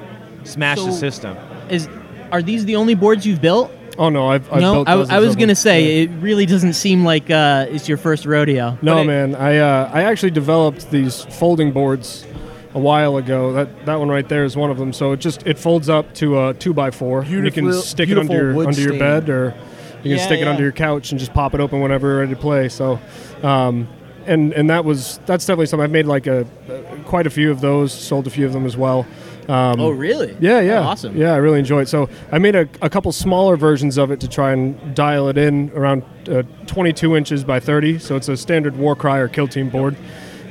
S1: Smash
S4: so-
S1: the system.
S4: is are these the only boards you've built?
S7: Oh no, I've, I've
S4: no,
S7: built
S4: I,
S7: dozens
S4: I was
S7: of
S4: gonna
S7: them.
S4: say it really doesn't seem like uh, it's your first rodeo.
S7: No,
S4: But it-
S7: man. I uh, I actually developed these folding boards a while ago. That that one right there is one of them. So it just it folds up to a two by four. you can
S10: Beautiful-
S7: stick it under
S10: beautiful
S7: your
S10: wood
S7: under your
S10: stain.
S7: bed or you can
S4: Yeah,
S7: stick it
S4: yeah.
S7: under your couch and just pop it open whenever you're ready to play. So. Um, and, and that was that's definitely something I've made like a, uh, quite a few of those sold a few of them as well. Um,
S4: Oh, really?
S7: yeah, yeah,
S4: Oh, awesome.
S7: Yeah, I really enjoy it. So I made a, a couple smaller versions of it to try and dial it in around uh, 22 inches by 30. So it's a standard War Cry or Kill Team board.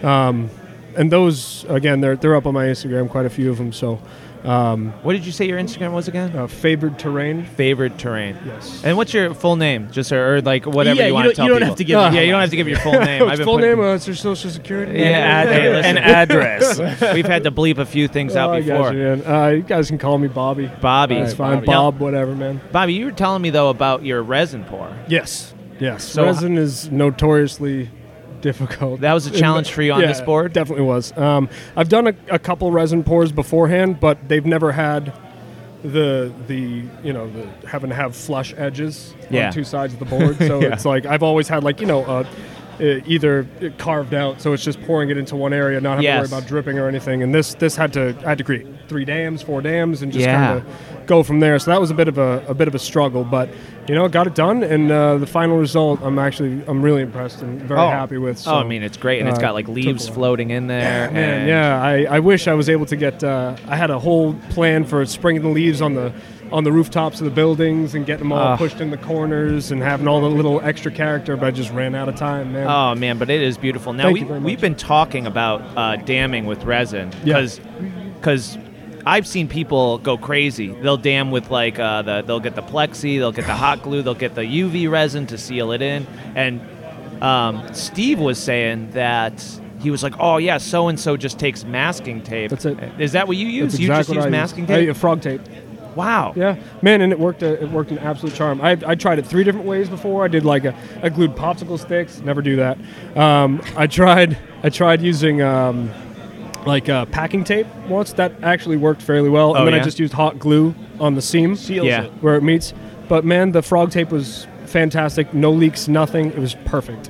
S7: Um, and those again, they're they're up on my Instagram, quite a few of them. So um,
S1: What did you say your Instagram was again?
S7: uh, favored terrain.
S1: Favorite terrain.
S7: Yes.
S1: And what's your full name? Just or, or like whatever
S4: Yeah,
S1: you,
S4: you
S1: want to
S4: don't-
S1: tell
S4: you don't
S1: people.
S4: have to give
S1: Yeah,
S4: it.
S1: you don't have to give your full name. I've been
S7: full
S1: putting-
S7: name? Uh, it's your social security.
S1: Yeah, ad- hey, listen,
S6: An address.
S1: we've had to bleep a few things
S7: Oh,
S1: out
S7: I
S1: before.
S7: got you, man. Uh, you guys can call me Bobby.
S1: Bobby,
S7: It's fine,
S1: Now,
S7: Bob. Whatever, man.
S1: Bobby, you were telling me though about your resin pour.
S7: Yes. Yes.
S1: So-
S7: resin is notoriously difficult.
S1: That was a challenge for you on
S7: Yeah,
S1: this board?
S7: Definitely was. Um, I've done a, a couple resin pours beforehand, but they've never had the the you know the having to have flush edges
S1: Yeah.
S7: on two sides of the board. So it's like I've always had like you know a, uh, either carved out, so it's just pouring it into one area, not having
S1: Yes.
S7: to worry about dripping or anything. And this this had to I had to create three dams, four dams, and just
S1: Yeah.
S7: kind of go from there. So that was a bit of a, a bit of a struggle, but you know, got it done, and uh, the final result I'm actually I'm really impressed and very
S1: Oh.
S7: happy with. So,
S1: oh, I mean, it's great, and it's
S7: uh,
S1: got like
S7: took a
S1: leaves
S7: while.
S1: floating in there.
S7: Man,
S1: and
S7: yeah, I, I wish I was able to get. Uh, I had a whole plan for spraying the leaves on the on the rooftops of the buildings and getting them all
S1: Ah.
S7: pushed in the corners and having all the little extra character, but I just ran out of time, man.
S1: Oh man, but it is beautiful. Now
S7: Thank
S1: we
S7: you very
S1: we've been talking about uh, damming with resin because I've seen people go crazy. They'll dam with like uh, the they'll get the plexi, they'll get the hot glue, they'll get the UV resin to seal it in. And um, Steve was saying that he was like, "Oh yeah, so and so just takes masking tape." That's it. Is that what you use?
S7: That's
S1: you just
S7: exactly
S1: use
S7: what I
S1: masking
S7: I-
S1: tape?
S7: uh, frog tape.
S1: Wow.
S7: Yeah, man, and it worked. A, it worked an absolute charm. I, I tried it three different ways before. I did like a, I glued popsicle sticks. Never do that. Um, I tried. I tried using um, like uh, packing tape once. That actually worked fairly well.
S1: Oh,
S7: and then I
S1: yeah?
S7: just used hot glue on the seam.
S1: Seals Yeah. it.
S7: Where it meets. But man, the frog tape was fantastic. No leaks. Nothing. It was perfect.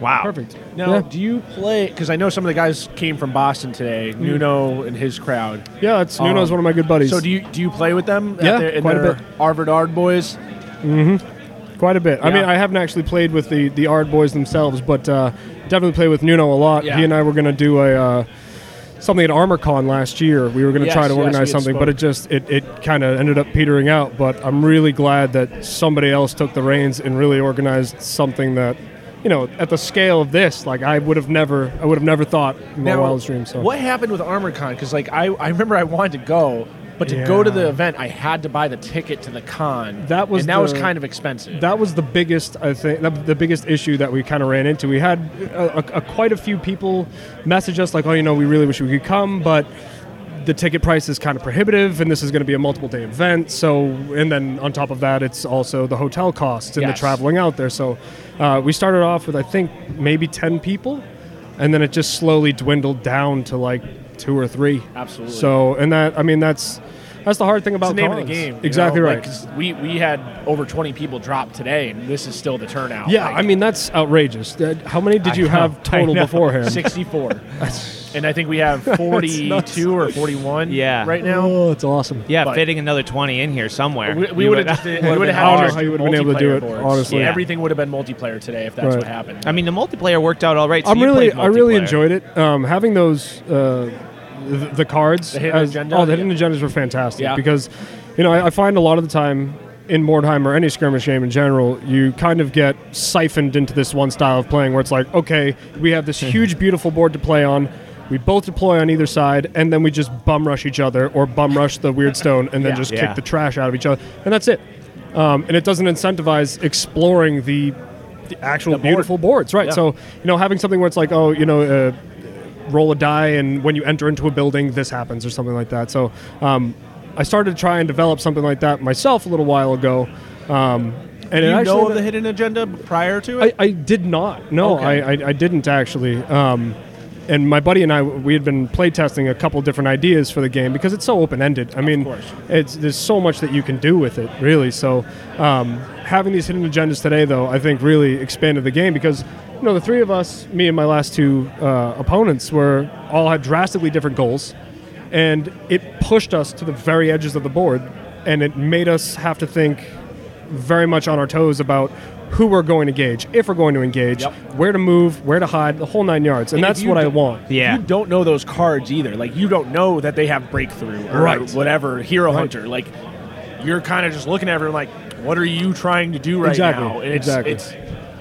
S1: Wow.
S7: Perfect.
S10: Now,
S7: Yeah.
S10: do you play? Because I know some of the guys came from Boston today. Nuno and his crowd. Um,
S7: Yeah, it's Nuno's one of my good buddies.
S10: So do you do you play with them?
S7: Yeah,
S10: their, in
S7: quite a
S10: their
S7: bit.
S10: Harvard Ard boys.
S7: Mm-hmm. Quite a bit. I
S10: Yeah.
S7: mean, I haven't actually played with the the Ard boys themselves, but uh, definitely play with Nuno a lot.
S10: Yeah.
S7: He and I were going to do a uh, something at ArmorCon last year. We were going to
S10: Yes,
S7: try to
S10: yes, we
S7: organize
S10: had
S7: something,
S10: spoke.
S7: but it just it, it kind of ended up petering out. But I'm really glad that somebody else took the reins and really organized something that. You know, at the scale of this, like I would have never, I would have never thought in my
S10: Now,
S7: wildest dreams. So.
S10: What happened with ArmorCon? Because like I, I remember I wanted to go, but to go to
S7: Yeah.
S10: the event I had to buy the ticket to the con.
S7: That was
S10: and that was
S7: the-
S10: kind of expensive.
S7: That was the biggest, I think, the- the biggest issue that we kind of ran into. We had a, a, a quite a few people message us like, "Oh, you know, we really wish we could come, but the ticket price is kind of prohibitive, and this is going to be a multiple day event." So, and then on top of that, it's also the hotel costs and
S10: Yes.
S7: the traveling out there. So, uh, we started off with I think maybe ten people, and then it just slowly dwindled down to like two or three.
S10: Absolutely.
S7: So, and that I mean that's. That's the hard thing about
S10: it's the name of
S7: cons.
S10: the game. you
S7: Exactly
S10: know?
S7: right.
S10: Like, 'cause we we had over 20 people drop today, and this is still the turnout.
S7: Yeah,
S10: Like,
S7: I mean that's outrageous. That- How many did
S10: I
S7: you
S10: know,
S7: have total
S10: I know.
S7: beforehand?
S10: 64. and I think we have
S7: That's
S10: 42 or 41.
S1: Yeah.
S10: right now.
S7: Oh, that's awesome.
S1: Yeah,
S10: But-
S1: fitting another twenty in here somewhere.
S10: We, we
S1: You
S10: would have just, we
S1: would've
S10: would
S1: been
S10: have had
S1: hard.
S10: just multiplayer boards.
S1: Yeah.
S10: everything would have been multiplayer today if that's what happened.
S1: I mean, the multiplayer worked out all right. So
S7: I'm
S1: you
S7: really,
S1: played
S7: I really
S1: multiplayer.
S7: enjoyed it. Um, having those, uh, the, the cards,
S10: The hidden
S7: as-
S10: agenda?
S7: oh, the hidden agendas were fantastic
S10: Yeah.
S7: because, you know, I, I find a lot of the time in Mordheim or any skirmish game in general, you kind of get siphoned into this one style of playing where it's like, okay, we have
S10: Hmm.
S7: this huge, beautiful board to play on. We both deploy on either side, and then we just bum rush each other, or bum rush the weird stone, and then
S10: Yeah.
S7: just
S10: Yeah.
S7: kick the trash out of each other, and that's it. Um, and it doesn't incentivize exploring the, the actual
S10: The board.
S7: beautiful boards, right?
S10: Yeah.
S7: So you know, having something where it's like, oh, you know, uh, roll a die, and when you enter into a building, this happens, or something like that. So um, I started to try and develop something like that myself a little while ago. Um, and it
S10: you know
S7: actually,
S10: of the hidden agenda prior to
S7: I,
S10: it?
S7: I did not. No,
S10: Okay.
S7: I, I, I didn't actually. Um, and my buddy and I, we had been playtesting a couple different ideas for the game because it's so open ended. I mean, it's there's so much that you can do with it, really. So um, having these hidden agendas today, though, I think really expanded the game because you know the three of us, me and my last two uh, opponents, were all had drastically different goals, and it pushed us to the very edges of the board, and it made us have to think very much on our toes about who we're going to engage, if we're going to engage, where to move, where to hide, the whole nine yards. And,
S10: if
S7: that's
S10: you
S7: what I
S10: don't-
S7: want.
S10: You don't know those cards either. Like you don't know that they have breakthrough or
S7: Right.
S10: whatever hero
S7: Right.
S10: hunter. Like you're kind of just looking at everyone like, what are you trying to do right
S7: Exactly.
S10: now? And it's,
S7: Exactly.
S10: it's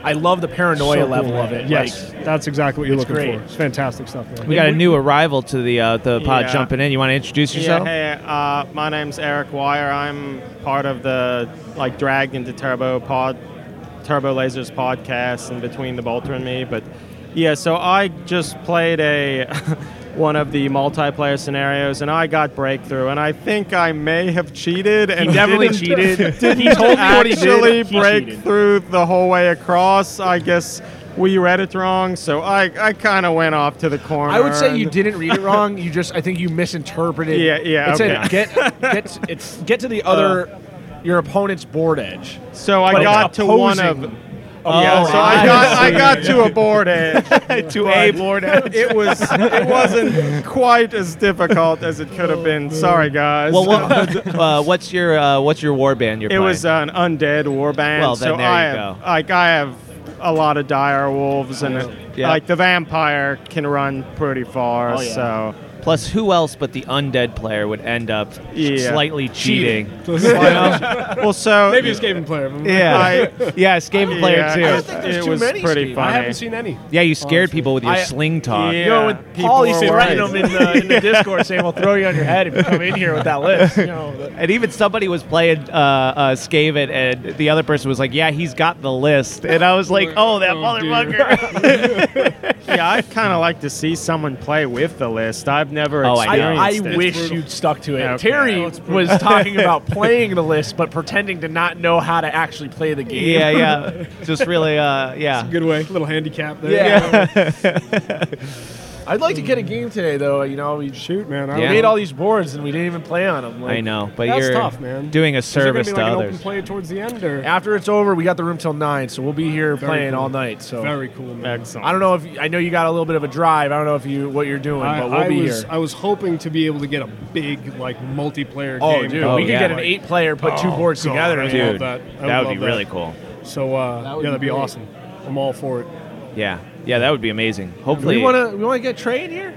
S10: I love the paranoia
S7: So cool,
S10: level
S7: man.
S10: of it.
S7: Yes,
S10: Like,
S7: that's exactly what you're
S10: it's
S7: looking
S10: great.
S7: for. It's fantastic stuff, man.
S1: We got a new arrival to the uh, the pod
S11: Yeah.
S1: jumping in. You want to introduce yourself?
S11: Yeah, hey, uh, my name's Eric Wire. I'm part of the like dragged into Turbo Pod, Turbo Lasers podcast, and between the Bolter and me. But yeah, so I just played a one of the multiplayer scenarios, and I got breakthrough. And I think I may have cheated. And
S10: definitely
S11: didn't-
S10: cheated.
S11: Didn't
S10: He told me what he did.
S11: actually
S10: He
S11: break
S10: cheated.
S11: through the whole way across. I guess. We read it wrong, so I, I kind of went off to the corner.
S10: I would say you
S11: and-
S10: didn't read it wrong. You just I think you misinterpreted.
S11: Yeah, yeah,
S10: It said
S11: okay.
S10: get get it's get to the other your opponent's board edge.
S11: So I
S10: But it's
S11: got to one
S10: opposing Oh,
S11: of
S1: Oh,
S11: yeah, so I,
S4: I
S11: got I
S4: see.
S11: got to a board edge.
S1: To a board edge.
S11: It was it wasn't quite as difficult as it could have been. Sorry guys.
S1: Well, what, uh, what's your uh, what's your war band? You're
S11: it
S1: playing?
S11: was an undead warband.
S1: Well, then
S11: so
S1: there
S11: I
S1: you
S11: have,
S1: go.
S11: Like I have a lot of dire wolves, and uh,
S1: Yeah. Oh,
S11: like the vampire can run pretty
S10: Oh,
S11: far. uh, So
S1: Plus, who else but the undead player would end up
S11: Yeah.
S1: slightly cheating?
S11: well, so
S7: maybe it's game player.
S1: Yeah. yeah, it's game player
S7: Yeah,
S1: too.
S7: I think there's too many Steve. I haven't seen any.
S1: Yeah, you scared people with your sling talk.
S10: You know, with Paul used to threaten them in the, in the Discord saying, we'll throw you on your head if you come in here with that list. You know, the-
S1: And even somebody was playing uh, uh, Skaven, and the other person was like, "Yeah, he's got the list." And I was like, "Oh, that motherfucker!"
S11: yeah, I'd kind of like to see someone play with the list. I've never
S1: Oh, I know.
S11: experienced
S10: I
S11: it.
S10: wish you'd stuck to it.
S11: Okay.
S10: Terry
S11: Oh, it's brutal.
S10: was talking about playing the list, but pretending to not know how to actually play the game.
S1: yeah, yeah, just really, uh, yeah.
S7: Good way, little handicap there.
S10: Yeah. I'd like to get a game today, though. You know, we shoot,
S7: man.
S10: We
S1: Yeah.
S10: made all these boards and we didn't even play on them.
S1: I know, but That's you're tough, man. doing a
S10: Is there gonna
S1: service
S10: be,
S1: to
S10: like, an
S1: others.
S10: open
S7: play towards the end,
S10: play- After it's over, we got the room till nine, so we'll be here
S7: Very
S10: playing
S7: cool.
S10: all night. So
S7: Very cool, man.
S10: I don't know if I know you got a little bit of a drive. I don't know if you what you're doing,
S7: I,
S10: but we'll
S7: I
S10: be
S7: was
S10: here.
S7: I was hoping to be able to get a big like multiplayer
S10: Oh,
S7: game. Oh,
S10: dude, we could get an eight-player, put
S7: two
S10: two boards together.
S7: I would
S10: Dude,
S7: love that. I
S1: that would
S7: love
S1: be really cool.
S7: So uh, yeah, that'd be awesome. I'm all for it.
S1: Yeah, yeah, that would be amazing.
S10: Do
S1: Hopefully,
S10: we want to we want to get Trey in here.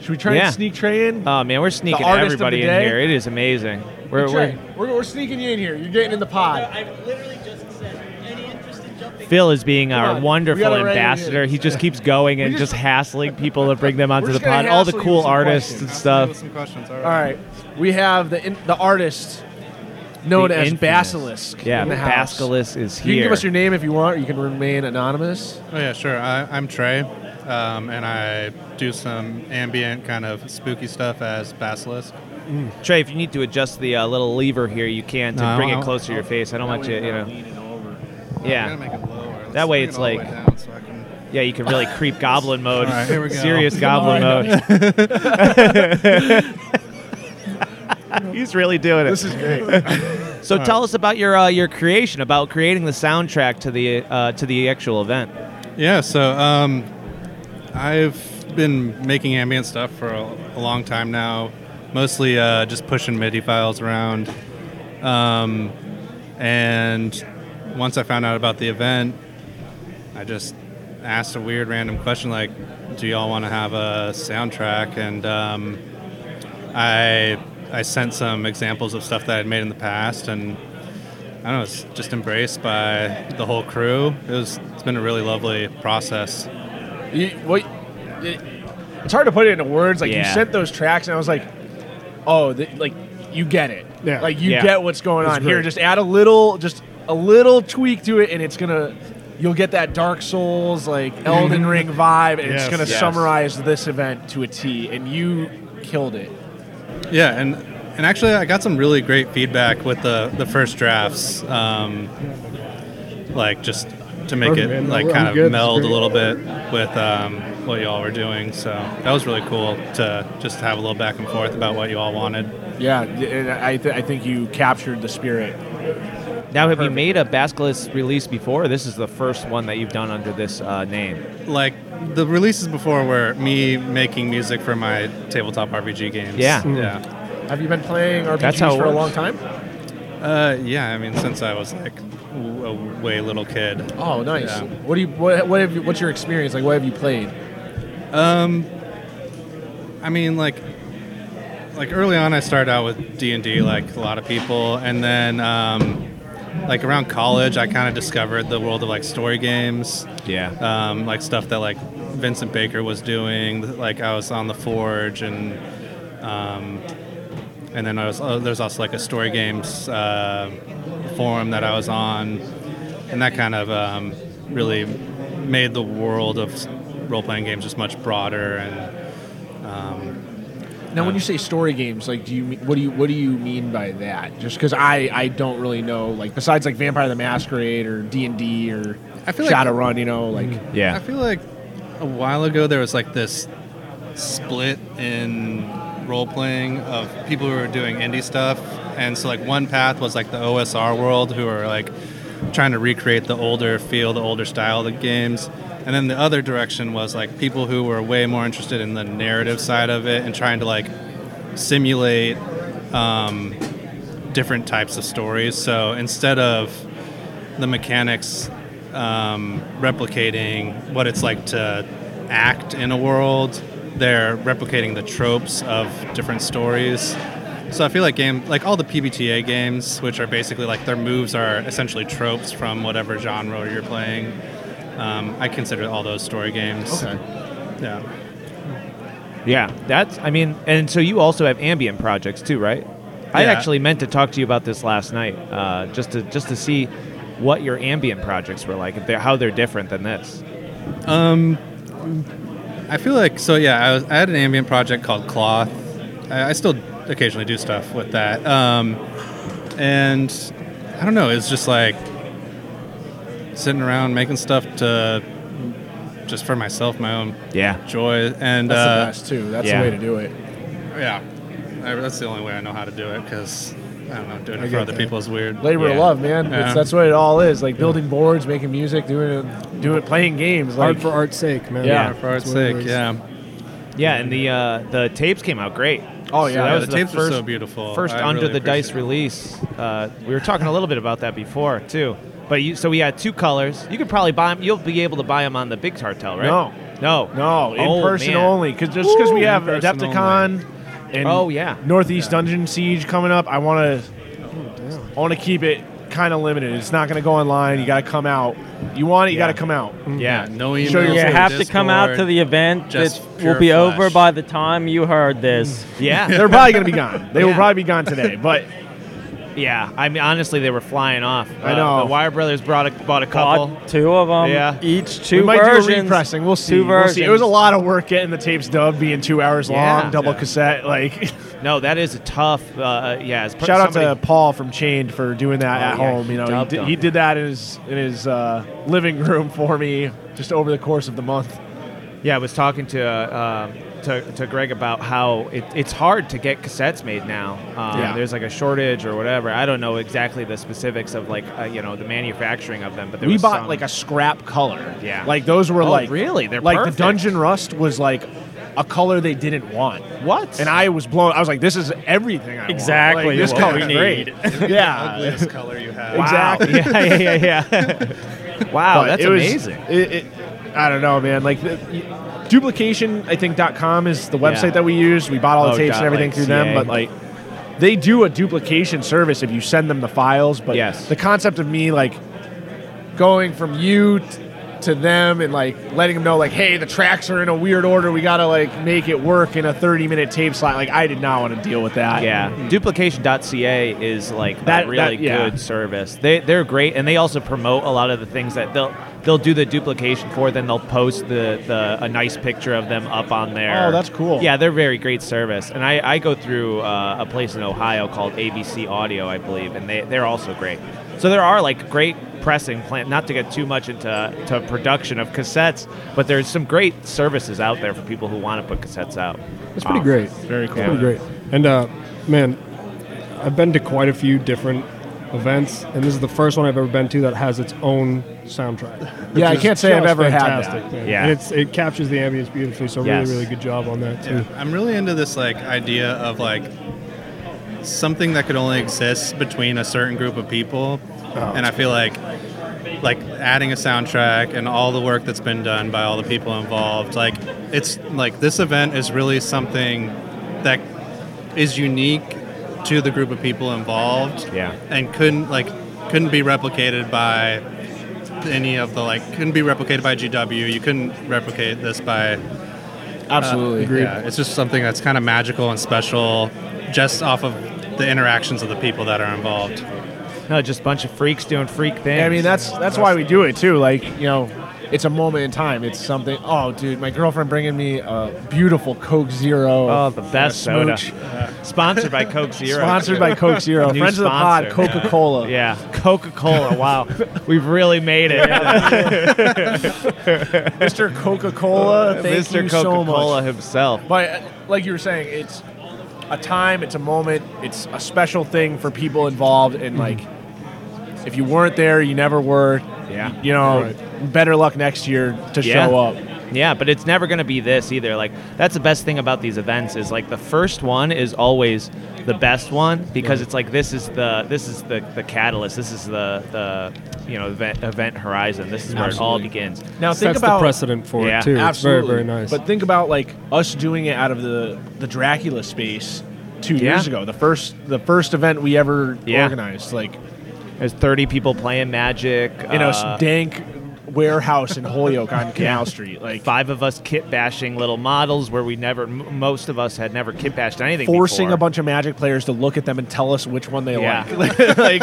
S10: Should we try
S1: Yeah.
S10: and sneak Trey in?
S1: Oh man, we're sneaking
S10: artist of
S1: everybody
S10: the
S1: in
S10: day?
S1: here. It is amazing. We're,
S10: Trey,
S1: we're-
S10: we're, we're sneaking you in here. You're getting in the pod.
S1: Phil is being our
S10: on, we
S1: wonderful
S10: gotta rein it in.
S1: ambassador. He just keeps going and just, hassling people to bring them onto the
S10: just gonna
S1: pod. All the
S10: hassle you
S1: cool
S10: with some
S1: artists and
S10: questions.
S1: stuff.
S10: questions. All right. We have the in, the artist known
S1: The
S10: as
S1: infamous.
S10: Basilisk.
S1: Yeah,
S10: in the house.
S1: Basilisk is
S10: You can
S1: here.
S10: give us your name if you want. Or you can remain anonymous.
S12: Oh yeah, sure. I, I'm Trey, um, and I do some ambient kind of spooky stuff as Basilisk.
S1: Mm. Trey, if you need to adjust the uh, little lever here, you can to
S12: No,
S1: bring it
S12: I'll-
S1: closer to your face. I don't want you, you know. Yeah. That way, it's like. yeah, you can really creep goblin mode.
S12: All right, here we go.
S1: Serious
S12: Come
S1: goblin
S12: on.
S1: mode. He's really doing it.
S10: This is great.
S1: So
S12: All
S1: tell
S12: right.
S1: us about your uh, your creation, about creating the soundtrack to the uh, to the actual event.
S12: Yeah, so um, I've been making ambient stuff for a, a long time now, mostly uh, just pushing MIDI files around. Um, and once I found out about the event, I just asked a weird random question like, "Do y'all want to have a soundtrack?" And um, I I sent some examples of stuff that I'd made in the past, and I don't know, it's just embraced by the whole crew. It was it's been a really lovely process.
S10: You, what, it, it's hard to put it into words. Like you
S12: Yeah.
S10: sent those tracks, and I was like, oh, th- like you get it.
S7: Yeah.
S10: Like you
S7: Yeah.
S10: get what's going
S7: It's
S10: on here.
S7: great.
S10: Just add a little, just a little tweak to it, and it's gonna. You'll get that Dark Souls, like Elden
S7: Mm-hmm.
S10: Ring vibe, and
S12: Yes.
S10: it's gonna
S12: Yes.
S10: summarize this event to a T. And you killed it.
S12: Yeah, and and actually, I got some really great feedback with the the first drafts. Um, like just to make
S7: Perfect,
S12: it
S7: man.
S12: like
S7: I'm
S12: kind of
S7: good. It's
S12: meld a
S7: great.
S12: little bit with um, what y'all were doing. So that was really cool to just have a little back and forth about what you all wanted.
S10: Yeah, and I, th- I think you captured the spirit.
S1: Now, have you made a Basilisk release before? This is the first one that you've done under this uh, name.
S12: Like the releases before were me making music for my tabletop RPG games.
S1: Yeah. Mm.
S12: yeah.
S10: Have you been playing RPGs
S12: That's how it
S10: for a
S12: works.
S10: long time?
S12: Uh, yeah, I mean, since I was like w- a way little kid.
S10: Oh, nice.
S12: Yeah.
S10: What do you? What, what have you? What's your experience? Like, what have you played?
S12: Um, I mean, like, like early on, I started out with D and D, like a lot of people, and then um, like around college, I kind of discovered the world of like story games.
S1: Yeah.
S12: Um, like stuff that like Vincent Baker was doing. Like I was on the Forge, and um, and then I was oh, there's also like a story games uh, forum that I was on, and that kind of um, really made the world of role playing games just much broader and. Um,
S10: Now, when you say story games, like, do you mean- what do you what do you mean by that? Just because I I don't really know, like, besides like Vampire the Masquerade or D and D or
S12: I feel like- Mm.
S10: Shadowrun, you know, like
S12: I feel like a while ago there was like this split in role playing of people who were doing indie stuff. And so like one path was like the OSR world who are like trying to recreate the older feel, the older style of the games. And then the other direction was like people who were way more interested in the narrative side of it and trying to like simulate um, different types of stories. So instead of the mechanics um, replicating what it's like to act in a world, they're replicating the tropes of different stories. So I feel like game, like all the PBTA games, which are basically like their moves are essentially tropes from whatever genre you're playing. Um, I consider all those story games.
S1: Okay.
S12: Yeah.
S1: Yeah, that's. I mean, and so you also have ambient projects too, right? I
S12: Yeah.
S1: actually meant to talk to you about this last night, uh, just to just to see what your ambient projects were like, if they're, how they're different than this.
S12: Um, I feel like so. Yeah, I, was, I had an ambient project called Cloth. I, I still occasionally do stuff with that. Um, and I don't know. It's just like sitting around making stuff to just for myself, my own
S1: yeah
S12: joy. And
S10: That's the
S12: uh,
S10: best, too. That's the Yeah. way to do it.
S12: Yeah, I, that's the only way I know how to do it because I don't know doing
S10: I
S12: it for
S10: get
S12: other
S10: that.
S12: people is weird.
S10: Labor of
S12: Yeah. Uh-huh.
S10: love, man. It's,
S12: Yeah.
S10: that's what it all is. Like building boards, making music, doing it, doing it, playing games. Like,
S1: Art for art's sake, man.
S10: Yeah,
S1: Yeah, for art's sake, yeah. Yeah, and the uh, the tapes came out great.
S10: Oh, yeah.
S1: So that
S10: Yeah,
S1: was
S10: the tapes were
S1: first,
S10: so beautiful.
S1: First
S10: I
S1: under
S10: really
S1: the dice
S10: appreciate
S1: release. Uh, we were talking a little bit about that before too. But you, so we had two colors. You could probably buy them. You'll be able to buy them on the big cartel, right?
S10: No.
S1: no,
S10: No, in
S1: Oh,
S10: person
S1: man.
S10: only. Because just because we
S1: Ooh,
S10: have
S1: in person
S10: Adepticon
S1: only.
S10: and
S1: Oh, yeah.
S10: Northeast Dungeon Siege coming up, I want to I want to keep it kind of limited. It's not going to go online. You got to come out. You want it, you got to come out.
S1: Yeah,
S12: no
S10: emails,
S6: you have to come out to the event. It
S10: just
S6: will
S10: pure
S6: be
S10: flesh.
S6: over by the time you heard this.
S10: they're probably going to be gone. They will
S1: Yeah.
S10: probably be gone today. But
S1: Yeah, I mean, honestly, they were flying off. Uh,
S10: I know.
S1: the Wire Brothers brought a, bought a couple.
S6: two of them.
S1: Yeah,
S6: each
S10: we might do a repressing. We'll see.
S1: Two
S10: We'll see. It was a
S1: versions.
S10: lot of work getting the tapes dubbed, being two hours
S1: Yeah.
S10: long, double
S1: Yeah.
S10: cassette. Like,
S1: No, that is a tough. Uh, yeah, as per-
S10: shout out
S1: somebody-
S10: to Paul from Chained for doing that
S1: Oh,
S10: at
S1: yeah,
S10: home.
S1: he
S10: You know,
S1: dubbed
S10: he did,
S1: them.
S10: he did that in his in his uh, living room for me just over the course of the month.
S1: Yeah, I was talking to uh, um, to, to Greg about how it, it's hard to get cassettes made now. Um,
S10: Yeah.
S1: There's like a shortage or whatever. I don't know exactly the specifics of like uh, you know the manufacturing of them, but there
S10: we
S1: was
S10: bought
S1: some-
S10: like a scrap color.
S1: Yeah.
S10: like those were
S1: Oh,
S10: like
S1: really? They're
S10: like
S1: perfect.
S10: the Dungeon Rust was like a color they didn't want.
S1: What?
S10: And I was blown. I was like, this is everything I want.
S6: Exactly
S10: Like, this
S6: what
S10: color
S6: we
S10: great.
S6: need.
S10: yeah,
S12: Ugliest color you have.
S10: Exactly.
S1: Wow. Yeah, yeah, yeah, yeah. Wow,
S10: But
S1: that's
S10: it was-
S1: amazing.
S10: It, it, I don't know, man. Like. The, Duplication, I think .com is the website
S1: Yeah.
S10: that we use. We bought all the
S1: Oh,
S10: tapes
S1: dot,
S10: and everything
S1: like,
S10: through
S1: CA.
S10: them, but like they do a duplication service if you send them the files. But
S1: Yes.
S10: the concept of me like going from you t- to them and like letting them know like, hey, the tracks are in a weird order. We gotta like make it work in a 30 minute tape slot. Like I did not want to deal with that.
S1: Yeah, duplication.ca is like
S10: That-
S1: a really
S10: that- yeah.
S1: good service. They they're great, and they also promote a lot of the things that they'll they'll do the duplication for. Then they'll post the, the a nice picture of them up on there.
S10: Oh, that's cool.
S1: Yeah, they're very great service, and I, I go through uh, a place in Ohio called ABC Audio, I believe, and they they're also great. So there are like great pressing plant not to get too much into to production of cassettes but there's some great services out there for people who want to put cassettes out
S7: It's pretty great.
S1: very
S7: It's
S1: cool
S7: pretty great. And uh, man, I've been to quite a few different events, and this is the first one I've ever been to that has its own soundtrack. which
S10: Yeah, I
S7: is
S10: can't say I've
S7: just
S10: ever had that.
S7: fantastic, man.
S10: Yeah.
S7: and it's, it captures the ambience beautifully. So
S12: Yes.
S7: really, really good job on that too.
S12: Yeah, I'm really into this like idea of like something that could only exist between a certain group of people, and I feel like like adding a soundtrack and all the work that's been done by all the people involved. Like it's like this event is really something that is unique to the group of people involved.
S1: Yeah.
S12: And couldn't like couldn't be replicated by any of the like couldn't be replicated by GW. You couldn't replicate this by
S10: Absolutely. Agreed.
S12: yeah, it's just something that's kind of magical and special just off of the interactions of the people that are involved.
S1: No, just a bunch of freaks doing freak things.
S10: I mean, that's that's why we do it too. Like you know, it's a moment in time. It's something. Oh, dude, my girlfriend bringing me a beautiful Coke Zero.
S1: Oh, the best
S10: A
S1: soda.
S10: smooch.
S1: Sponsored by Coke Zero.
S10: Sponsored by Coke Zero.
S1: New
S10: Friends of the pod,
S1: sponsor.
S10: Coca-Cola.
S1: Yeah, Coca Cola. Wow, we've really made it.
S10: Mr. Coca-Cola. Thank
S1: Mr.
S10: you so
S1: Uh, Coca-Cola
S10: much.
S1: himself.
S10: But uh, like you were saying, it's
S1: Mm-hmm.
S10: a time. It's a moment. It's a special thing for people involved, and like If you weren't there, you never were.
S1: Yeah.
S10: You know,
S1: Right.
S10: better luck next year to show up.
S1: Yeah, but it's never going to be this either. Like that's the best thing about these events is like the first one is always the best one because
S10: Right.
S1: it's like this is the this is the, the catalyst. This is the the you know event, event horizon. This is where it all
S10: Absolutely.
S1: begins.
S10: Now think
S7: Sets the
S10: about
S7: precedent for it,
S1: Yeah.
S7: too. It's very,
S10: Absolutely.
S7: very nice.
S10: But think about like us doing it out of the the Dracula space two
S1: Yeah.
S10: years ago. The first the first event we ever
S1: Yeah.
S10: organized, like
S1: There's 30 people playing Magic
S10: in a
S1: uh,
S10: s- dank warehouse in Holyoke on Canal Street.
S1: Like five of us kit bashing little models where we never m- most of us had never kit bashed anything.
S10: Forcing
S1: before.
S10: a bunch of Magic players to look at them and tell us which one they
S1: Yeah.
S10: like. like,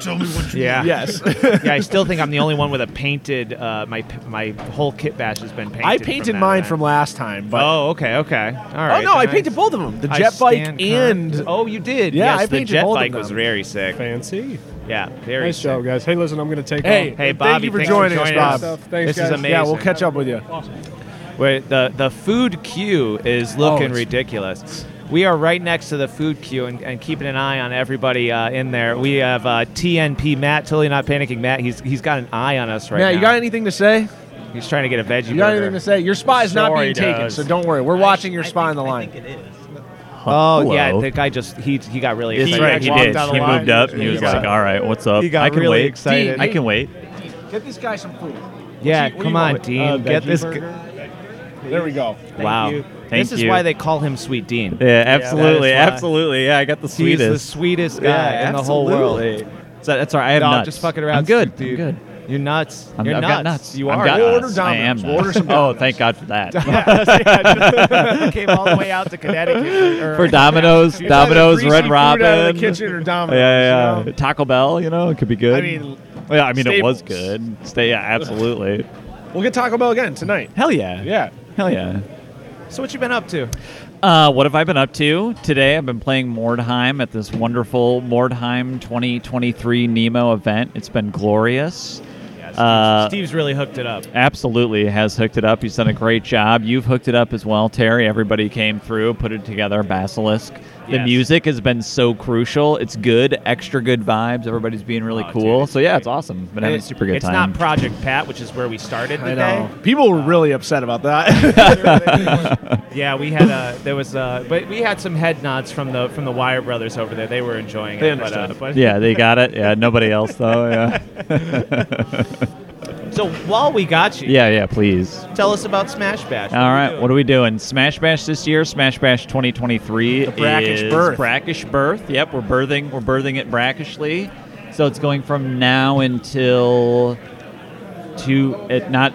S10: tell me what
S1: Yeah.
S10: Yes.
S1: yeah, I still think I'm the only one with a painted. Uh, my p- my whole kit bash has been painted.
S10: I
S1: from
S10: painted
S1: that
S10: mine
S1: event.
S10: from last time, but
S1: oh, okay, okay, all right.
S10: oh no, I
S1: nice.
S10: painted both of them: the
S1: I
S10: jet bike
S1: stand
S10: and
S1: corrected. oh, you did.
S10: Yeah,
S1: yes,
S10: I
S1: the
S10: painted
S1: jet
S10: both
S1: bike
S10: of
S1: was
S10: them.
S1: very sick.
S7: Fancy.
S1: Yeah, very
S7: Nice
S1: sick.
S7: job, guys. Hey, listen, I'm going to take
S10: Hey,
S7: off.
S1: Hey, Bobby,
S10: thank you for
S1: thanks for
S10: joining us,
S1: joining us.
S10: Bob.
S1: Thanks, This is guys. amazing.
S10: Yeah, we'll catch up with you.
S1: Where the the food queue is looking
S10: Oh, it's-
S1: ridiculous. We are right next to the food queue and, and keeping an eye on everybody uh, in there. We have uh, TNP Matt, totally not panicking. Matt, he's he's got an eye on us right
S10: Matt,
S1: now.
S10: you got anything to say?
S1: he's trying to get a veggie.
S10: You got
S1: burger.
S10: anything to say? Your spy is not
S1: Sure he
S10: being taken,
S1: does.
S10: so don't worry. We're watching your spy on the line.
S1: Oh
S13: Hello.
S1: yeah, the guy just he he got really.
S13: He's
S1: excited.
S13: right. He did. He moved up and he was like, "All right, what's up?
S1: He got
S13: I can
S1: really
S13: wait.
S1: excited.
S13: I can wait."
S10: Get this guy some food.
S1: Yeah, come on, Dean. Get this. g-
S10: Uh, There we go.
S1: wow.
S13: Thank
S1: this is
S13: you.
S1: why they call him Sweet Dean.
S13: Yeah, absolutely,
S1: That is why.
S13: absolutely. Yeah, I got the sweetest.
S1: He's the sweetest guy
S13: Yeah,
S1: in the whole world.
S13: absolutely. So that's all right. I have
S1: no,
S13: nuts.
S1: just fucking around.
S13: I'm good.
S1: Dude.
S13: I'm good.
S1: You're nuts.
S13: I'm,
S1: You're
S13: I've
S1: nuts.
S13: got nuts.
S1: You
S13: I've
S1: are.
S13: got
S1: We'll
S13: nuts.
S1: order
S13: I
S1: Domino's.
S13: am nuts.
S1: We'll order some
S13: Oh, thank God for that.
S1: Came all the way out to Connecticut or-
S13: for Domino's,
S1: It's either
S13: Domino's,
S1: greasy
S13: Red
S1: food out of
S13: Robin,
S1: the kitchen or Domino's,
S13: Yeah, yeah,
S1: you know?
S13: Taco Bell. You know, it could be good.
S10: I mean,
S13: yeah, I mean, it was
S10: Staples.
S13: good. Stay, yeah, absolutely.
S10: We'll get Taco Bell again tonight.
S13: Hell yeah.
S10: Yeah.
S13: Hell yeah.
S1: So what you been up to?
S13: Uh, what have I been up to today? I've been playing Mordheim at this wonderful Mordheim 2023 Nemo event. It's been glorious. Uh,
S1: Steve's really hooked it up.
S13: absolutely has hooked it up. He's done a great job. You've hooked it up as well, Terry. Everybody came through, put it together. Basilisk. The
S1: Yes.
S13: music has been so crucial. It's good, extra good vibes. Everybody's being really cool. so yeah, it's awesome. Been having
S1: Oh,
S13: a
S1: It-
S13: super good
S1: it's
S13: time.
S1: not Project Pat, which is where we started the
S10: I
S1: day.
S10: know. People were really upset about that.
S1: Yeah, we had a there was a but we had some head nods from the from the Wire brothers over there. They were enjoying
S10: They
S1: it. But, uh,
S10: understood.
S1: but
S13: yeah, they got it. Yeah, nobody else though. Yeah.
S1: So while we got you,
S13: yeah, yeah. Please.
S1: tell us about Smash Bash.
S13: All right, what are we doing? Smash Bash this year, Smash Bash 2023 the
S1: brackish
S13: is
S1: birth.
S13: brackish birth. Yep, we're birthing we're birthing it brackishly. So it's going from now until to it not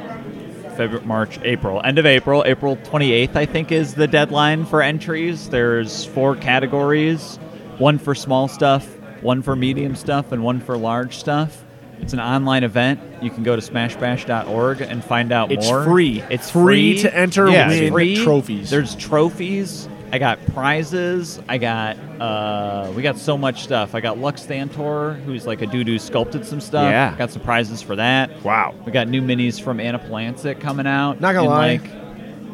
S13: February, March, April, end of April, April 28th, I think, is the deadline for entries. There's four categories one for small stuff, one for medium stuff, and one for large stuff. It's an online event. You can go to smashbash.org and find out
S10: It's
S13: more.
S10: free.
S13: It's
S10: Free
S13: free,
S10: to enter,
S13: Yeah,
S10: win
S13: it's free.
S10: trophies.
S13: There's trophies. I got prizes. I got uh, we got so much stuff. I got Lux Thantor, who's like a dude who sculpted some stuff.
S1: Yeah.
S13: Got some prizes for that. Wow. We got new minis from Anaplantic coming out.
S10: Not gonna
S13: in,
S10: lie,
S13: like-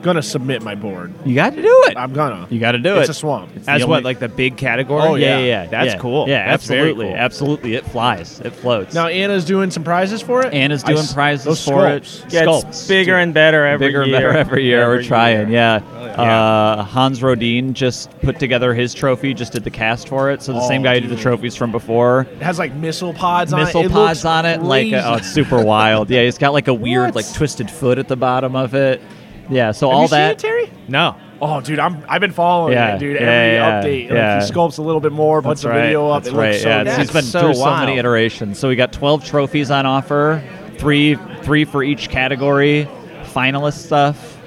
S10: gonna submit my board.
S13: you got to do it.
S10: I'm gonna.
S13: You got to do it.
S10: It's a swamp.
S13: It's
S1: As
S13: the
S1: what
S13: only-
S1: like the big category?
S13: Oh yeah, yeah, yeah.
S1: That's
S13: yeah.
S1: cool.
S13: Yeah,
S1: That's very
S13: absolutely,
S1: cool.
S13: absolutely. It flies. It floats.
S10: Now Anna's doing some prizes for it.
S13: Anna's
S10: I
S13: doing
S10: s-
S13: prizes
S10: those
S13: for
S10: sculpts.
S13: it.
S10: Yeah, it's
S13: Sculpts.
S11: bigger and better every
S13: bigger
S11: year.
S13: and better every year.
S11: Every
S13: We're trying. Yeah.
S10: Oh,
S11: Yeah.
S13: Uh, Hans Rodin just put together his trophy. Just did the cast for it. So the
S10: Oh,
S13: same guy who did the trophies from before.
S10: It has like missile pods on it.
S13: Missile
S10: it.
S13: pods
S10: looks
S13: on it, like
S10: crazy.
S13: oh, it's super wild. Yeah, he's got like a weird, like twisted foot at the bottom of it. Yeah, so
S10: Have
S13: all
S10: you seen
S13: that.
S10: it, Terry?
S13: No,
S10: Oh, dude, I'm I've been following
S13: Yeah,
S10: it, dude.
S13: yeah,
S10: Every
S13: yeah,
S10: update,
S13: yeah.
S10: like, he sculpts a little bit more, puts a video up.
S13: That's
S10: it
S13: right.
S10: looks so
S13: yeah,
S10: nice.
S13: he's been through so many iterations. So we got 12 trophies on offer, three three for each category, finalist stuff,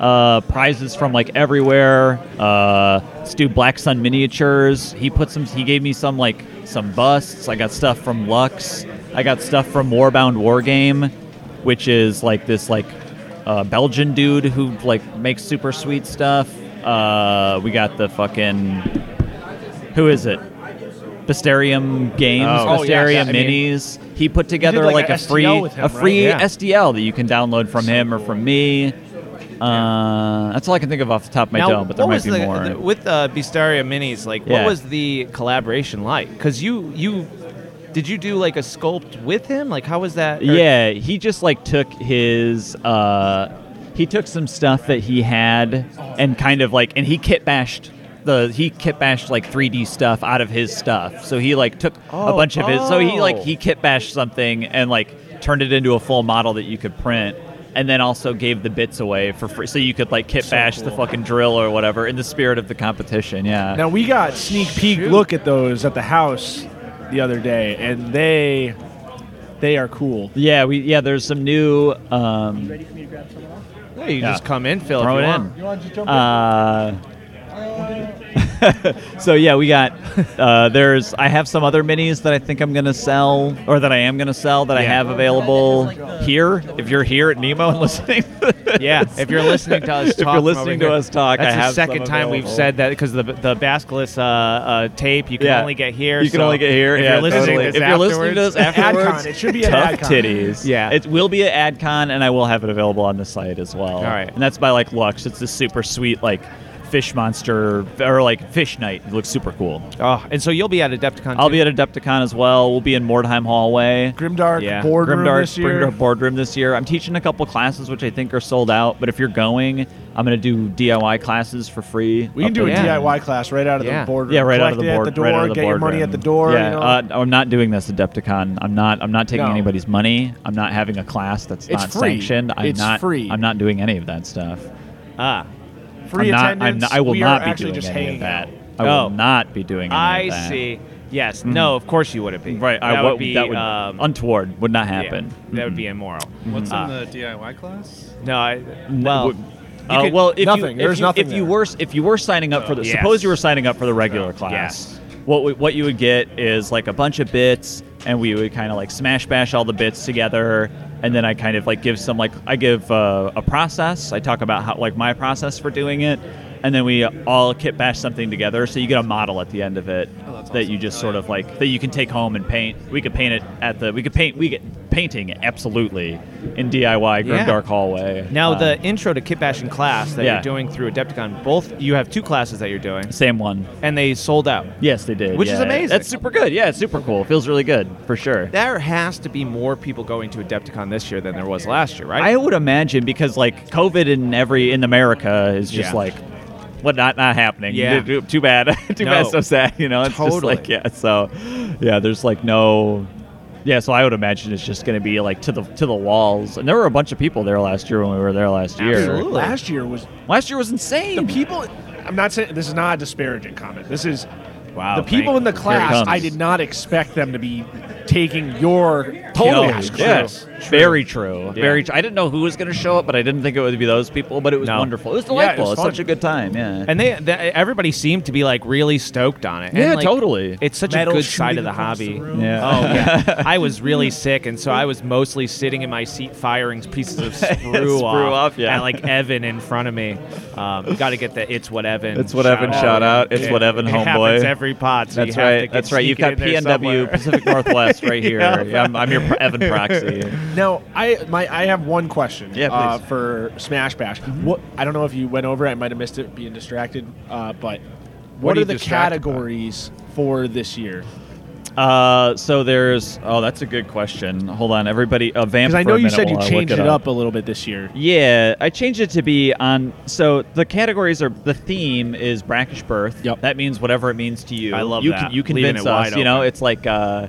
S13: uh, prizes from like everywhere. Uh, let's do Black Sun miniatures. He put some. He gave me some like some busts. I got stuff from Lux. I got stuff from Warbound Wargame, which is like this like uh, Belgian dude who like makes super sweet stuff. Uh, we got the fucking who is it? Bisterium Games,
S1: Oh, oh, yes,
S13: Bisterium
S1: I mean-
S13: Minis. he put together
S1: like,
S13: like,
S1: a
S13: a,
S1: STL
S13: free
S1: with him,
S13: a
S1: right?
S13: free
S1: Yeah.
S13: SDL that you can download from him or from me. Uh, that's all I can think of off the top of my
S1: now,
S13: dome, but there
S1: what
S13: might
S1: was
S13: be
S1: the-
S13: more.
S1: the- with uh, Bistaria Minis, like
S13: Yeah.
S1: what was the collaboration like? Because you you Did you do like a sculpt with him? Like how was that? Or-
S13: Yeah, he just like took his uh he took some stuff that he had and kind of like and he kit bashed the he kit bashed like 3D stuff out of his stuff. So he like took a
S1: Oh,
S13: bunch of his so he like
S1: oh.
S13: he kit bashed something and like turned it into a full model that you could print and then also gave the bits away for free so you could like kit bash the fucking drill or whatever in the spirit of the competition. Yeah.
S10: Now we got sneak peek look at those at the house the other day, and they they are cool.
S13: Yeah, we yeah. There's some new. Um,
S1: Yeah, you can just come in, Phil, if
S13: Throw
S1: you
S13: it
S1: want.
S13: in.
S1: You wanna just jump in?
S13: Uh, so yeah, we got. Uh, there's. I have some other minis that I think I'm gonna sell, or that I am gonna sell that I have available here. If you're here at Nemo and listening.
S1: yeah, if you're listening to us
S13: if
S1: talk,
S13: you're
S1: from over
S13: listening to
S1: here,
S13: us talk,
S1: that's
S13: I have
S1: the second
S13: some
S1: time we've
S13: available.
S1: said that because the the Basculus uh, uh, tape you can
S13: Yeah.
S1: only get here.
S13: You can
S1: so
S13: only get here.
S1: If
S13: yeah,
S1: you're listening,
S13: totally.
S1: to
S13: if
S1: this
S13: you're listening to this
S1: afterwards-
S13: afterwards,
S1: AdCon, it should be an
S13: tough
S1: AdCon.
S13: titties.
S1: Yeah.
S13: it will be an AdCon, and I will have it available on the site as well. All
S1: right.
S13: and that's by like Lux. It's this super sweet like fish monster or like fish night. It looks super cool.
S1: Oh, and so you'll be at Adepticon.
S13: I'll
S1: too?
S13: be at Adepticon as well. We'll be in Mordheim Hallway.
S10: Grimdark
S13: yeah.
S10: boardroom
S13: Grimdark,
S10: this year.
S13: Grimdark boardroom this year. I'm teaching a couple classes which I think are sold out. But if you're going, I'm going to do DIY classes for free.
S10: We can
S13: up
S10: do a
S13: in-
S10: DIY class right out of the boardroom.
S13: yeah, right out of the
S10: Collect it
S13: board.
S10: At the door,
S13: right out of the
S10: get your money
S13: boardroom.
S10: at the door.
S13: Yeah,
S10: you know?
S13: uh, I'm not doing this Adepticon. I'm not. I'm not taking
S10: No.
S13: anybody's money. I'm not having a class that's
S10: It's
S13: not
S10: free.
S13: sanctioned. I'm
S10: It's
S13: not.
S10: free.
S13: I'm not doing any of that stuff.
S1: Ah,
S10: Free
S13: I'm not, I'm
S10: attendance,
S13: not, I will
S10: we
S13: not
S10: are
S13: be
S10: actually
S13: doing
S10: just
S13: any
S10: hanging
S13: of that.
S10: out.
S13: I
S1: Oh.
S13: will not be doing. Any
S1: I
S13: of that. Mm-hmm.
S1: see. Yes. No. Of course you wouldn't be.
S13: Right.
S1: That
S13: I
S1: would
S13: what-
S1: be,
S13: that would,
S1: um,
S13: untoward. Would not
S1: yeah,
S13: happen.
S1: That would be immoral.
S12: What's
S1: Uh,
S12: in the DIY class?
S1: No, I, well,
S13: would- Uh, well, if
S1: nothing.
S13: you if,
S1: There's
S13: you,
S1: nothing Oh,
S13: if you were if you were signing up for the
S1: Yes.
S13: suppose you were signing up for the regular class, what we, what you would get is like a bunch of bits, and we would kind of like smash bash all the bits together, and then I kind of like give some like I give uh, a process. I talk about how like my process for doing it, and then we all kit bash something together. So you get a model at the end of it that you just sort of like that you can take home and paint. We could paint it at the we could paint we get painting absolutely in DIY
S1: Yeah.
S13: Grimdark Dark hallway.
S1: Now
S13: Um,
S1: the intro to Kit Bashing class that
S13: Yeah.
S1: you're doing through Adepticon, both you have two classes that you're doing,
S13: same one,
S1: and they sold out.
S13: Yes, they did.
S1: Which is
S13: yeah.
S1: amazing.
S13: That's super good. Yeah, it's super cool. It feels really good for sure.
S1: There has to be more people going to Adepticon this year than there was last year, right?
S13: I would imagine because like COVID in every in America is just
S1: Yeah.
S13: like what not not happening.
S1: Yeah.
S13: Too, too bad. too bad.
S1: No.
S13: So sad. You know. It's just
S1: Totally.
S13: like yeah. So yeah, there's like no. Yeah, so I would imagine it's just going to be like to the to the walls, and there were a bunch of people there last year when we were there last year.
S10: Dude, Last year was
S13: Last year was insane.
S10: The people. I'm not saying this is not a disparaging comment. This is
S13: Wow,
S10: the people
S13: thank-
S10: in the
S13: here it
S10: class.
S13: comes.
S10: I did not expect them to be taking your
S13: Totally.
S10: class.
S13: Yes. Very true. Very. True. I didn't know who was going to show up, but I didn't think it would be those people. But it was wonderful. It was
S1: Yeah, it
S13: delightful.
S1: was
S13: it's
S1: fun.
S13: such a good time. Yeah.
S1: And they, they, everybody seemed to be like really stoked on it. And,
S13: Yeah,
S1: like,
S13: totally.
S1: It's such
S13: Metal
S1: a good side
S13: shooting
S1: of the
S13: across the
S1: hobby.
S13: room. Yeah.
S1: Oh yeah. I was really sick, and so I was mostly sitting in my seat, firing pieces of sprue,
S13: Sprue off, yeah.
S1: At like Evan in front of me. Um, Got to get the it's what Evan.
S13: It's what Evan shout out. It's what Evan
S1: it
S13: homeboy.
S1: happens every pod. So you
S13: that's
S1: have
S13: right.
S1: to get-
S13: that's right. You've
S1: sneak it
S13: got
S1: in there
S13: PNW
S1: somewhere.
S13: Pacific Northwest right here.
S1: Yeah.
S13: Yeah, I'm, I'm your pro- Evan proxy.
S10: Now, I my I have one question
S13: Yeah,
S10: uh,
S13: please. Mm-hmm.
S10: for Smash Bash. What I don't know if you went over, it, I might have missed it being distracted, uh, but
S13: What
S10: what, are
S13: are you
S10: the
S13: distracted by?
S10: categories for this year?
S13: Uh, so there's. Oh, that's a good question. Hold on, everybody. A vamp.
S10: Because I
S13: for
S10: know
S13: a
S10: you
S13: minute
S10: said you
S13: while I look
S10: changed it
S13: it
S10: up a little bit this year.
S13: Yeah, I changed it to be on. So the categories are the theme is brackish birth. Yep. That means whatever it means to you.
S1: I love
S13: you
S1: that,
S13: Can, you
S1: leaving
S13: convince
S1: it
S13: us.
S1: wide
S13: You know, it's like uh,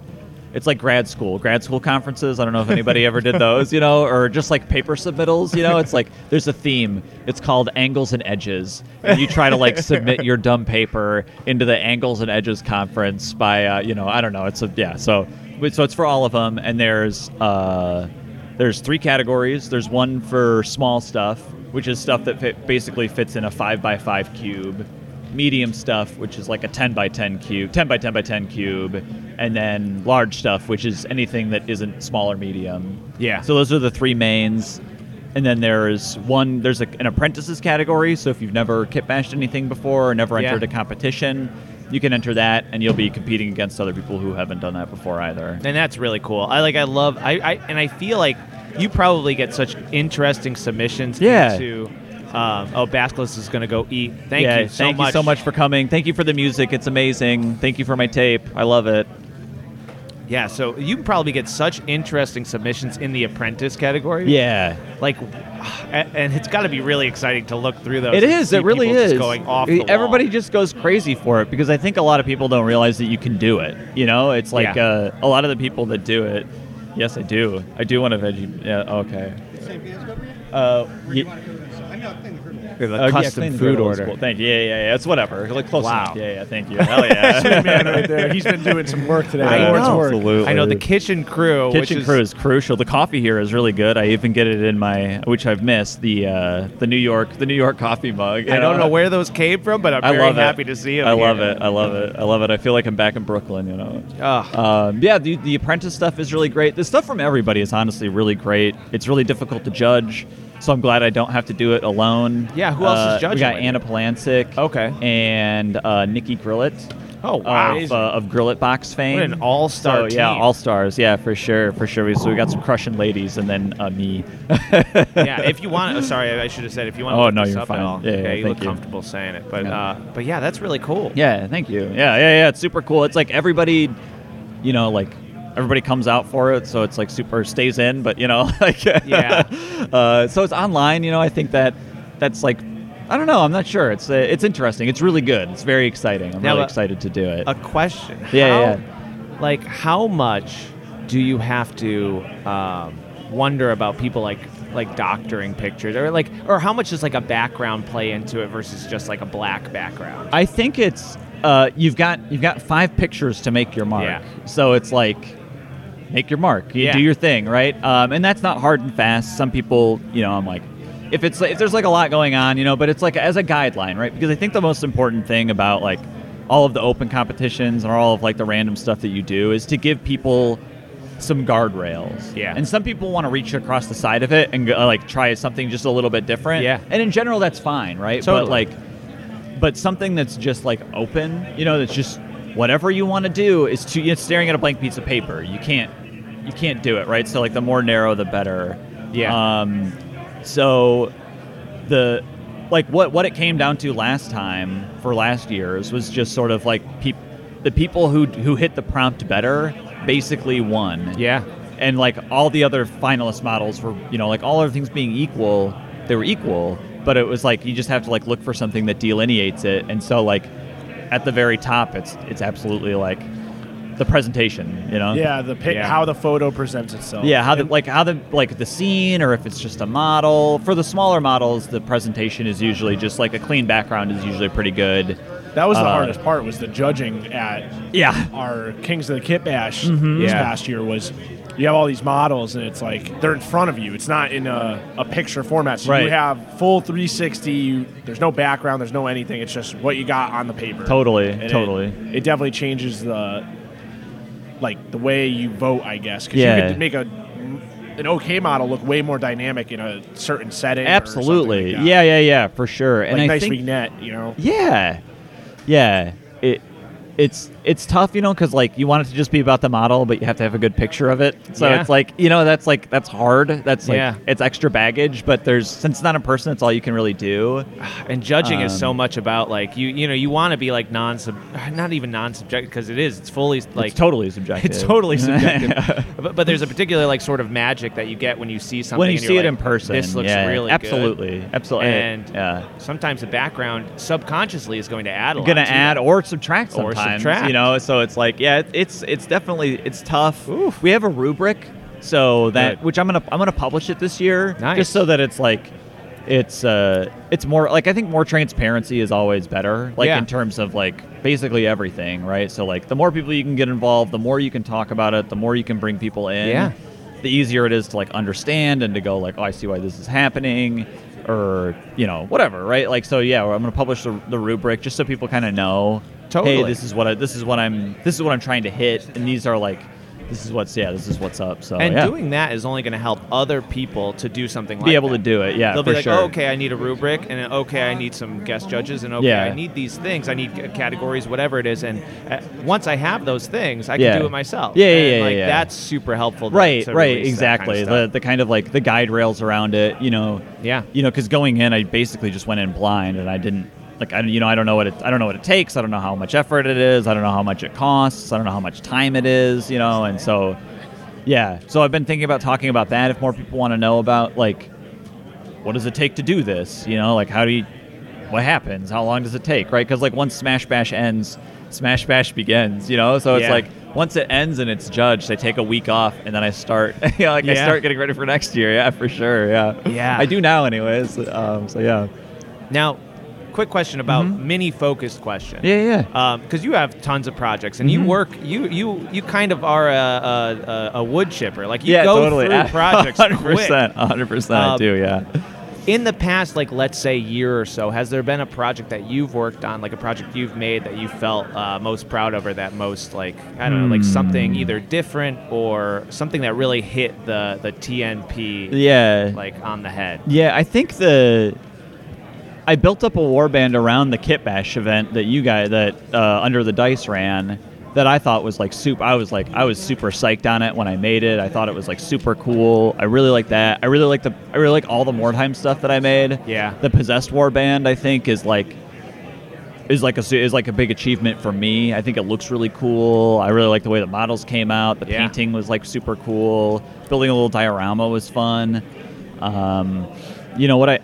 S13: it's like grad school, grad school conferences. I don't know if anybody ever did those. You know, or just like paper submittals. You know, it's like there's a theme. It's called angles and edges, and you try to like submit your dumb paper into the angles and edges conference by uh, you know I don't know. It's a yeah. So but- so it's for all of them, and there's. Uh, there's three categories. There's one for small stuff, which is stuff that fit, basically fits in a five by five cube. Medium stuff, which is like a ten by ten cube, ten by ten by ten cube, and then large stuff, which is anything that isn't small or medium.
S1: Yeah.
S13: So those are the three mains, and then there's one. There's a, an apprentices category. So if you've never kit bashed anything before or never
S1: Yeah.
S13: entered a competition, you can enter that, and you'll be competing against other people who haven't done that before either.
S1: And that's really cool. I like. I love. I, I and I feel like you probably get such interesting submissions.
S13: Yeah.
S1: Into, um, oh, Basculus is going to go eat. Thank
S13: Yeah,
S1: you so
S13: thank
S1: much.
S13: you so much for coming. Thank you for the music. It's amazing. Thank you for my tape. I love it.
S1: Yeah, so you can probably get such interesting submissions in the apprentice category.
S13: Yeah.
S1: like, and and it's got to be really exciting to look through those.
S13: It
S1: and
S13: is.
S1: see
S13: It really
S1: people
S13: is. E,
S1: just going off. the wall.
S13: Everybody just goes crazy for it because I think a lot of people don't realize that you can do it. You know, it's like
S1: Yeah.
S13: uh, a lot of the people that do it. Yes, I do. I do want a veggie. Yeah. Okay. Uh, ye- uh, yeah, clean the griddle is cool. Thank you. Yeah, yeah, yeah. It's whatever. Like close
S1: Wow.
S13: enough. Yeah, yeah. Thank you. Hell yeah.
S1: Sweet man right there. He's been doing some work today. I
S13: Yeah,
S1: know.
S13: Absolutely.
S1: I know the kitchen crew, which
S13: Kitchen
S1: is-
S13: crew is crucial. The coffee here is really good. I even get it in my, which I've missed the uh, the New York the New York coffee mug.
S1: I
S13: you
S1: don't know where those came from, but I'm
S13: I
S1: very
S13: love it.
S1: happy to see them.
S13: I
S1: here.
S13: love it. I love it. I love it. I feel like I'm back in Brooklyn. You know.
S1: Ugh.
S13: Um, yeah. The, the apprentice stuff is really great. The stuff from everybody is honestly really great. It's really difficult to judge. So I'm glad I don't have to do it alone.
S1: Yeah, who else is
S13: Uh,
S1: judging
S13: We got
S1: right
S13: Anna Polancic. Okay. And uh, Nikki Grillett.
S1: Oh, wow.
S13: Of, uh, of Grillet Box fame.
S1: What an all-star
S13: So, yeah,
S1: team.
S13: all stars. Yeah, for sure, for sure. We, so we got some crushing ladies, and then uh, me.
S1: yeah, if you want, oh, sorry, I should have said if you want. To
S13: Oh,
S1: look
S13: no,
S1: this
S13: you're
S1: up
S13: fine.
S1: At all,
S13: Yeah, yeah,
S1: you
S13: thank
S1: look
S13: you.
S1: comfortable saying it, but
S13: Yeah.
S1: uh, but yeah, that's really cool.
S13: Yeah, thank you. Yeah, yeah, yeah. It's super cool. It's like everybody, you know, like everybody comes out for it, so it's like super stays in, but you know, like
S1: Yeah.
S13: uh, so it's online. You know, I think that that's like. I don't know. I'm not sure. It's uh, it's interesting. It's really good. It's very exciting. I'm
S1: Now,
S13: really
S1: uh,
S13: excited to do it.
S1: A question.
S13: Yeah,
S1: How-
S13: yeah,
S1: Like, how much do you have to um, wonder about people like like doctoring pictures, or like, or how much does like a background play into it versus just like a black background?
S13: I think it's uh, you've got you've got five pictures to make your mark.
S1: Yeah.
S13: So it's like make your mark. You
S1: Yeah.
S13: do your thing, right? Um, and that's not hard and fast. Some people, you know, I'm like if it's if there's like a lot going on, you know, but it's like as a guideline, right? Because I think the most important thing about like all of the open competitions and all of like the random stuff that you do is to give people some guardrails. Yeah. And some people want to reach across the side of it and go, like try something just a little bit different.
S1: Yeah.
S13: And in general, that's fine, right? But
S1: Totally.
S13: like but something that's just like open, you know, that's just whatever you want to do is to it's staring at a blank piece of paper. You can't you can't do it, right? So like the more narrow the better.
S1: Yeah.
S13: Um so the like what what it came down to last time for last year's was just sort of like peop, the people who who hit the prompt better basically won.
S1: Yeah.
S13: And like all the other finalist models were, you know, like all other things being equal, they were equal, but it was like you just have to like look for something that delineates it. And so like at the very top it's it's absolutely like the presentation, you know?
S10: Yeah, the pic-
S13: Yeah.
S10: how the photo presents itself.
S13: Yeah, how the like how the like the scene, or if it's just a model. For the smaller models, the presentation is usually just like a clean background is usually pretty good.
S10: That was the
S13: Uh,
S10: hardest part was the judging at
S13: Yeah.
S10: our Kings of the Kit Bash
S13: Mhm.
S10: this
S13: Yeah.
S10: past year was you have all these models and it's like they're in front of you. It's not in a, a picture format. So you
S13: Right.
S10: have full 360. You, there's no background. There's no anything. It's just what you got on the paper.
S13: Totally,
S10: And it-
S13: totally.
S10: It, definitely changes the like the way you vote, I guess. 'cause
S13: Yeah.
S10: you could make a an okay model look way more dynamic in a certain setting. or something
S13: Absolutely,
S10: like that.
S13: yeah, yeah, yeah, for sure. And
S10: like
S13: I
S10: nice
S13: think
S10: vignette, you know.
S13: Yeah, yeah. It it's it's tough, you know, because like you want it to just be about the model, but you have to have a good picture of it. So
S1: Yeah.
S13: it's like you know that's like that's hard. That's like
S1: Yeah.
S13: it's extra baggage. But there's since it's not a person, it's all you can really do.
S1: And judging is so
S13: Um,
S1: much about like you you know you want to be like non sub not even non subjective because it is it's fully like
S13: totally subjective.
S1: it's totally subjective but, but there's a particular like sort of magic that you get when you see something
S13: When you
S1: and
S13: see
S1: you're
S13: it
S1: like,
S13: in person,
S1: this looks
S13: yeah,
S1: really good."
S13: absolutely, absolutely,
S1: and
S13: yeah.
S1: sometimes the background subconsciously is going to add a lot
S13: gonna
S1: to
S13: add
S1: that.
S13: or subtract
S1: Or
S13: sometimes
S1: subtract.
S13: you know so it's like yeah it, it's it's definitely it's tough we have a rubric so that which i'm gonna i'm gonna publish it this year just so that it's like it's uh it's more like i think more transparency is always better like
S1: Yeah.
S13: in terms of like basically everything right so like the more people you can get involved the more you can talk about it the more you can bring people in
S1: Yeah.
S13: the easier it is to like understand and to go like, oh, I see why this is happening, or you know, whatever, right? Like, so yeah, I'm gonna publish the, the rubric just so people kind of know,
S1: Totally.
S13: hey, this is what I, this is what I'm, this is what I'm trying to hit, and these are like, this is what's yeah, this is what's up. So
S1: and
S13: yeah.
S1: doing that is only going to help other people to do something like
S13: be able
S1: that.
S13: to do it, yeah,
S1: They'll
S13: for
S1: be like,
S13: sure.
S1: oh, okay, I need a rubric, and then, okay, I need some guest judges, and okay,
S13: Yeah.
S1: I need these things, I need c- categories, whatever it is, and uh, once I have those things, I
S13: Yeah.
S1: can do it myself.
S13: Yeah, yeah,
S1: And,
S13: yeah,
S1: like,
S13: yeah.
S1: That's super helpful. to-
S13: right
S1: to
S13: right
S1: release that kind of
S13: exactly
S1: stuff.
S13: the, the kind of like the guide rails around it you know
S1: Yeah.
S13: you know because going in i basically just went in blind and i didn't like I you know I don't know what it I don't know what it takes. I don't know how much effort it is. I don't know how much it costs. I don't know how much time it is. You know, and so yeah. So I've been thinking about talking about that. If more people want to know about like what does it take to do this? You know, like how do you what happens? How long does it take? Right? Because like once Smash Bash ends, Smash Bash begins. You know, so it's
S6: Yeah.
S13: like once it ends and it's judged, I take a week off and then I start. you know, like I
S6: Yeah.
S13: start getting ready for next year. Yeah, for sure. Yeah.
S1: Yeah.
S13: I do now, anyways. Um, so yeah. Mm-hmm.
S1: Now, quick question about mini focused question.
S13: Yeah,
S1: yeah. Because you have tons of projects and
S13: Mhm.
S1: you work, you you you kind of are a a, a, a wood chipper. Like you
S13: yeah,
S1: go
S13: totally.
S1: through projects
S13: Hundred
S1: quick.
S13: percent. Hundred percent. I
S1: Um,
S13: do. Yeah.
S1: In the past, like let's say year or so, has there been a project that you've worked on, like a project you've made that you felt uh, most proud of, or that most like I don't know, like
S13: Hmm.
S1: something either different or something that really hit the the TNP,
S13: Yeah.
S1: like on the head.
S13: Yeah, I think the I built up a warband around the Kit Bash event that you guys that uh, under the dice ran that I thought was like super. I was like I was super psyched on it when I made it. I thought it was like super cool. I really like that. I really like the I really like all the Mordheim stuff that I made.
S1: Yeah.
S13: The possessed warband I think is like is like a su- is like a big achievement for me. I think it looks really cool. I really like the way the models came out. The painting was like super cool. Building a little diorama was fun. Um, you know what I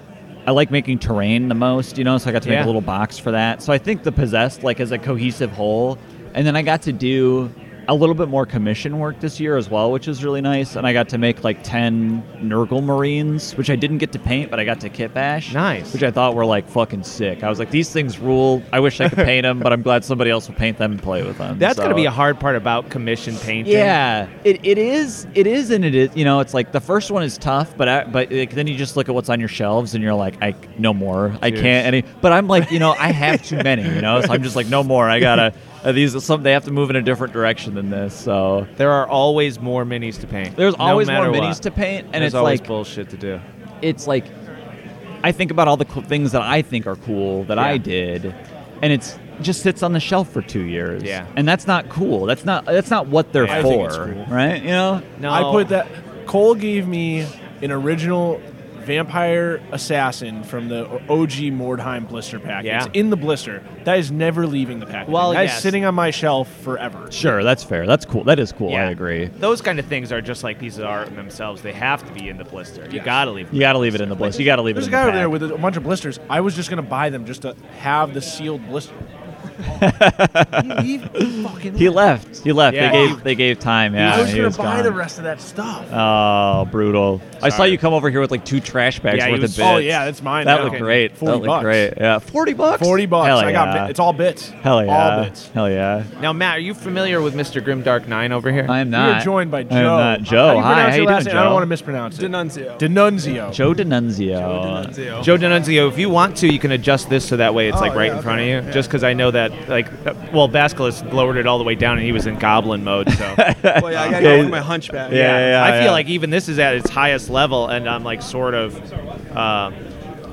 S13: I like making terrain the most. You know, so I got to make
S1: Yeah.
S13: a little box for that. So I think the possessed like as a cohesive whole, and then I got to do a little bit more commission work this year as well, which is really nice. And I got to make like ten Nurgle Marines, which I didn't get to paint, but I got to kit bash. Nice, which I thought were like fucking sick. I was like, these things rule. I wish I could paint them, but I'm glad somebody else will paint them and play with them.
S1: That's
S13: So-
S1: gonna be a hard part about commission painting.
S13: yeah, it, it is it is and it is you know it's like the first one is tough, but I, but like, then you just look at what's on your shelves and you're like I no more I
S1: Cheers.
S13: can't any but I'm like you know I have too many you know so I'm just like no more I gotta uh, these are some they have to move in a different direction than this so
S1: there are always more minis to paint.
S13: There's
S1: No
S13: always more
S1: matter
S13: minis
S1: what.
S13: to paint and
S1: There's
S13: it's
S1: always
S13: like
S1: bullshit to do.
S13: it's like I think about all the cool things that I think are cool that I
S1: Yeah.
S13: did, and it's just sits on the shelf for two years.
S1: Yeah.
S13: and that's not cool. That's not that's not what they're
S10: I
S13: for,
S10: think it's cool.
S13: right? You know.
S10: I put that. Cole gave me an original Vampire Assassin from the OG Mordheim blister pack.
S1: Yeah.
S10: It's in the blister. That is never leaving the package.
S1: Well,
S10: that is
S1: yes.
S10: sitting on my shelf forever.
S13: Sure, that's fair. That's cool. That is cool.
S1: Yeah.
S13: I agree.
S1: Those kind of things are just like pieces of art in themselves. They have to be in the blister. You gotta leave.
S13: You got to leave it in the blister. You got to leave it
S10: There's
S13: in
S10: a
S13: the
S10: guy over
S13: pack.
S10: there with a bunch of blisters. I was just gonna buy them just to have the sealed blister.
S13: He left. He left.
S10: Yeah.
S13: They gave they gave time. Yeah,
S10: I was
S13: he
S10: gonna
S13: was
S10: buy
S13: gone.
S10: the rest of that stuff.
S13: Oh, brutal! I saw you come over here with like two trash bags
S10: Yeah, he
S13: worth of
S10: was-
S13: bits.
S10: oh, yeah, that's mine
S13: That
S10: now.
S13: looked great. that
S10: 40
S13: looked
S10: bucks.
S13: great. Yeah, forty bucks.
S10: Forty bucks.
S13: Hell
S10: I got
S13: yeah.
S10: bit. It's all bits.
S13: Hell yeah.
S10: All bits.
S13: Hell yeah.
S1: Now, Matt, are you familiar with Mr. Grimdark Nine over here?
S13: I am
S10: We are joined by Joe.
S13: am not Joe.
S10: How do you
S13: Hi,
S10: pronounce
S13: how
S10: your
S13: you
S10: last
S13: doing,
S10: name? I
S13: Joe?
S10: don't want to mispronounce it.
S14: Denunzio.
S10: Denunzio.
S13: Joe Denunzio.
S1: Joe Denunzio, if you want to, you can adjust this so that way it's
S10: Oh,
S1: like right
S10: yeah,
S1: in front of you. Just because I know that, like, uh, well, Basculus lowered it all the way down and he was in goblin mode. So,
S14: Well, yeah, I gotta go with my hunchback.
S1: Yeah,
S14: Yeah, yeah,
S1: I feel
S14: yeah.
S1: like even this is at its highest level, and I'm like sort of, um,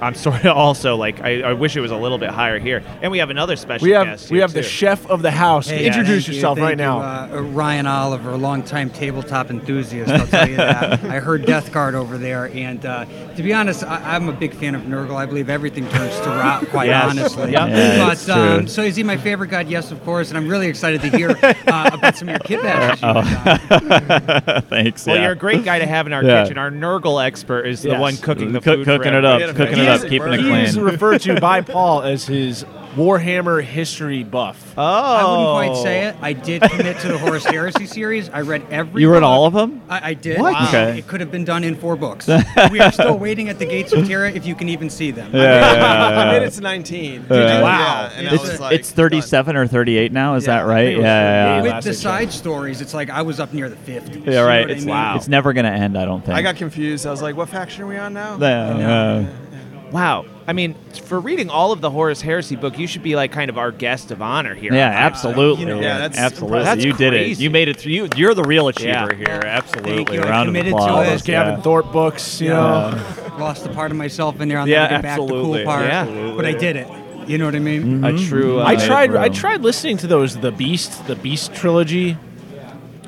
S1: I'm sort of also like I, I wish it was a little bit higher here. And we have another special
S10: We have
S1: guest.
S10: we
S1: here,
S10: have the
S1: too.
S10: chef of the house.
S1: Hey,
S10: Introduce
S1: thank you,
S10: yourself
S1: thank
S10: right
S1: you,
S10: now.
S14: Uh, uh, Ryan Oliver, longtime tabletop enthusiast, I'll tell you that. I heard Death Guard over there, and uh, to be honest, I, I'm a big fan of Nurgle. I believe everything turns to rot, quite
S15: Yes.
S14: honestly.
S15: Yep. Yeah, it's
S14: but um,
S15: true.
S14: so is he my favorite god? Yes, of course, and I'm really excited to hear uh, about some of your kid bash.
S13: Oh. Thanks.
S1: Well,
S13: yeah.
S1: you're a great guy to have in our
S13: Yeah.
S1: kitchen. Our Nurgle expert is the
S10: Yes.
S1: one cooking the
S13: Cook-
S1: food
S13: cooking
S1: for
S13: it up,
S1: everybody.
S13: cooking it He up, is- keeping it
S10: He is
S13: clean.
S10: referred to by Paul as his Warhammer history buff.
S1: Oh,
S14: I wouldn't quite say it. I did commit to the Horus Heresy series. I read every.
S13: You read
S14: book.
S13: all of them?
S14: I, I did.
S13: What? Wow. Okay.
S14: It could have been done in four books. we are still waiting at the gates of Terra if you can even see them.
S13: Yeah, yeah, yeah, yeah.
S14: I made it to 19.
S13: Yeah.
S14: Yeah, and I
S13: it's,
S14: was like,
S13: it's 37 or 38 now. Is that right? Yeah, yeah, yeah.
S14: With the side stories, it's like I was up near the 50s.
S13: Yeah, right. It's, it's never going to end, I don't think.
S14: got confused. I was like, what faction are we on now?
S13: Yeah, yeah.
S1: Wow. I mean, for reading all of the Horus Heresy book, you should be like kind of our guest of honor here.
S13: Yeah,
S1: on Live Show.
S13: absolutely. absolutely.
S1: That's
S13: you did it.
S1: crazy.
S13: You made it through. You, you're the real achiever
S1: Yeah.
S13: here. Absolutely.
S14: Thank you. I
S13: Round
S14: committed
S13: of
S14: to
S13: applause.
S14: it. Those Gavin
S13: yeah.
S10: Thorpe books, you
S13: know.
S14: Lost a part of myself in there on
S13: Yeah,
S14: the way back, the
S13: absolutely.
S14: cool part.
S13: Yeah.
S14: But I did it. You know what I mean?
S13: A true, uh,
S10: I tried. I tried listening to those. The Beast, the Beast trilogy.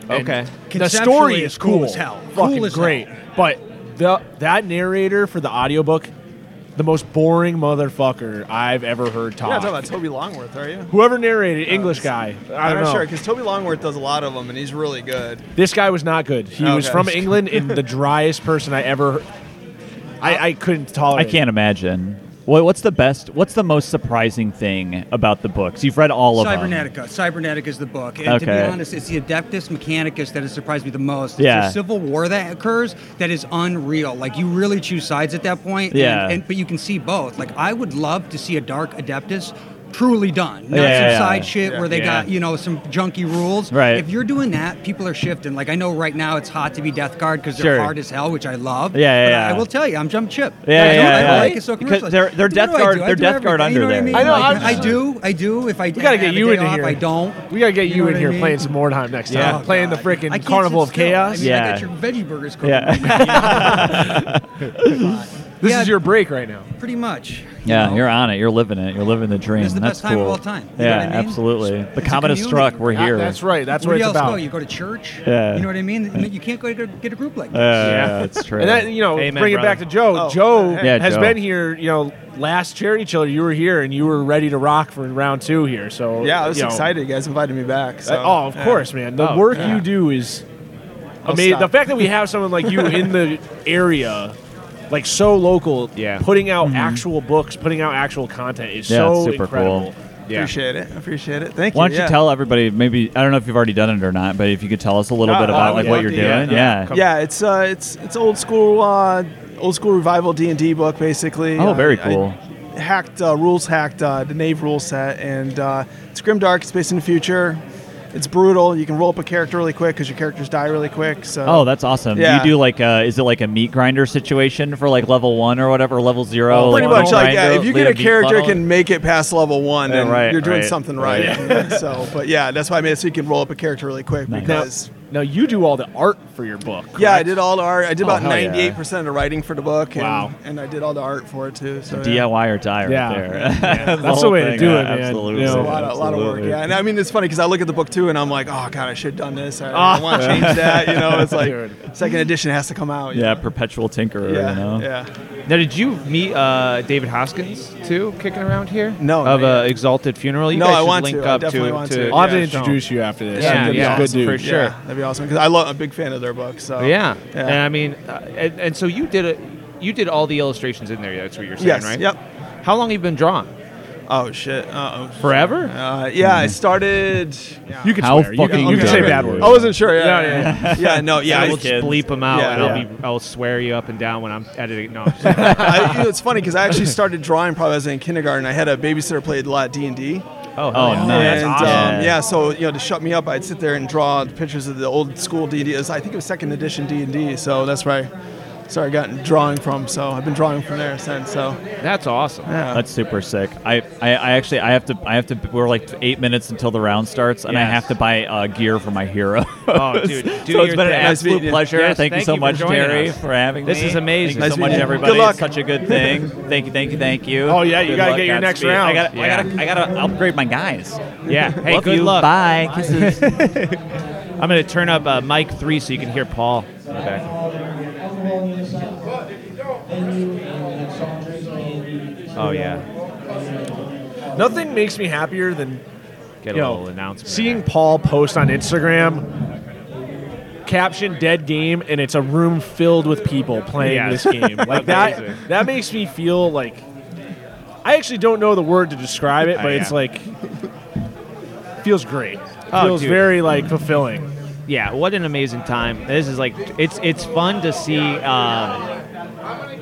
S10: and
S14: Okay.
S10: the
S14: Conceptually,
S10: story
S14: it's
S10: is
S14: cool
S10: cool,
S14: as hell.
S10: Fucking
S14: Cool as
S10: great. But the that narrator for the audiobook, the most boring motherfucker I've ever heard
S15: You're
S10: talk.
S15: not talking about Toby Longworth, are you?
S10: Whoever narrated, English guy. I
S15: I'm
S10: don't
S15: not
S10: know.
S15: sure because Toby Longworth does a lot of them, and he's really good.
S10: This guy was not good. He was
S15: Okay.
S10: from England and the driest person I ever. I, I couldn't
S13: I
S10: tolerate.
S13: can't imagine. What, what's the best? What's the most surprising thing about the books? You've read all of them.
S14: Cybernetica. Cybernetica is the book. And to be
S13: Okay.
S14: honest, it's the Adeptus Mechanicus that has surprised me the most. It's
S13: Yeah.
S14: the civil war that occurs that is unreal. Like you really choose sides at that point. and-
S13: Yeah.
S14: And, but you can see both. Like I would love to see a dark Adeptus truly done, not
S13: Yeah, yeah,
S14: some
S13: yeah.
S14: side shit
S13: Yeah.
S14: where they
S13: Yeah.
S14: got you know some junky rules.
S13: Right.
S14: If you're doing that, people are shifting. Like I know right now it's hot to be Death Guard because they're
S13: Sure.
S14: hard as hell, which I love.
S13: Yeah, yeah,
S14: But
S13: yeah.
S14: I will tell you, I'm jump chip.
S13: Yeah,
S14: I
S13: yeah,
S14: don't-
S13: yeah,
S14: I
S13: yeah.
S14: like it so
S13: Because
S14: commercially.
S13: they're- they're
S14: What do I
S13: Death Guard-
S14: do? I
S13: they're
S14: do
S13: Death Guard
S14: everything. You know
S13: under
S14: what I
S13: there.
S14: mean?
S13: I know,
S14: Like,
S13: I'm
S14: I
S13: just-
S14: do. I do. If I
S10: We gotta
S14: have
S10: get
S14: a
S10: you
S14: day
S10: in
S14: off,
S10: here.
S14: I don't.
S10: We gotta get
S14: You
S10: you
S14: know
S10: in
S14: what I
S10: here
S14: mean?
S10: playing some more time next
S13: Yeah.
S10: time. Playing the
S14: I
S10: freaking
S14: can't
S10: Carnival of
S14: sit still. I
S10: Chaos.
S14: mean, I got your veggie burgers cooking
S13: Yeah.
S14: right now, you know?
S10: This
S14: Yeah,
S10: is your break right now.
S14: Pretty much.
S13: Yeah, you're on it. You're living it. You're living the dream.
S14: It's the
S13: that's
S14: best time of
S13: cool.
S14: all time. You know
S13: yeah,
S14: what I mean?
S13: absolutely. The
S14: It's a
S13: comet has
S14: community.
S13: struck. We're
S14: Ah,
S13: here.
S10: that's right. That's
S14: Where
S10: what
S14: do you
S10: it's
S14: else
S10: about.
S14: go? You go to church.
S13: Yeah.
S14: You know what I mean? You can't go to get a group like
S13: Uh,
S14: that.
S13: yeah, that's true.
S10: And that, you know,
S13: Amen,
S10: bring it
S13: brother.
S10: back to Joe.
S14: Oh,
S10: Joe
S13: yeah,
S10: has
S13: Joe.
S10: been here, you know, last charity chiller. You were here and you were ready to rock for round two here. So
S15: Yeah, I was
S10: you know,
S15: excited. You guys invited me back. So,
S10: that- oh, of
S15: yeah.
S10: course, man. The
S15: Oh,
S10: work
S15: yeah.
S10: you do is
S15: I'll
S10: amazing. The
S15: stop.
S10: fact that we have someone like you in the area, like so local, yeah. putting out
S1: Mm-hmm.
S10: actual books, putting out actual content is
S13: Yeah,
S10: so
S13: it's super
S10: incredible.
S13: cool.
S15: Appreciate it. Appreciate it. Thank you.
S13: Why don't you
S15: yeah.
S13: tell everybody? Maybe I don't know if you've already done it or not, but if you could tell us a little
S15: Uh,
S13: bit about
S15: uh,
S13: like
S15: yeah.
S13: what you're doing, yeah,
S15: yeah. It's uh, it's it's old school, uh, old school revival D and D book basically.
S13: Oh,
S15: Uh,
S13: very
S15: I
S13: cool.
S15: hacked uh, rules, hacked uh, the Knave rule set, and uh, it's grim dark. It's based in the future. It's brutal. You can roll up a character really quick because your characters die really quick. So
S13: Oh, that's awesome. Do
S15: Yeah.
S13: You do like uh is it like a meat grinder situation for like level one or whatever, level zero?
S15: Oh, pretty much
S13: like, meat
S15: like yeah.
S13: grinder,
S15: If you
S13: lead
S15: get a
S13: meat
S15: character that
S13: funnel?
S15: can make it past level one,
S13: Yeah,
S15: then
S13: right,
S15: you're doing
S13: right,
S15: something right.
S13: right.
S15: so, but yeah, that's why I made it so you can roll up a character really quick because
S10: Now you do all the art for your book.
S15: Yeah, I
S10: correct?
S15: did all the art. I did
S10: Oh,
S15: about
S10: hell yeah.
S15: ninety-eight percent of the writing for the book. And,
S10: Wow.
S15: And I did all the art for it too. So yeah.
S13: DIY or die right
S15: Yeah.
S13: there.
S15: Yeah. That's
S10: the
S13: whole
S10: way to
S13: thing,
S10: do
S13: yeah,
S10: it, man.
S13: Absolutely.
S10: You know.
S15: a lot, of, lot of work.
S13: Absolutely.
S15: Yeah, and I mean it's funny because I look at the book too, and I'm like, oh god, I should have done this. I,
S13: Oh.
S15: want to change that. You know, it's like
S13: Dude.
S15: second edition has to come out. you
S13: Yeah,
S15: know?
S13: perpetual tinkerer,
S15: Oh, Yeah,
S13: you know?
S15: yeah.
S1: Now, did you meet uh, David Hoskins too, kicking around here?
S15: No,
S1: of
S15: not
S1: uh, Exalted Funeral. You
S15: No,
S1: guys
S15: I
S1: should
S15: want
S1: link
S15: to. I
S1: up
S15: definitely
S1: to.
S15: want
S1: to
S15: to.
S10: I'll have to introduce you after this.
S1: Yeah,
S10: He's a
S1: yeah,
S10: good dude.
S1: for sure.
S15: Yeah, that'd be awesome because I love. I'm a big fan of their book. So
S1: yeah. and I mean, uh, and, and so you did a, you did all the illustrations in there. That's what you're saying,
S15: Yes,
S1: right?
S15: yep.
S1: How long have you been drawing?
S15: Oh shit. Uh-oh.
S1: Forever?
S15: Uh, yeah, I started. Yeah.
S1: You can How swear. You can- fucking you can say dare bad you. words.
S15: I wasn't sure. Yeah,
S1: Yeah,
S15: yeah, yeah. Yeah, no, yeah.
S1: I
S15: I
S1: will just bleep them out,
S15: Yeah,
S1: and
S15: yeah.
S1: I'll be I'll swear you up and down when I'm editing. No, I'm just-
S15: I, you know, it's funny because I actually started drawing probably as I was in kindergarten. I had a babysitter played a lot of D and D.
S13: Oh, hell yeah. Oh, that's
S15: and,
S13: awesome.
S15: Um,
S13: Yeah.
S15: yeah, so you know, to shut me up, I'd sit there and draw pictures of the old school D and D. I think it was second edition D and D, so that's where I started gotten drawing from. So I've been drawing from there since. So
S1: that's awesome.
S15: Yeah.
S13: That's super sick. I, I, I actually I have to I have to we're like eight minutes until the round starts and I
S1: Yes.
S13: have to buy uh, gear for my hero.
S1: Oh, dude, do
S13: so it's
S1: your
S13: been
S1: thing.
S13: an
S1: Nice
S13: absolute
S1: meeting you.
S13: pleasure.
S1: Yes,
S13: thank, you
S1: thank
S13: so
S1: you for
S13: much,
S1: joining
S13: Terry,
S1: us.
S13: for having
S1: This
S13: me.
S1: is amazing.
S13: Thank you
S1: Nice
S13: so much,
S1: meeting you.
S13: everybody.
S1: Good luck.
S13: It's such a good thing. thank you, thank you, thank you.
S1: Oh, yeah, you
S13: Good
S1: gotta
S13: luck,
S1: get your next
S13: Godspeed.
S1: round.
S13: I got
S1: Yeah.
S13: I got I got to upgrade my guys.
S1: Yeah. Hey,
S13: Love
S1: good
S13: you.
S1: luck.
S13: Bye. Kisses.
S1: I'm gonna turn up uh, mic three so you can hear Paul.
S4: uh,
S1: Oh yeah.
S10: Nothing makes me happier than
S1: Get a
S10: you
S1: little announcement
S10: Seeing Paul post on Instagram, caption "dead game," and it's a room filled with people playing
S1: Yes.
S10: this game. Like
S1: Amazing.
S10: that. That makes me feel like I actually don't know the word to describe it,
S1: Oh,
S10: but it's
S1: yeah.
S10: like feels great.
S1: Oh,
S10: feels
S1: dude.
S10: very like fulfilling.
S1: Yeah, what an amazing time! This is like it's it's fun to see um,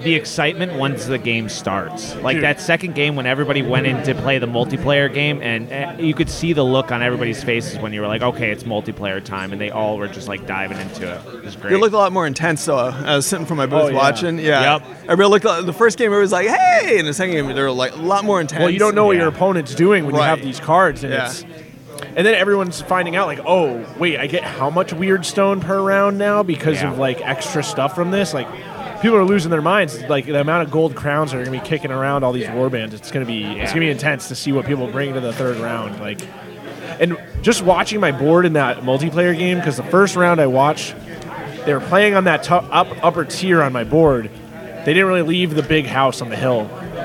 S1: the excitement once the game starts. Like
S10: Dude.
S1: that second game when everybody went in to play the multiplayer game, and uh, you could see the look on everybody's faces when you were like, "Okay, it's multiplayer time," and they all were just like diving into it. It was great.
S15: It looked a lot more intense, though. I was sitting from my booth
S1: Oh, yeah.
S15: watching. Yeah.
S1: Yep.
S15: Everybody looked. Like, the first game, everybody was like, "Hey!" And the second game, they were like a lot more intense.
S10: Well, you don't know what your opponent's doing when you
S15: Right.
S10: have these cards, and
S15: Yeah.
S10: it's and then everyone's finding out like, oh, wait, I get how much weird stone per round now because
S1: Yeah.
S10: of like extra stuff from this. Like, people are losing their minds. Like the amount of gold crowns that are gonna be kicking around all these warbands. It's gonna be it's
S1: Yeah.
S10: gonna be intense to see what people bring to the third round. Like, and just watching my board in that multiplayer game because the first round I watched, they were playing on that top, up upper tier on my board. They didn't really leave the big house on the hill.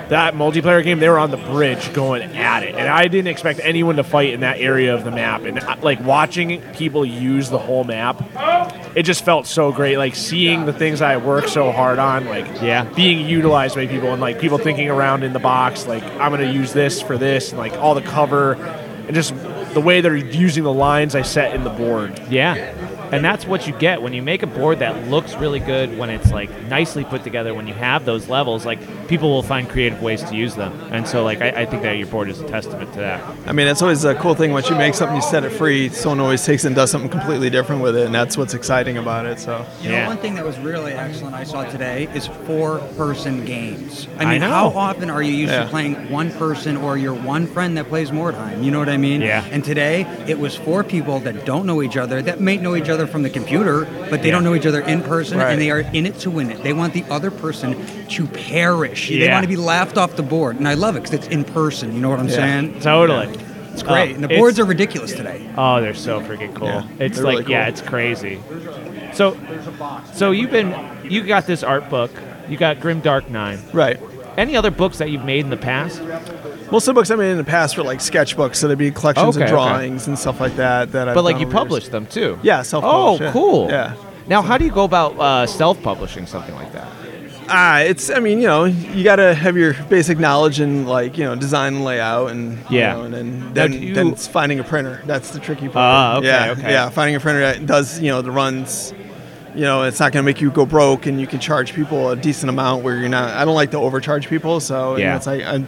S10: that multiplayer game, they were on the bridge going at it, and I didn't expect anyone to fight in that area of the map. And uh, like watching people use the whole map, it just felt so great. Like seeing the things I worked so hard on, like yeah, being utilized by people, and like people thinking around in the box, like I'm gonna use this for this, and like all the cover, and just the way they're using the lines I set in the board.
S1: Yeah. And that's what you get when you make a board that looks really good, when it's like nicely put together, when you have those levels, like people will find creative ways to use them. And so like I, I think that your board is a testament to that.
S15: I mean, it's always a cool thing once you make something, you set it free. Someone always takes and does something completely different with it, and that's what's exciting about it. So
S14: You know, one thing that was really excellent I saw today is four-person games. I
S15: I
S14: mean,
S15: know.
S14: how often are you used
S15: Yeah.
S14: to playing one person or your one friend that plays Mordheim? You know what I mean? Yeah. And today it was four people that don't know each other, that may know each other from the computer, but they
S15: Yeah.
S14: don't know each other in person,
S15: Right.
S14: and they are in it to win it. They want the other person to perish. They
S15: Yeah.
S14: want to be laughed off the board, and I love it because it's in person. You know what I'm
S1: Yeah.
S14: saying?
S1: Totally.
S14: It's great,
S1: Uh,
S14: and the
S1: it's-
S14: boards are ridiculous today.
S1: Oh, they're so freaking cool.
S14: Yeah,
S1: it's
S14: they're
S1: like
S14: really
S1: yeah,
S14: cool.
S1: it's crazy. So so you've been you got this art book. You got Grim Dark 9.
S15: Right.
S1: Any other books that you've made in the past?
S15: Most of the books I made in the past were like sketchbooks, so there'd be collections
S1: Okay, okay.
S15: of drawings and stuff like that. That I've
S1: but like
S15: done
S1: you
S15: over the years.
S1: published them too.
S15: Yeah, self-published,
S1: Oh,
S15: yeah.
S1: cool.
S15: Yeah.
S1: Now, how do you go about uh, self-publishing something like that?
S15: Ah, it's. I mean, you know, you gotta have your basic knowledge in like you know design and layout and you
S1: Yeah.
S15: know, and
S1: Now,
S15: then then,
S1: do you-
S15: then it's finding a printer. That's the tricky part.
S1: Ah, okay,
S15: yeah,
S1: okay.
S15: yeah. Finding a printer that does you know the runs. You know, it's not gonna make you go broke, and you can charge people a decent amount where you're not. I don't like to overcharge people, so
S1: Yeah.
S15: yeah, it's like I,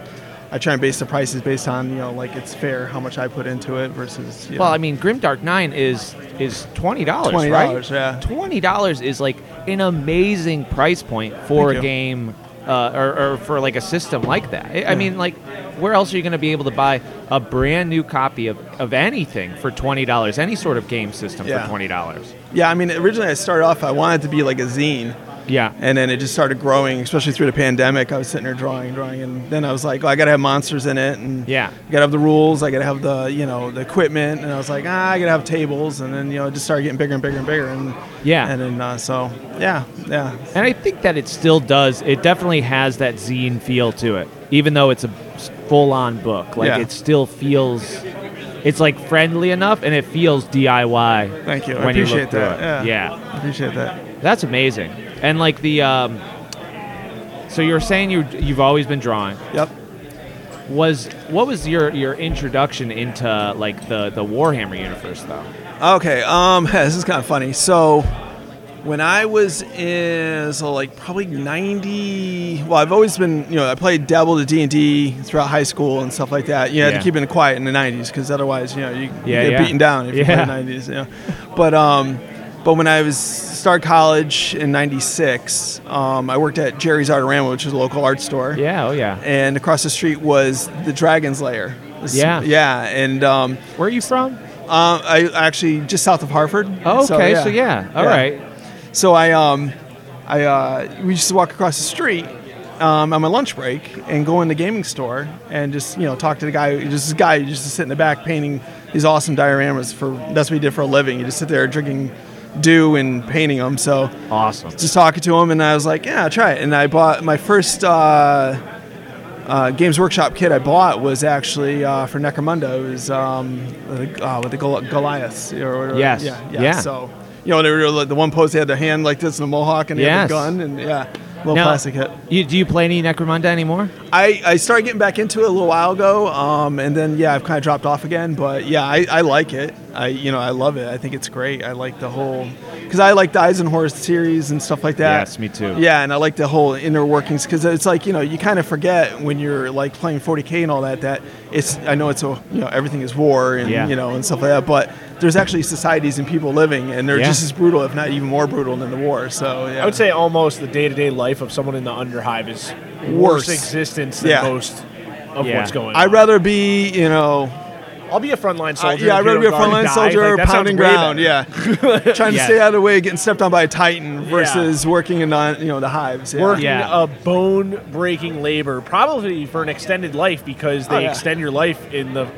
S15: I try and base the prices based on you know like it's fair how much I put into it versus. You
S1: Well,
S15: know.
S1: I mean, Grimdark Nine is is twenty dollars, right?
S15: $20, yeah.
S1: Twenty dollars is like an amazing price point for
S15: Thank
S1: a
S15: you.
S1: game, uh, or, or for like a system like that. I- I
S15: Yeah.
S1: mean, like, where else are you going to be able to buy a brand new copy of, of anything for twenty dollars? Any sort of game system
S15: Yeah.
S1: for twenty dollars?
S15: Yeah, I mean, originally I started off, I wanted to be like a zine.
S1: Yeah.
S15: And then it just started growing, especially through the pandemic. I was sitting there drawing, drawing, and then I was like, oh, I got to have monsters in it, and
S1: yeah,
S15: I got to have the rules, I got to have the, you know, the equipment, and I was like, ah, I got to have tables, and then you know, it just started getting bigger and bigger and bigger, and
S1: Yeah.
S15: and then uh, so yeah, yeah,
S1: And I think that it still does. It definitely has that zine feel to it, even though it's a full-on book. Like
S15: Yeah.
S1: it still feels, it's like friendly enough, and it feels DIY.
S15: Thank you, I
S1: when you look
S15: appreciate
S1: through
S15: that.
S1: it.
S15: Yeah.
S1: yeah,
S15: appreciate that.
S1: that's amazing. And like the, um, so you're saying you you've always been drawing.
S15: Yep.
S1: Was what was your your introduction into like the the Warhammer universe though?
S15: Okay, um, this is kind of funny. So, when I was in, so like probably ninety. Well, I've always been, you know, I played dabbled at D and D throughout high school and stuff like that. You had
S1: Yeah.
S15: to keep it quiet in the nineties because otherwise, you know, you, you
S1: Yeah,
S15: get
S1: yeah.
S15: beaten down if you
S1: Yeah.
S15: play nineties. You know, but um, but when I was started college in ninety six, um, I worked at Jerry's Artorama, which is a local art store.
S1: Yeah, oh yeah.
S15: And across the street was the Dragon's Lair. This-
S1: Yeah.
S15: yeah. And um,
S1: where are you from?
S15: Uh, I actually just south of Hartford.
S1: Oh, okay, so yeah, all
S15: all right.
S1: right.
S15: So I um, I uh, we used to walk across the street. Um, on my lunch break and go in the gaming store and just you know talk to the guy just this guy who used to sit in the back painting these awesome dioramas for that's what he did for a living you just sit there drinking dew and painting them so
S1: awesome
S15: just talking to him and I was like yeah try it and I bought my first uh, uh, Games Workshop kit I bought was actually uh, for Necromunda. It was um, the- uh, with the Gol- Goliaths. Or, whatever.
S1: Yes.
S15: Yeah, yeah.
S1: Yeah.
S15: So, you know, they were like, the one pose they had their hand like this and a mohawk and they
S1: Yes.
S15: had the gun and yeah, little
S1: Now,
S15: plastic hit.
S1: You, do you play any Necromunda anymore?
S15: I, I started getting back into it a little while ago, um, and then yeah, I've kind of dropped off again. But yeah, I, I like it. I you know I love it. I think it's great. I like the whole because I like the Eisenhower series and stuff like that.
S1: Yes, me too.
S15: Yeah, and I like the whole inner workings because it's like you know you kind of forget when you're like playing 40k and all that that it's I know it's a you know everything is war and
S1: Yeah.
S15: you know and stuff like that, but there's actually societies and people living and they're
S10: Yeah.
S15: just as brutal, if not even more brutal than the war. So yeah.
S10: I would say almost the day to day life of someone in the Underhive is worse,
S15: Worse.
S10: existence than
S15: Yeah.
S10: most of
S15: Yeah.
S10: what's going on.
S15: I'd rather be you know
S10: I'll be a frontline soldier.
S15: Uh, yeah, I'd
S10: if
S15: rather be
S10: you
S15: a
S10: don't
S15: frontline
S10: die.
S15: soldier
S10: Like, that sounds
S15: pounding
S10: way
S15: ground.
S10: better.
S15: Yeah, trying to
S10: Yes.
S15: stay out of the way, getting stepped on by a titan versus working in on you know the hives. Yeah.
S10: Working a bone breaking labor, probably for an extended life because they
S15: Oh, yeah.
S10: extend your life in the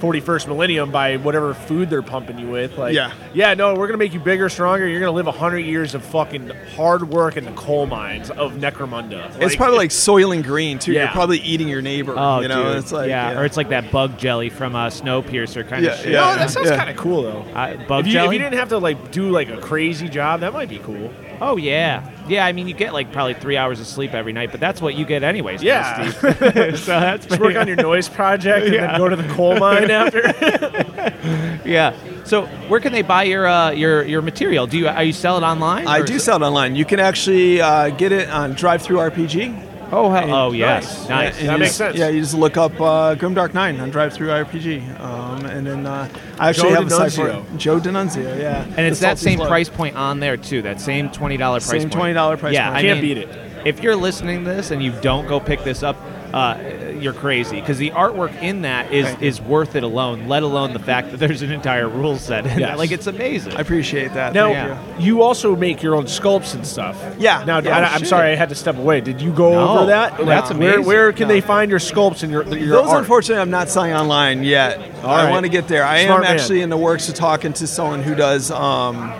S10: 41st millennium by whatever food they're pumping you with. Like,
S15: Yeah.
S10: yeah, no, we're gonna make you bigger, stronger. You're gonna live 100 years of fucking hard work in the coal mines of Necromunda.
S15: it's probably like soiling green too.
S10: Yeah.
S15: You're probably eating your neighbor.
S1: Oh,
S15: you know,
S1: dude.
S15: it's like
S1: yeah. or it's like that bug jelly from uh, Snowpiercer kind
S15: Yeah,
S1: of shit.
S15: yeah. No,
S10: Oh, that sounds Yeah. kinda cool though.
S1: Uh, bug
S10: if you, if
S1: jelly.
S10: you didn't have to like do like a crazy job, that might be cool.
S1: oh yeah, yeah. I mean, you get like probably three hours of sleep every night, but that's what you get anyways. now,
S10: Yeah.
S1: Steve. so that's
S10: Just
S1: pretty
S10: work on your noise project and
S1: Yeah.
S10: then go to the coal mine after.
S1: yeah. So where can they buy your uh, your your material? Do you are you sell it online?
S15: I
S1: or
S15: do
S1: is it-
S15: sell it online. You can actually uh, get it on Drive Through RPG.
S1: Oh, hell, oh yes,
S15: Nice.
S1: nice.
S15: And you just- Yeah, you just look up uh, Grimdark Nine on Drive Through RPG, um, and then uh, I actually
S1: Joe
S15: have a site for
S1: D'Annunzio.
S15: it. Joe Denunzio. Yeah,
S1: And it's
S15: The
S1: that
S15: Salty
S1: same
S15: Slug.
S1: price point on there too. That same twenty dollar price
S15: Same
S1: point.
S15: $20 price
S1: yeah,
S15: point.
S1: I
S15: Can't
S1: mean,
S15: beat it.
S1: If you're listening to this and you don't go pick this up, uh, you're crazy because the artwork in that is
S15: Thank you.
S1: is worth it alone. Let alone the fact that there's an entire rule set. In that.
S10: Yes.
S1: Like it's amazing. I
S15: appreciate that.
S10: Now, you also make your own sculpts and stuff.
S15: Yeah.
S10: Now,
S15: Yeah.
S10: I,
S15: Oh,
S10: I'm
S15: shit.
S10: sorry, I had to step away. Did you go
S15: No.
S10: over that?
S15: No.
S10: Like,
S15: That's
S10: Where,
S15: amazing.
S10: where can
S15: No.
S10: they find your sculpts and your, your
S15: Those,
S10: art?
S15: unfortunately, I'm not selling online yet.
S10: All
S15: I
S10: right.
S15: want to get there. I
S10: Smart
S15: am
S10: man.
S15: actually in the works of talking to someone who does, um,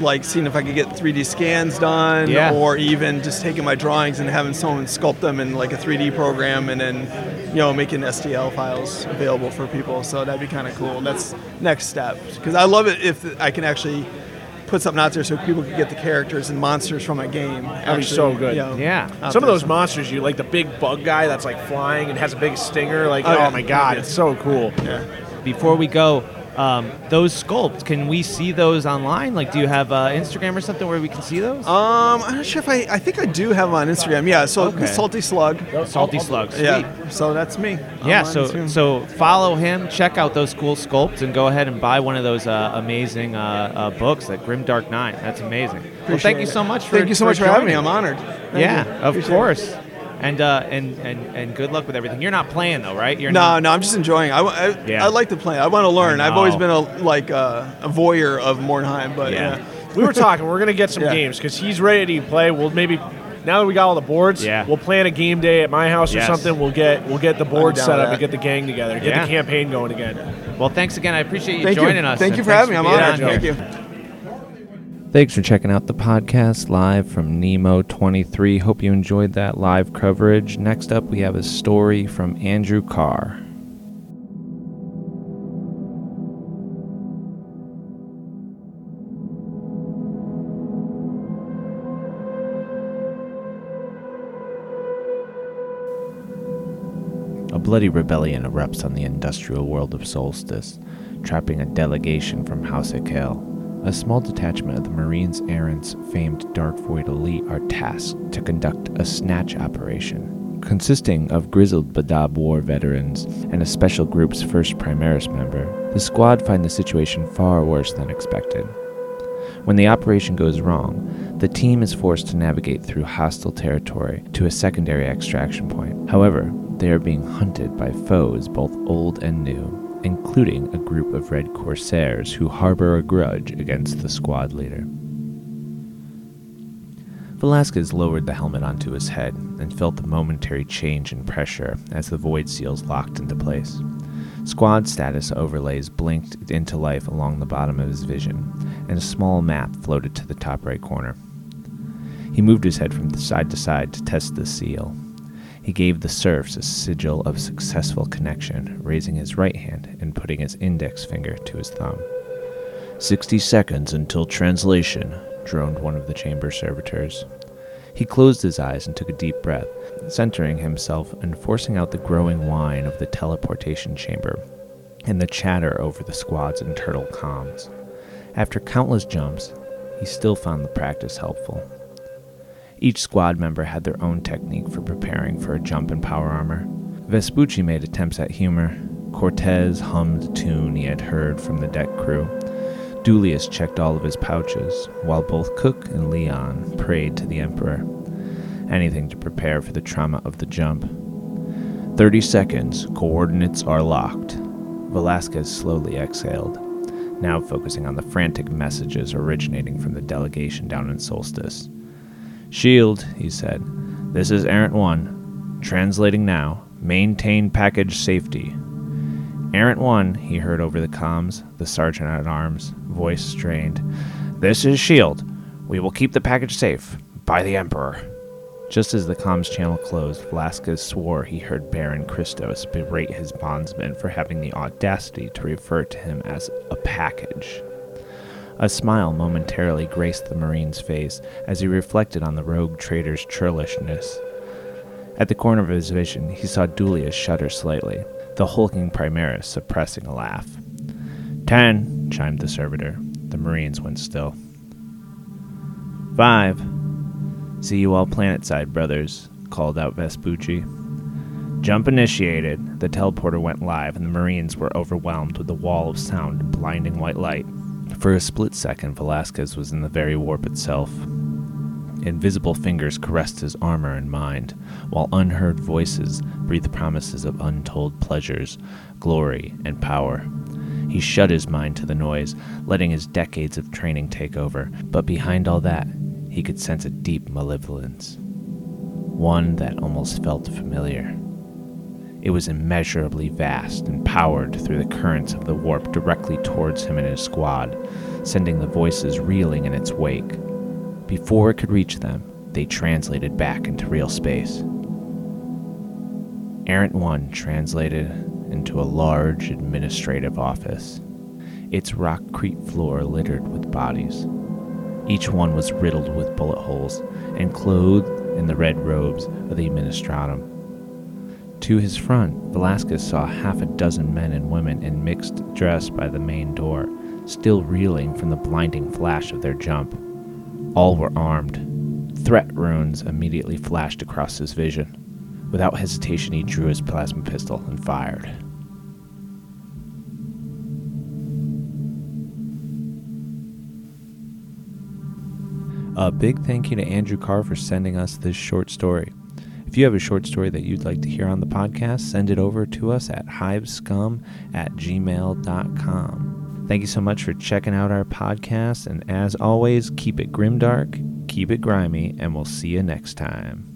S15: like, seeing if I could get 3D scans done,
S1: Yeah.
S15: or even just taking my drawings and having someone sculpt them in like a 3D program, and then, you know, making STL files available for people. So that'd be kind of cool. That's next step because I love it if I can actually put something out there so people can get the characters and monsters from my game.
S10: That'd be so good.
S15: out
S10: Some of
S15: there.
S10: those monsters you like the big bug guy that's like flying and has a big stinger. Like,
S15: Oh,
S10: oh,
S15: yeah.
S10: my god, it's so cool.
S1: Before we go. Um, those sculpts, can we see those online? Like, do you have uh, Instagram or something where we can see those?
S15: Um, I'm not sure if I. I think I do have them on Instagram. Yeah. So
S1: Okay.
S15: salty slug.
S1: Salty Slug, sweet.
S15: Yeah. So that's me. I'm
S1: Yeah,
S15: on
S1: so
S15: Instagram.
S1: so follow him, check out those cool sculpts, and go ahead and buy one of those uh, amazing uh, uh, books, that Grim Dark Nine. That's amazing. well, thank
S15: Appreciate
S1: you
S15: it.
S1: so much. For,
S15: Thank you so much for having me. I'm honored. Thank
S1: yeah, Oh,
S15: you.
S1: of
S15: Appreciate it.
S1: course. And uh, and and and good luck with everything. You're not playing though, right? You're
S15: no,
S1: not.
S15: no, I'm just enjoying. it. I, w- I,
S1: Yeah.
S15: I like to play. I want to learn.
S1: I
S15: I've always
S1: know.
S15: been a like uh, a voyeur of Mornheim, but yeah.
S10: we were talking. We're gonna get some
S15: Yeah.
S10: games because he's ready to play. We'll maybe now that we got all the boards,
S15: Yeah.
S10: we'll plan a game day at my house
S1: Yes.
S10: or something. We'll get we'll get the board
S1: down
S10: set up
S1: with
S10: and
S1: that.
S10: get the gang together, get
S1: Yeah.
S10: the campaign going again.
S1: Well, thanks again. I appreciate you
S10: Thank you.
S1: joining us.
S10: Thank
S1: and
S10: you for
S1: thanks
S10: having me. I'm
S1: being
S10: honored.
S1: on
S10: Thank
S1: here.
S10: you.
S1: Thanks for checking out the podcast live from Nemo23. Hope you enjoyed that live coverage. Next up, we have a story from Andrew Carr. A bloody rebellion erupts on the industrial world of Solstice, trapping a delegation from House Akel. A small detachment of the Marines Errant's famed Dark Void elite are tasked to conduct a snatch operation, consisting of grizzled Badab War veterans and a special group's first Primaris member. The squad find the situation far worse than expected. When the operation goes wrong, the team is forced to navigate through hostile territory to a secondary extraction point. However, they are being hunted by foes both old and new, including a group of Red Corsairs who harbor a grudge against the squad leader. Velasquez lowered the helmet onto his head and felt the momentary change in pressure as the void seals locked into place. Squad status overlays blinked into life along the bottom of his vision, and a small map floated to the top right corner. He moved his head from side to side to test the seal. He gave the serfs a sigil of successful connection, raising his right hand and putting his index finger to his thumb. Sixty seconds until translation, droned one of the chamber servitors. He closed his eyes and took a deep breath, centering himself and forcing out the growing whine of the teleportation chamber and the chatter over the squad's internal comms. After countless jumps, he still found the practice helpful. Each squad member had their own technique for preparing for a jump in power armor. Vespucci made attempts at humor. Cortez hummed a tune he had heard from the deck crew. Dulius checked all of his pouches, while both Cook and Leon prayed to the Emperor. Anything to prepare for the trauma of the jump. 30 seconds, coordinates are locked. Velasquez slowly exhaled, now focusing on the frantic messages originating from the delegation down in Solstice. Shield, he said. This is Errant 1. Translating now. Maintain package safety. Errant One, he heard over the comms, the sergeant at arms, voice strained. This is S.H.I.E.L.D. We will keep the package safe. By the Emperor. Just as the comms channel closed, Velasquez swore he heard Baron Christos berate his bondsman for having the audacity to refer to him as a package. A smile momentarily graced the Marine's face as he reflected on the rogue trader's churlishness. At the corner of his vision, he saw Dulia shudder slightly, the hulking Primaris suppressing a laugh. Ten, chimed the servitor. The Marines went still. Five. See you all planetside, brothers, called out Vespucci. Jump initiated, the teleporter went live, and the Marines were overwhelmed with the wall of sound and blinding white light. For a split second, Velasquez was in the very warp itself. Invisible fingers caressed his armor and mind, while unheard voices breathed promises of untold pleasures, glory, and power. He shut his mind to the noise, letting his decades of training take over, but behind all that, he could sense a deep malevolence. One that almost felt familiar. It was immeasurably vast and powered through the currents of the warp directly towards him and his squad, sending the voices reeling in its wake. Before it could reach them, they translated back into real space. Errant One translated into a large administrative office, its rockcrete floor littered with bodies. Each one was riddled with bullet holes and clothed in the red robes of the administratum. To his front, Velasquez saw half a dozen men and women in mixed dress by the main door, still reeling from the blinding flash of their jump. All were armed. Threat runes immediately flashed across his vision. Without hesitation, he drew his plasma pistol and fired. A big thank you to Andrew Carr for sending us this short story. If you have a short story that you'd like to hear on the podcast, send it over to us at hivescum at gmail.com. Thank you so much for checking out our podcast, and as always, keep it grimdark, keep it grimy, and we'll see you next time.